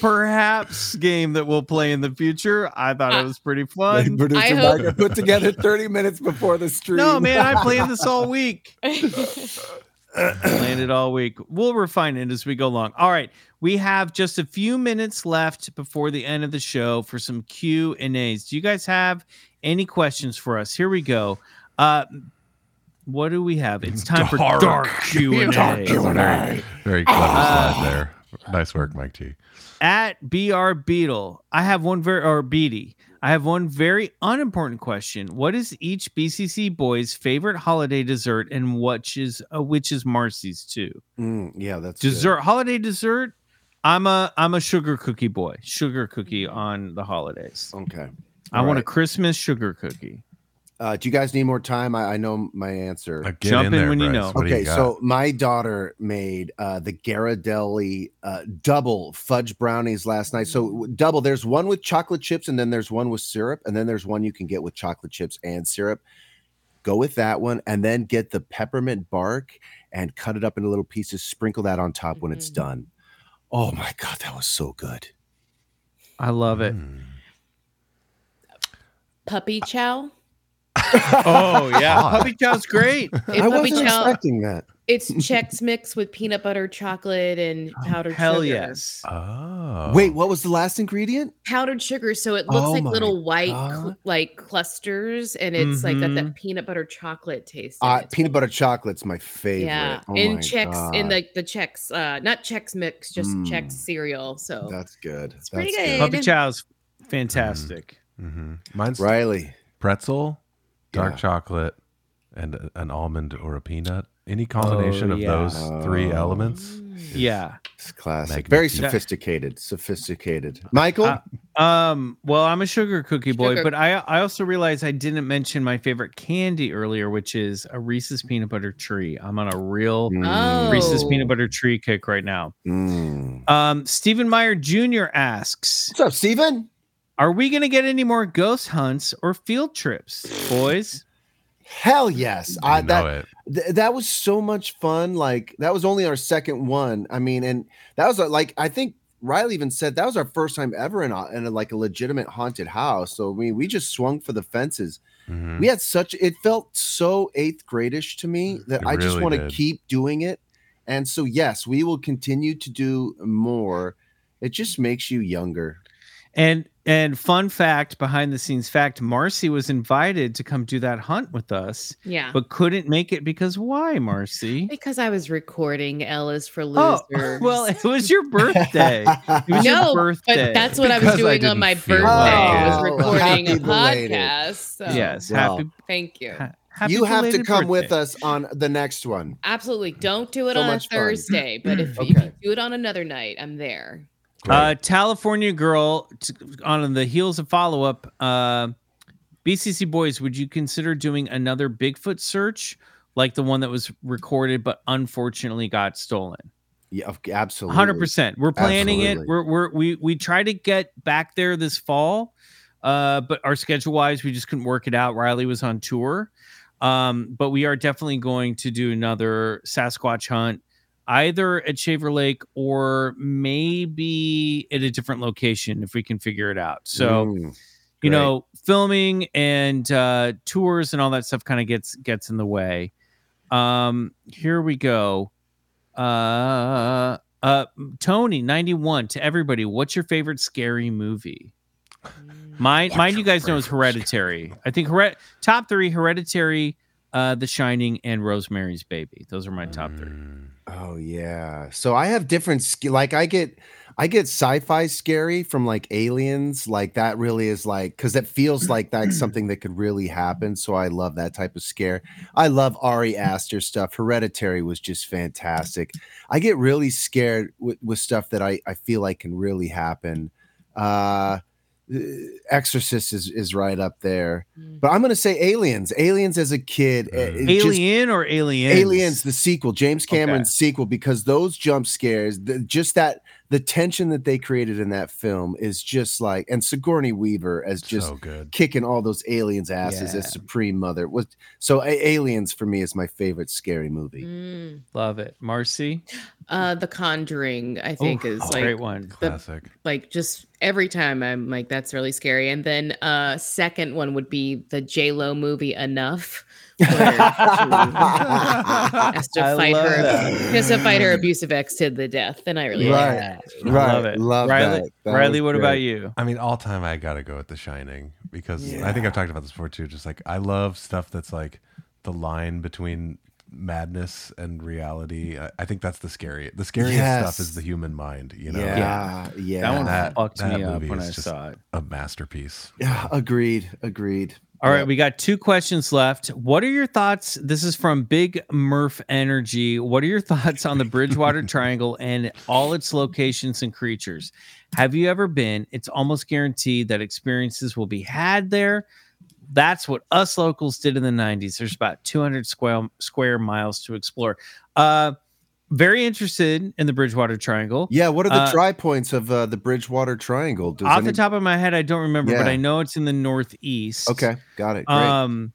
Speaker 6: perhaps game that we'll play in the future. I thought it was pretty fun.
Speaker 8: Producer
Speaker 7: I hope-
Speaker 8: Micah put together 30 minutes before the stream.
Speaker 6: No, man, I planned this all week. planned it all week. We'll refine it as we go along. All right, we have just a few minutes left before the end of the show for some Q and A's. Do you guys have any questions for us? Here we go. Uh, what do we have? It's time for dark Q and A.
Speaker 2: Very clever slide there. Nice work, Mike T.
Speaker 6: At BR Beetle, I have one very or Beatty. I have one very unimportant question. What is each BCC boy's favorite holiday dessert, and what is uh, which is Marcy's too?
Speaker 4: Mm, yeah, that's good.
Speaker 6: dessert holiday dessert i'm a i'm a sugar cookie boy sugar cookie
Speaker 7: Mm-hmm.
Speaker 6: on the holidays
Speaker 4: Okay.
Speaker 6: i want a
Speaker 4: right.
Speaker 6: christmas sugar cookie
Speaker 4: Uh, do you guys need more time? I, I know my answer.
Speaker 2: Now get
Speaker 6: Jump in
Speaker 2: there,
Speaker 6: when you
Speaker 2: Bryce.
Speaker 6: know.
Speaker 2: What do
Speaker 4: okay,
Speaker 2: you got?
Speaker 4: so my daughter made uh, the Ghirardelli uh, double fudge brownies last night. So w- double, there's one with chocolate chips, and then there's one with syrup, and then there's one you can get with chocolate chips and syrup. Go with that one, and then get the peppermint bark and cut it up into little pieces. Sprinkle that on top when it's done. Oh my god, that was so good.
Speaker 6: i love it
Speaker 7: Puppy Chow.
Speaker 6: oh yeah puppy chow's great
Speaker 7: It's
Speaker 4: I
Speaker 7: puppy
Speaker 4: wasn't
Speaker 7: Chow.
Speaker 4: expecting that.
Speaker 7: It's Chex Mix with peanut butter, chocolate, and powdered
Speaker 6: hell
Speaker 7: sugar.
Speaker 6: yes
Speaker 2: Oh.
Speaker 4: Wait, what was the last ingredient?
Speaker 7: Powdered sugar, so it looks
Speaker 4: Oh
Speaker 7: like
Speaker 4: my
Speaker 7: little white cl-
Speaker 4: God.
Speaker 7: like clusters, and it's like got that
Speaker 6: Mhm.
Speaker 7: peanut butter chocolate taste. in
Speaker 4: Uh,
Speaker 7: it.
Speaker 4: peanut butter chocolate's my favorite.
Speaker 7: Yeah,
Speaker 4: Oh
Speaker 7: in
Speaker 4: my
Speaker 7: checks in
Speaker 4: God.
Speaker 7: like the checks, uh, not checks mix, uh, just
Speaker 4: Mm.
Speaker 7: checks cereal. So
Speaker 4: That's good.
Speaker 7: It's pretty
Speaker 4: That's
Speaker 7: good.
Speaker 6: puppy chow's fantastic
Speaker 2: hmm Mine's
Speaker 4: Riley.
Speaker 2: pretzel, dark
Speaker 4: Yeah.
Speaker 2: chocolate, and a- an almond or a peanut. Any combination
Speaker 6: Oh,
Speaker 2: of
Speaker 6: yeah.
Speaker 2: those three
Speaker 6: Oh.
Speaker 2: elements.
Speaker 6: yeah
Speaker 4: It's classic.
Speaker 2: Magnificent.
Speaker 4: Very
Speaker 2: Yeah.
Speaker 4: sophisticated. Sophisticated. Michael?
Speaker 6: Uh, um well i'm a sugar cookie boy
Speaker 7: Sugar.
Speaker 6: but i i also realized i didn't mention my favorite candy earlier which is a reese's peanut butter tree i'm on a real
Speaker 4: Hmm.
Speaker 7: Oh.
Speaker 6: reese's peanut butter tree kick right now
Speaker 4: Mm.
Speaker 6: um stephen meyer jr asks
Speaker 4: What's up, Steven?
Speaker 6: Are we going to get any more ghost hunts or field trips, boys?
Speaker 4: Hell yes. I
Speaker 2: You know
Speaker 4: that
Speaker 2: it.
Speaker 4: th- that was so much fun. Like that was only our second one. I mean, and that was uh, like I think Riley even said that was our first time ever in a, in a, like a legitimate haunted house. So I mean, we just swung for the fences.
Speaker 2: Mhm.
Speaker 4: we had such it felt so eighth gradish to me that
Speaker 2: Mm, It
Speaker 4: i just
Speaker 2: really
Speaker 4: want to
Speaker 2: did.
Speaker 4: keep doing it and so yes we will continue to do more it just makes you younger
Speaker 6: And and fun fact, behind the scenes fact, Marcy was invited to come do that hunt with us,
Speaker 7: yeah,
Speaker 6: but couldn't make it because why, Marcy?
Speaker 7: because I was recording Ellis for
Speaker 6: Oh,
Speaker 7: losers.
Speaker 6: well, it was your birthday. It was
Speaker 7: no,
Speaker 6: your birthday.
Speaker 7: but that's what I was
Speaker 2: Because I
Speaker 7: doing on
Speaker 2: didn't
Speaker 7: my
Speaker 2: feel
Speaker 7: birthday. Oh, I was
Speaker 4: like it.
Speaker 7: recording a
Speaker 4: Happy belated.
Speaker 7: podcast. So
Speaker 6: yes.
Speaker 4: Wow.
Speaker 6: Happy,
Speaker 7: thank you.
Speaker 6: ha- happy.
Speaker 4: you have to
Speaker 6: belated
Speaker 4: come with
Speaker 6: birthday.
Speaker 4: us on the next one
Speaker 7: Absolutely, don't do it
Speaker 4: So
Speaker 7: on a
Speaker 4: much fun.
Speaker 7: Thursday. But if, if
Speaker 4: Okay.
Speaker 7: you do it on another night, I'm there.
Speaker 6: Uh, California girl t- on the heels of follow up. Uh, BCC boys, would you consider doing another Bigfoot search like the one that was recorded but unfortunately got stolen?
Speaker 4: yeah of- absolutely
Speaker 6: Hundred percent. We're planning
Speaker 4: Absolutely.
Speaker 6: it. We're we're we we try to get back there this fall, uh, but our schedule wise, we just couldn't work it out. Riley was on tour, um, but we are definitely going to do another Sasquatch hunt, either at Shaver Lake or maybe at a different location if we can figure it out. So
Speaker 4: Mm.
Speaker 6: you
Speaker 4: Great.
Speaker 6: know filming and uh tours and all that stuff kind of gets gets in the way um here we go uh uh tony 91 to everybody what's your favorite scary movie mine mine you guys know is hereditary i think Hered- top three hereditary uh the shining and rosemary's baby those are my top three
Speaker 4: oh yeah so i have different sk- like i get I get sci-fi scary from like aliens. Like that really is like because it feels like that's something that could really happen. So I love that type of scare. I love Ari Aster stuff. Hereditary was just fantastic. I get really scared with, with stuff that I, I feel like can really happen. Uh Exorcist is, is right up there. But I'm gonna say aliens. Aliens as a kid. it- it just-
Speaker 6: Alien or aliens?
Speaker 4: Aliens, the sequel, James Cameron's sequel, because those jump scares, the, just that the tension that they created in that film is just like, and Sigourney Weaver as just kicking all those aliens' asses
Speaker 6: Yeah.
Speaker 4: as Supreme Mother. Was so A- Aliens for me is my favorite scary movie.
Speaker 7: Mm.
Speaker 6: Love it, Marcy.
Speaker 7: Uh, the Conjuring, I think, is like
Speaker 6: great one.
Speaker 7: the- like just every time I'm like, that's really scary. And then uh second one would be the J Lo movie Enough. where Mm, she has to
Speaker 6: I
Speaker 7: fight
Speaker 6: love
Speaker 7: her
Speaker 6: that.
Speaker 7: has to fight her abusive ex to the death. And I really like that.
Speaker 6: I love it. Riley, Riley what about you?
Speaker 2: I mean, all time I gotta go with The Shining because I think I've talked about this before too. Just like I love stuff that's like the line between madness and reality. I, I think that's the scary. The scariest
Speaker 4: Yes.
Speaker 2: stuff is the human mind. You know?
Speaker 4: Yeah, Yeah. yeah.
Speaker 6: That one fucked me up
Speaker 2: movie
Speaker 6: when
Speaker 2: is
Speaker 6: I
Speaker 2: just
Speaker 6: saw it.
Speaker 2: A masterpiece.
Speaker 4: Yeah, agreed. Agreed.
Speaker 6: All right, we got two questions left. What are your thoughts? This is from Big Murph Energy. What are your thoughts on the Bridgewater Triangle and all its locations and creatures? Have you ever been? It's almost guaranteed that experiences will be had there. That's what us locals did in the 90s. There's about 200 square square miles to explore. Uh very interested in the Bridgewater Triangle.
Speaker 4: Yeah, what are the
Speaker 6: Uh,
Speaker 4: tri points of uh, the Bridgewater Triangle? Does
Speaker 6: off
Speaker 4: any-
Speaker 6: the top of my head, I don't remember, but
Speaker 4: Yeah.
Speaker 6: I know it's in the northeast.
Speaker 4: Okay, got it. Great.
Speaker 6: Um,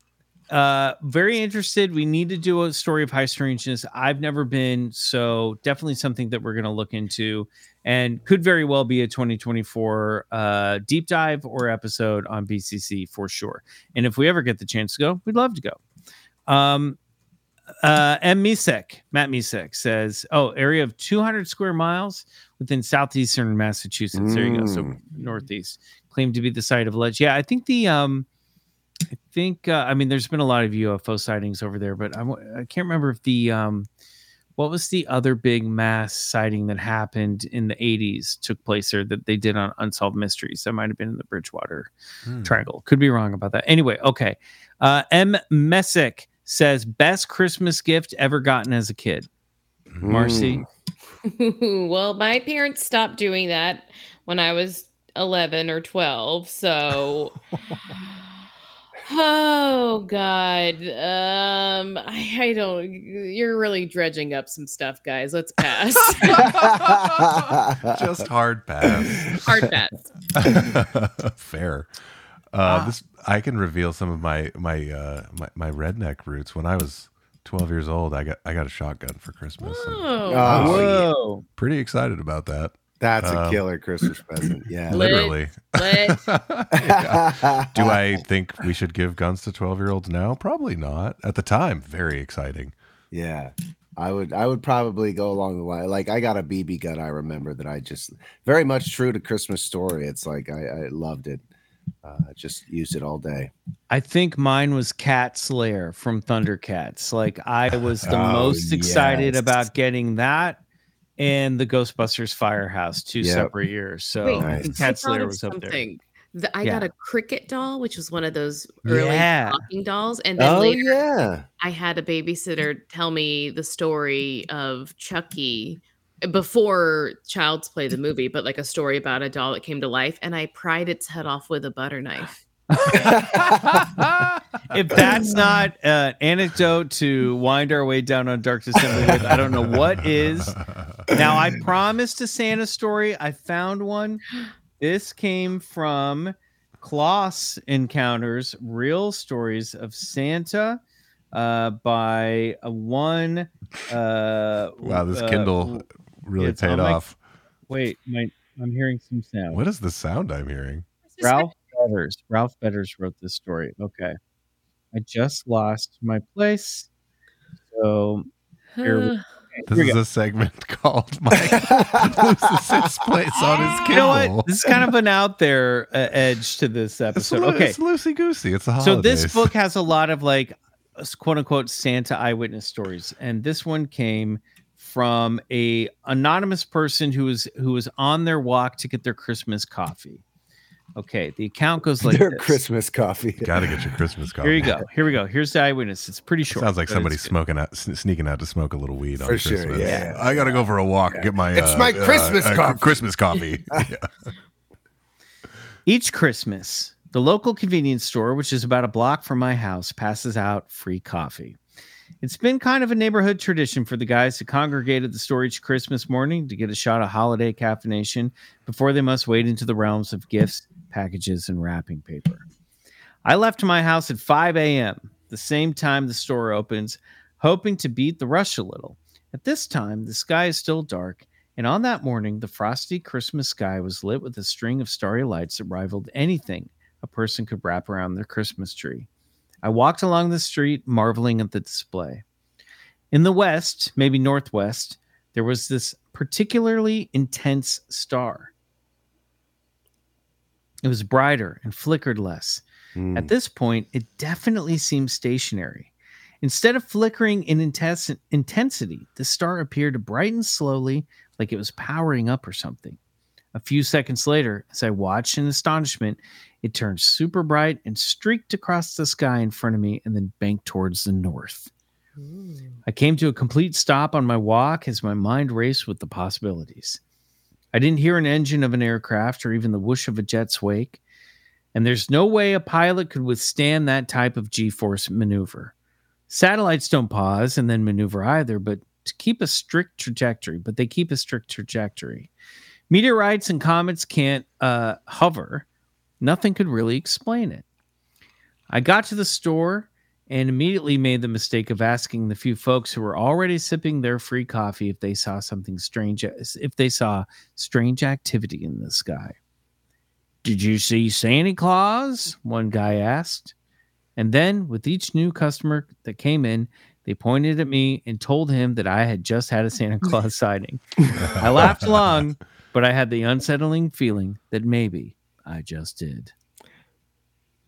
Speaker 6: uh, very interested. We need to do a story of high strangeness. I've never been, so definitely something that we're going to look into, and could very well be a 2024 uh, deep dive or episode on BCC for sure. And if we ever get the chance to go, we'd love to go. Um, uh, M. Misek, Matt Misek says, "Oh, area of 200 square miles within southeastern Massachusetts. There you go. So
Speaker 4: Mm.
Speaker 6: northeast claimed to be the site of ledge. Yeah, I think the um, I think uh, I mean there's been a lot of UFO sightings over there, but I wa- I can't remember if the um, what was the other big mass sighting that happened in the 80s took place there that they did on Unsolved Mysteries. That might have been in the Bridgewater
Speaker 2: Hmm.
Speaker 6: Triangle. Could be wrong about that. Anyway, okay. Uh, M. Messick says best Christmas gift ever gotten as a kid. Marcy,
Speaker 7: well, my parents stopped doing that when I was 11 or 12. So, oh God. Um, I, I don't, you're really dredging up some stuff, guys. Let's pass.
Speaker 2: Just hard pass.
Speaker 7: Hard pass. Ah.
Speaker 2: Fair. Uh, This I can reveal some of my my, uh, my my redneck roots. When I was 12 years old, I got I got a shotgun for Christmas. and
Speaker 7: Oh.
Speaker 2: I was
Speaker 6: Whoa.
Speaker 2: Pretty excited about that.
Speaker 4: Uh, That's a
Speaker 2: Um,
Speaker 4: killer Christmas present. Yeah.
Speaker 7: Lit.
Speaker 2: Literally.
Speaker 7: Lit.
Speaker 2: Yeah. Do I think we should give guns to 12 year olds now? Probably not. At the time, very exciting.
Speaker 4: Yeah. I would I would probably go along the line. Like I got a BB gun I remember that I just very much true to Christmas story. It's like I, I loved it. Uh just used it all day.
Speaker 6: I think mine was Cat Slayer from Thundercats. Like I was the
Speaker 4: Oh,
Speaker 6: most excited
Speaker 4: yes.
Speaker 6: about getting that and the Ghostbusters Firehouse two
Speaker 4: Yep.
Speaker 6: separate years. So
Speaker 7: Wait,
Speaker 6: I
Speaker 7: I
Speaker 6: think Cat
Speaker 7: thought
Speaker 6: Slayer
Speaker 7: of
Speaker 6: was up there.
Speaker 7: something. The- I
Speaker 6: Yeah.
Speaker 7: got a cricket doll, which was one of those early
Speaker 6: Yeah.
Speaker 7: talking dolls, and then
Speaker 4: Oh
Speaker 7: later
Speaker 4: yeah.
Speaker 7: I had a babysitter tell me the story of Chucky before Child's Play the movie, but like a story about a doll that came to life, and I pried its head off with a butter knife.
Speaker 6: If that's not an anecdote to wind our way down on Dark December with, I don't know what is. Now I promised a Santa story. I found one. This came from Kloss Encounters, Real Stories of Santa uh, by a one. Uh,
Speaker 2: Wow, this
Speaker 6: uh,
Speaker 2: Kindle really
Speaker 6: it's
Speaker 2: paid
Speaker 6: on my-
Speaker 2: off.
Speaker 6: wait, my, I'm hearing some sound.
Speaker 2: What is the sound I'm hearing?
Speaker 6: Ralph Betters. Ralph Betters wrote this story. Okay. I just lost my place. So here we-
Speaker 7: Uh,
Speaker 2: This
Speaker 6: Here we
Speaker 2: is
Speaker 6: go.
Speaker 2: a segment called Mike loses his place on his Kindle.
Speaker 6: you know what? This is kind of an out there uh, edge to this
Speaker 2: It's,
Speaker 6: episode. Okay.
Speaker 2: loosey goosey. It's the
Speaker 6: So
Speaker 2: holidays.
Speaker 6: this book has a lot of like quote unquote Santa eyewitness stories. And this one came
Speaker 4: from a anonymous person who was who was on their walk to get their Christmas coffee. Okay, the account goes like
Speaker 1: Their
Speaker 4: this.
Speaker 1: Christmas coffee.
Speaker 2: Gotta get your Christmas coffee.
Speaker 4: Here you go. Here we go. Here's the eyewitness. It's pretty short.
Speaker 2: Sounds like
Speaker 4: but
Speaker 2: somebody
Speaker 4: it's good.
Speaker 2: smoking out, sn- sneaking out to smoke a little weed on
Speaker 1: For sure,
Speaker 2: Christmas.
Speaker 1: yeah.
Speaker 2: I gotta go for a walk. Get my.
Speaker 1: It's
Speaker 2: uh,
Speaker 1: my
Speaker 2: uh,
Speaker 1: Christmas
Speaker 2: uh,
Speaker 1: coffee.
Speaker 2: Christmas coffee.
Speaker 4: Each Christmas, the local convenience store, which is about a block from my house, passes out free coffee. It's been kind of a neighborhood tradition for the guys to congregate at the store each Christmas morning to get a shot of holiday caffeination before they must wade into the realms of gifts, packages, and wrapping paper. I left my house at 5 a.m., the same time the store opens, hoping to beat the rush a little. At this time, the sky is still dark, and on that morning, the frosty Christmas sky was lit with a string of starry lights that rivaled anything a person could wrap around their Christmas tree. I walked along the street, marveling at the display. In the west, maybe northwest, there was this particularly intense star. It was brighter and flickered less. At this point, it definitely seemed stationary. Instead of flickering in intes- intensity, the star appeared to brighten slowly, like it was powering up or something. A few seconds later, as I watched in astonishment, it turned super bright and streaked across the sky in front of me and then banked towards the north. I came to a complete stop on my walk as my mind raced with the possibilities. I didn't hear an engine of an aircraft or even the whoosh of a jet's wake, and there's no way a pilot could withstand that type of G force maneuver. Satellites don't pause and then maneuver either, but to keep a strict trajectory, but they keep a strict trajectory. Meteorites and comets can't uh, hover. Nothing could really explain it. I got to the store and immediately made the mistake of asking the few folks who were already sipping their free coffee if they saw something strange, if they saw strange activity in the sky. Did you see Santa Claus? One guy asked. And then, with each new customer that came in, they pointed at me and told him that I had just had a Santa Claus sighting. I laughed along, but I had the unsettling feeling that maybe I just did.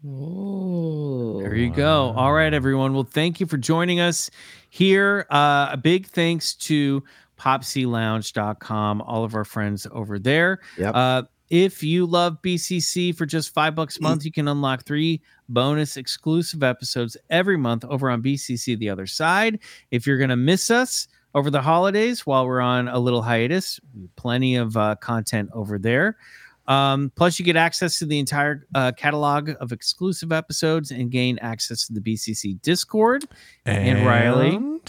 Speaker 6: Oh.
Speaker 4: There you go. All right, everyone. Well, thank you for joining us here. Uh, a big thanks to popsylounge.com, all of our friends over there.
Speaker 1: Yep.
Speaker 4: Uh, if you love BCC for just five bucks a month, you can unlock three bonus exclusive episodes every month over on BCC The Other Side. If you're going to miss us over the holidays while we're on a little hiatus, plenty of uh, content over there. Um, plus, you get access to the entire uh, catalog of exclusive episodes and gain access to the BCC Discord. And Riley.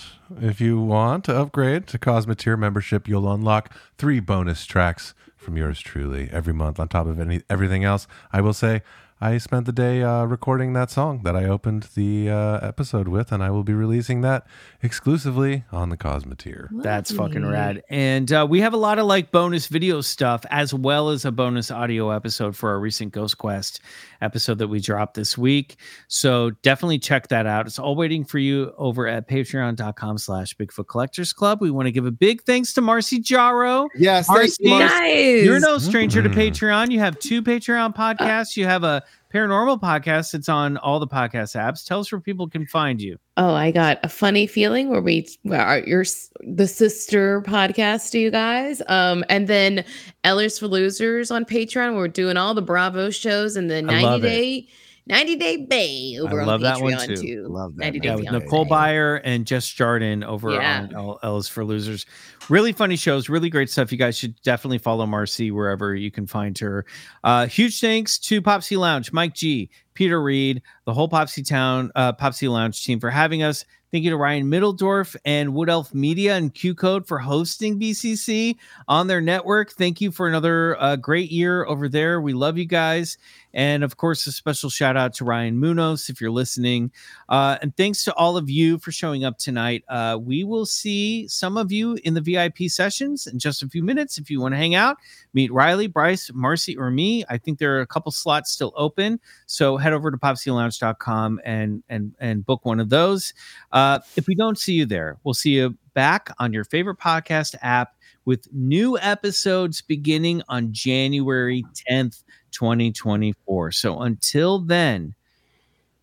Speaker 2: If you want to upgrade to Cosmeteer membership, you'll unlock three bonus tracks from yours truly every month on top of any everything else. I will say I spent the day uh, recording that song that I opened the uh, episode with, and I will be releasing that exclusively on the Cosmeteer.
Speaker 4: That's fucking rad. And uh, we have a lot of like bonus video stuff as well as a bonus audio episode for our recent Ghost Quest episode that we dropped this week. So definitely check that out. It's all waiting for you over at patreon.com slash Bigfoot Collectors Club. We want to give a big thanks to Marcy Jaro.
Speaker 1: Yes, thanks,
Speaker 4: Marcy,
Speaker 1: Marcy.
Speaker 6: Nice.
Speaker 4: You're no stranger
Speaker 2: Mhm.
Speaker 4: to Patreon. You have two Patreon podcasts. You have a paranormal podcast that's on all the podcast apps. Tell us where people can find you.
Speaker 6: Oh, I got a funny feeling where we where are your s- the sister podcast to you guys. Um, and then Ellers for Losers on Patreon. We're doing all the Bravo shows and the
Speaker 4: I love
Speaker 6: 90
Speaker 4: it.
Speaker 6: day 90 day bay over
Speaker 4: love
Speaker 6: on
Speaker 4: that one
Speaker 6: Patreon
Speaker 4: too.
Speaker 1: Love that
Speaker 6: 90
Speaker 1: Yeah,
Speaker 6: Day
Speaker 4: Yeah, with
Speaker 6: Fiancé.
Speaker 4: Nicole Byer and Jess Jardin over
Speaker 6: Yeah.
Speaker 4: on L- L's for Losers. Really funny shows, really great stuff. You guys should definitely follow Marcy wherever you can find her. Uh, huge thanks to Popsy Lounge, Mike G, Peter Reed, the whole Popsy Town, uh, Popsy Lounge team for having us. Thank you to Ryan Middledorf and Wood Elf Media and Q Code for hosting BCC on their network. Thank you for another uh, great year over there. We love you guys. And of course, a special shout out to Ryan Munoz if you're listening. Uh, and thanks to all of you for showing up tonight. Uh, we will see some of you in the VIP sessions in just a few minutes. If you want to hang out, meet Riley, Bryce, Marcy, or me. I think there are a couple slots still open. So head over to popsylounge.com and and and book one of those. Uh, if we don't see you there, we'll see you back on your favorite podcast app with new episodes beginning on January 10th, 2024. So until then,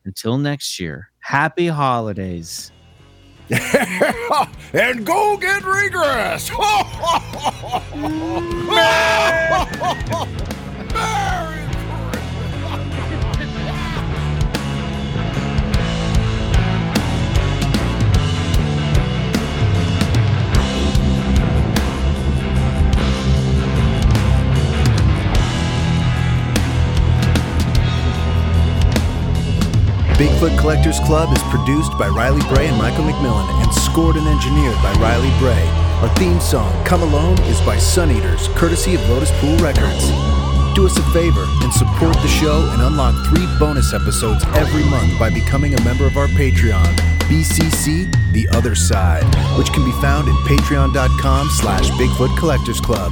Speaker 4: until next year, happy holidays
Speaker 2: and go get regressed.
Speaker 4: Bigfoot Collectors Club is produced by Riley Bray and Michael McMillan and scored and engineered by Riley Bray. Our theme song, Come Alone, is by Sun Eaters, courtesy of Lotus Pool Records. Do us a favor and support the show and unlock three bonus episodes every month by becoming a member of our Patreon, BCC The Other Side, which can be found at patreon.com slash Bigfoot Collectors Club.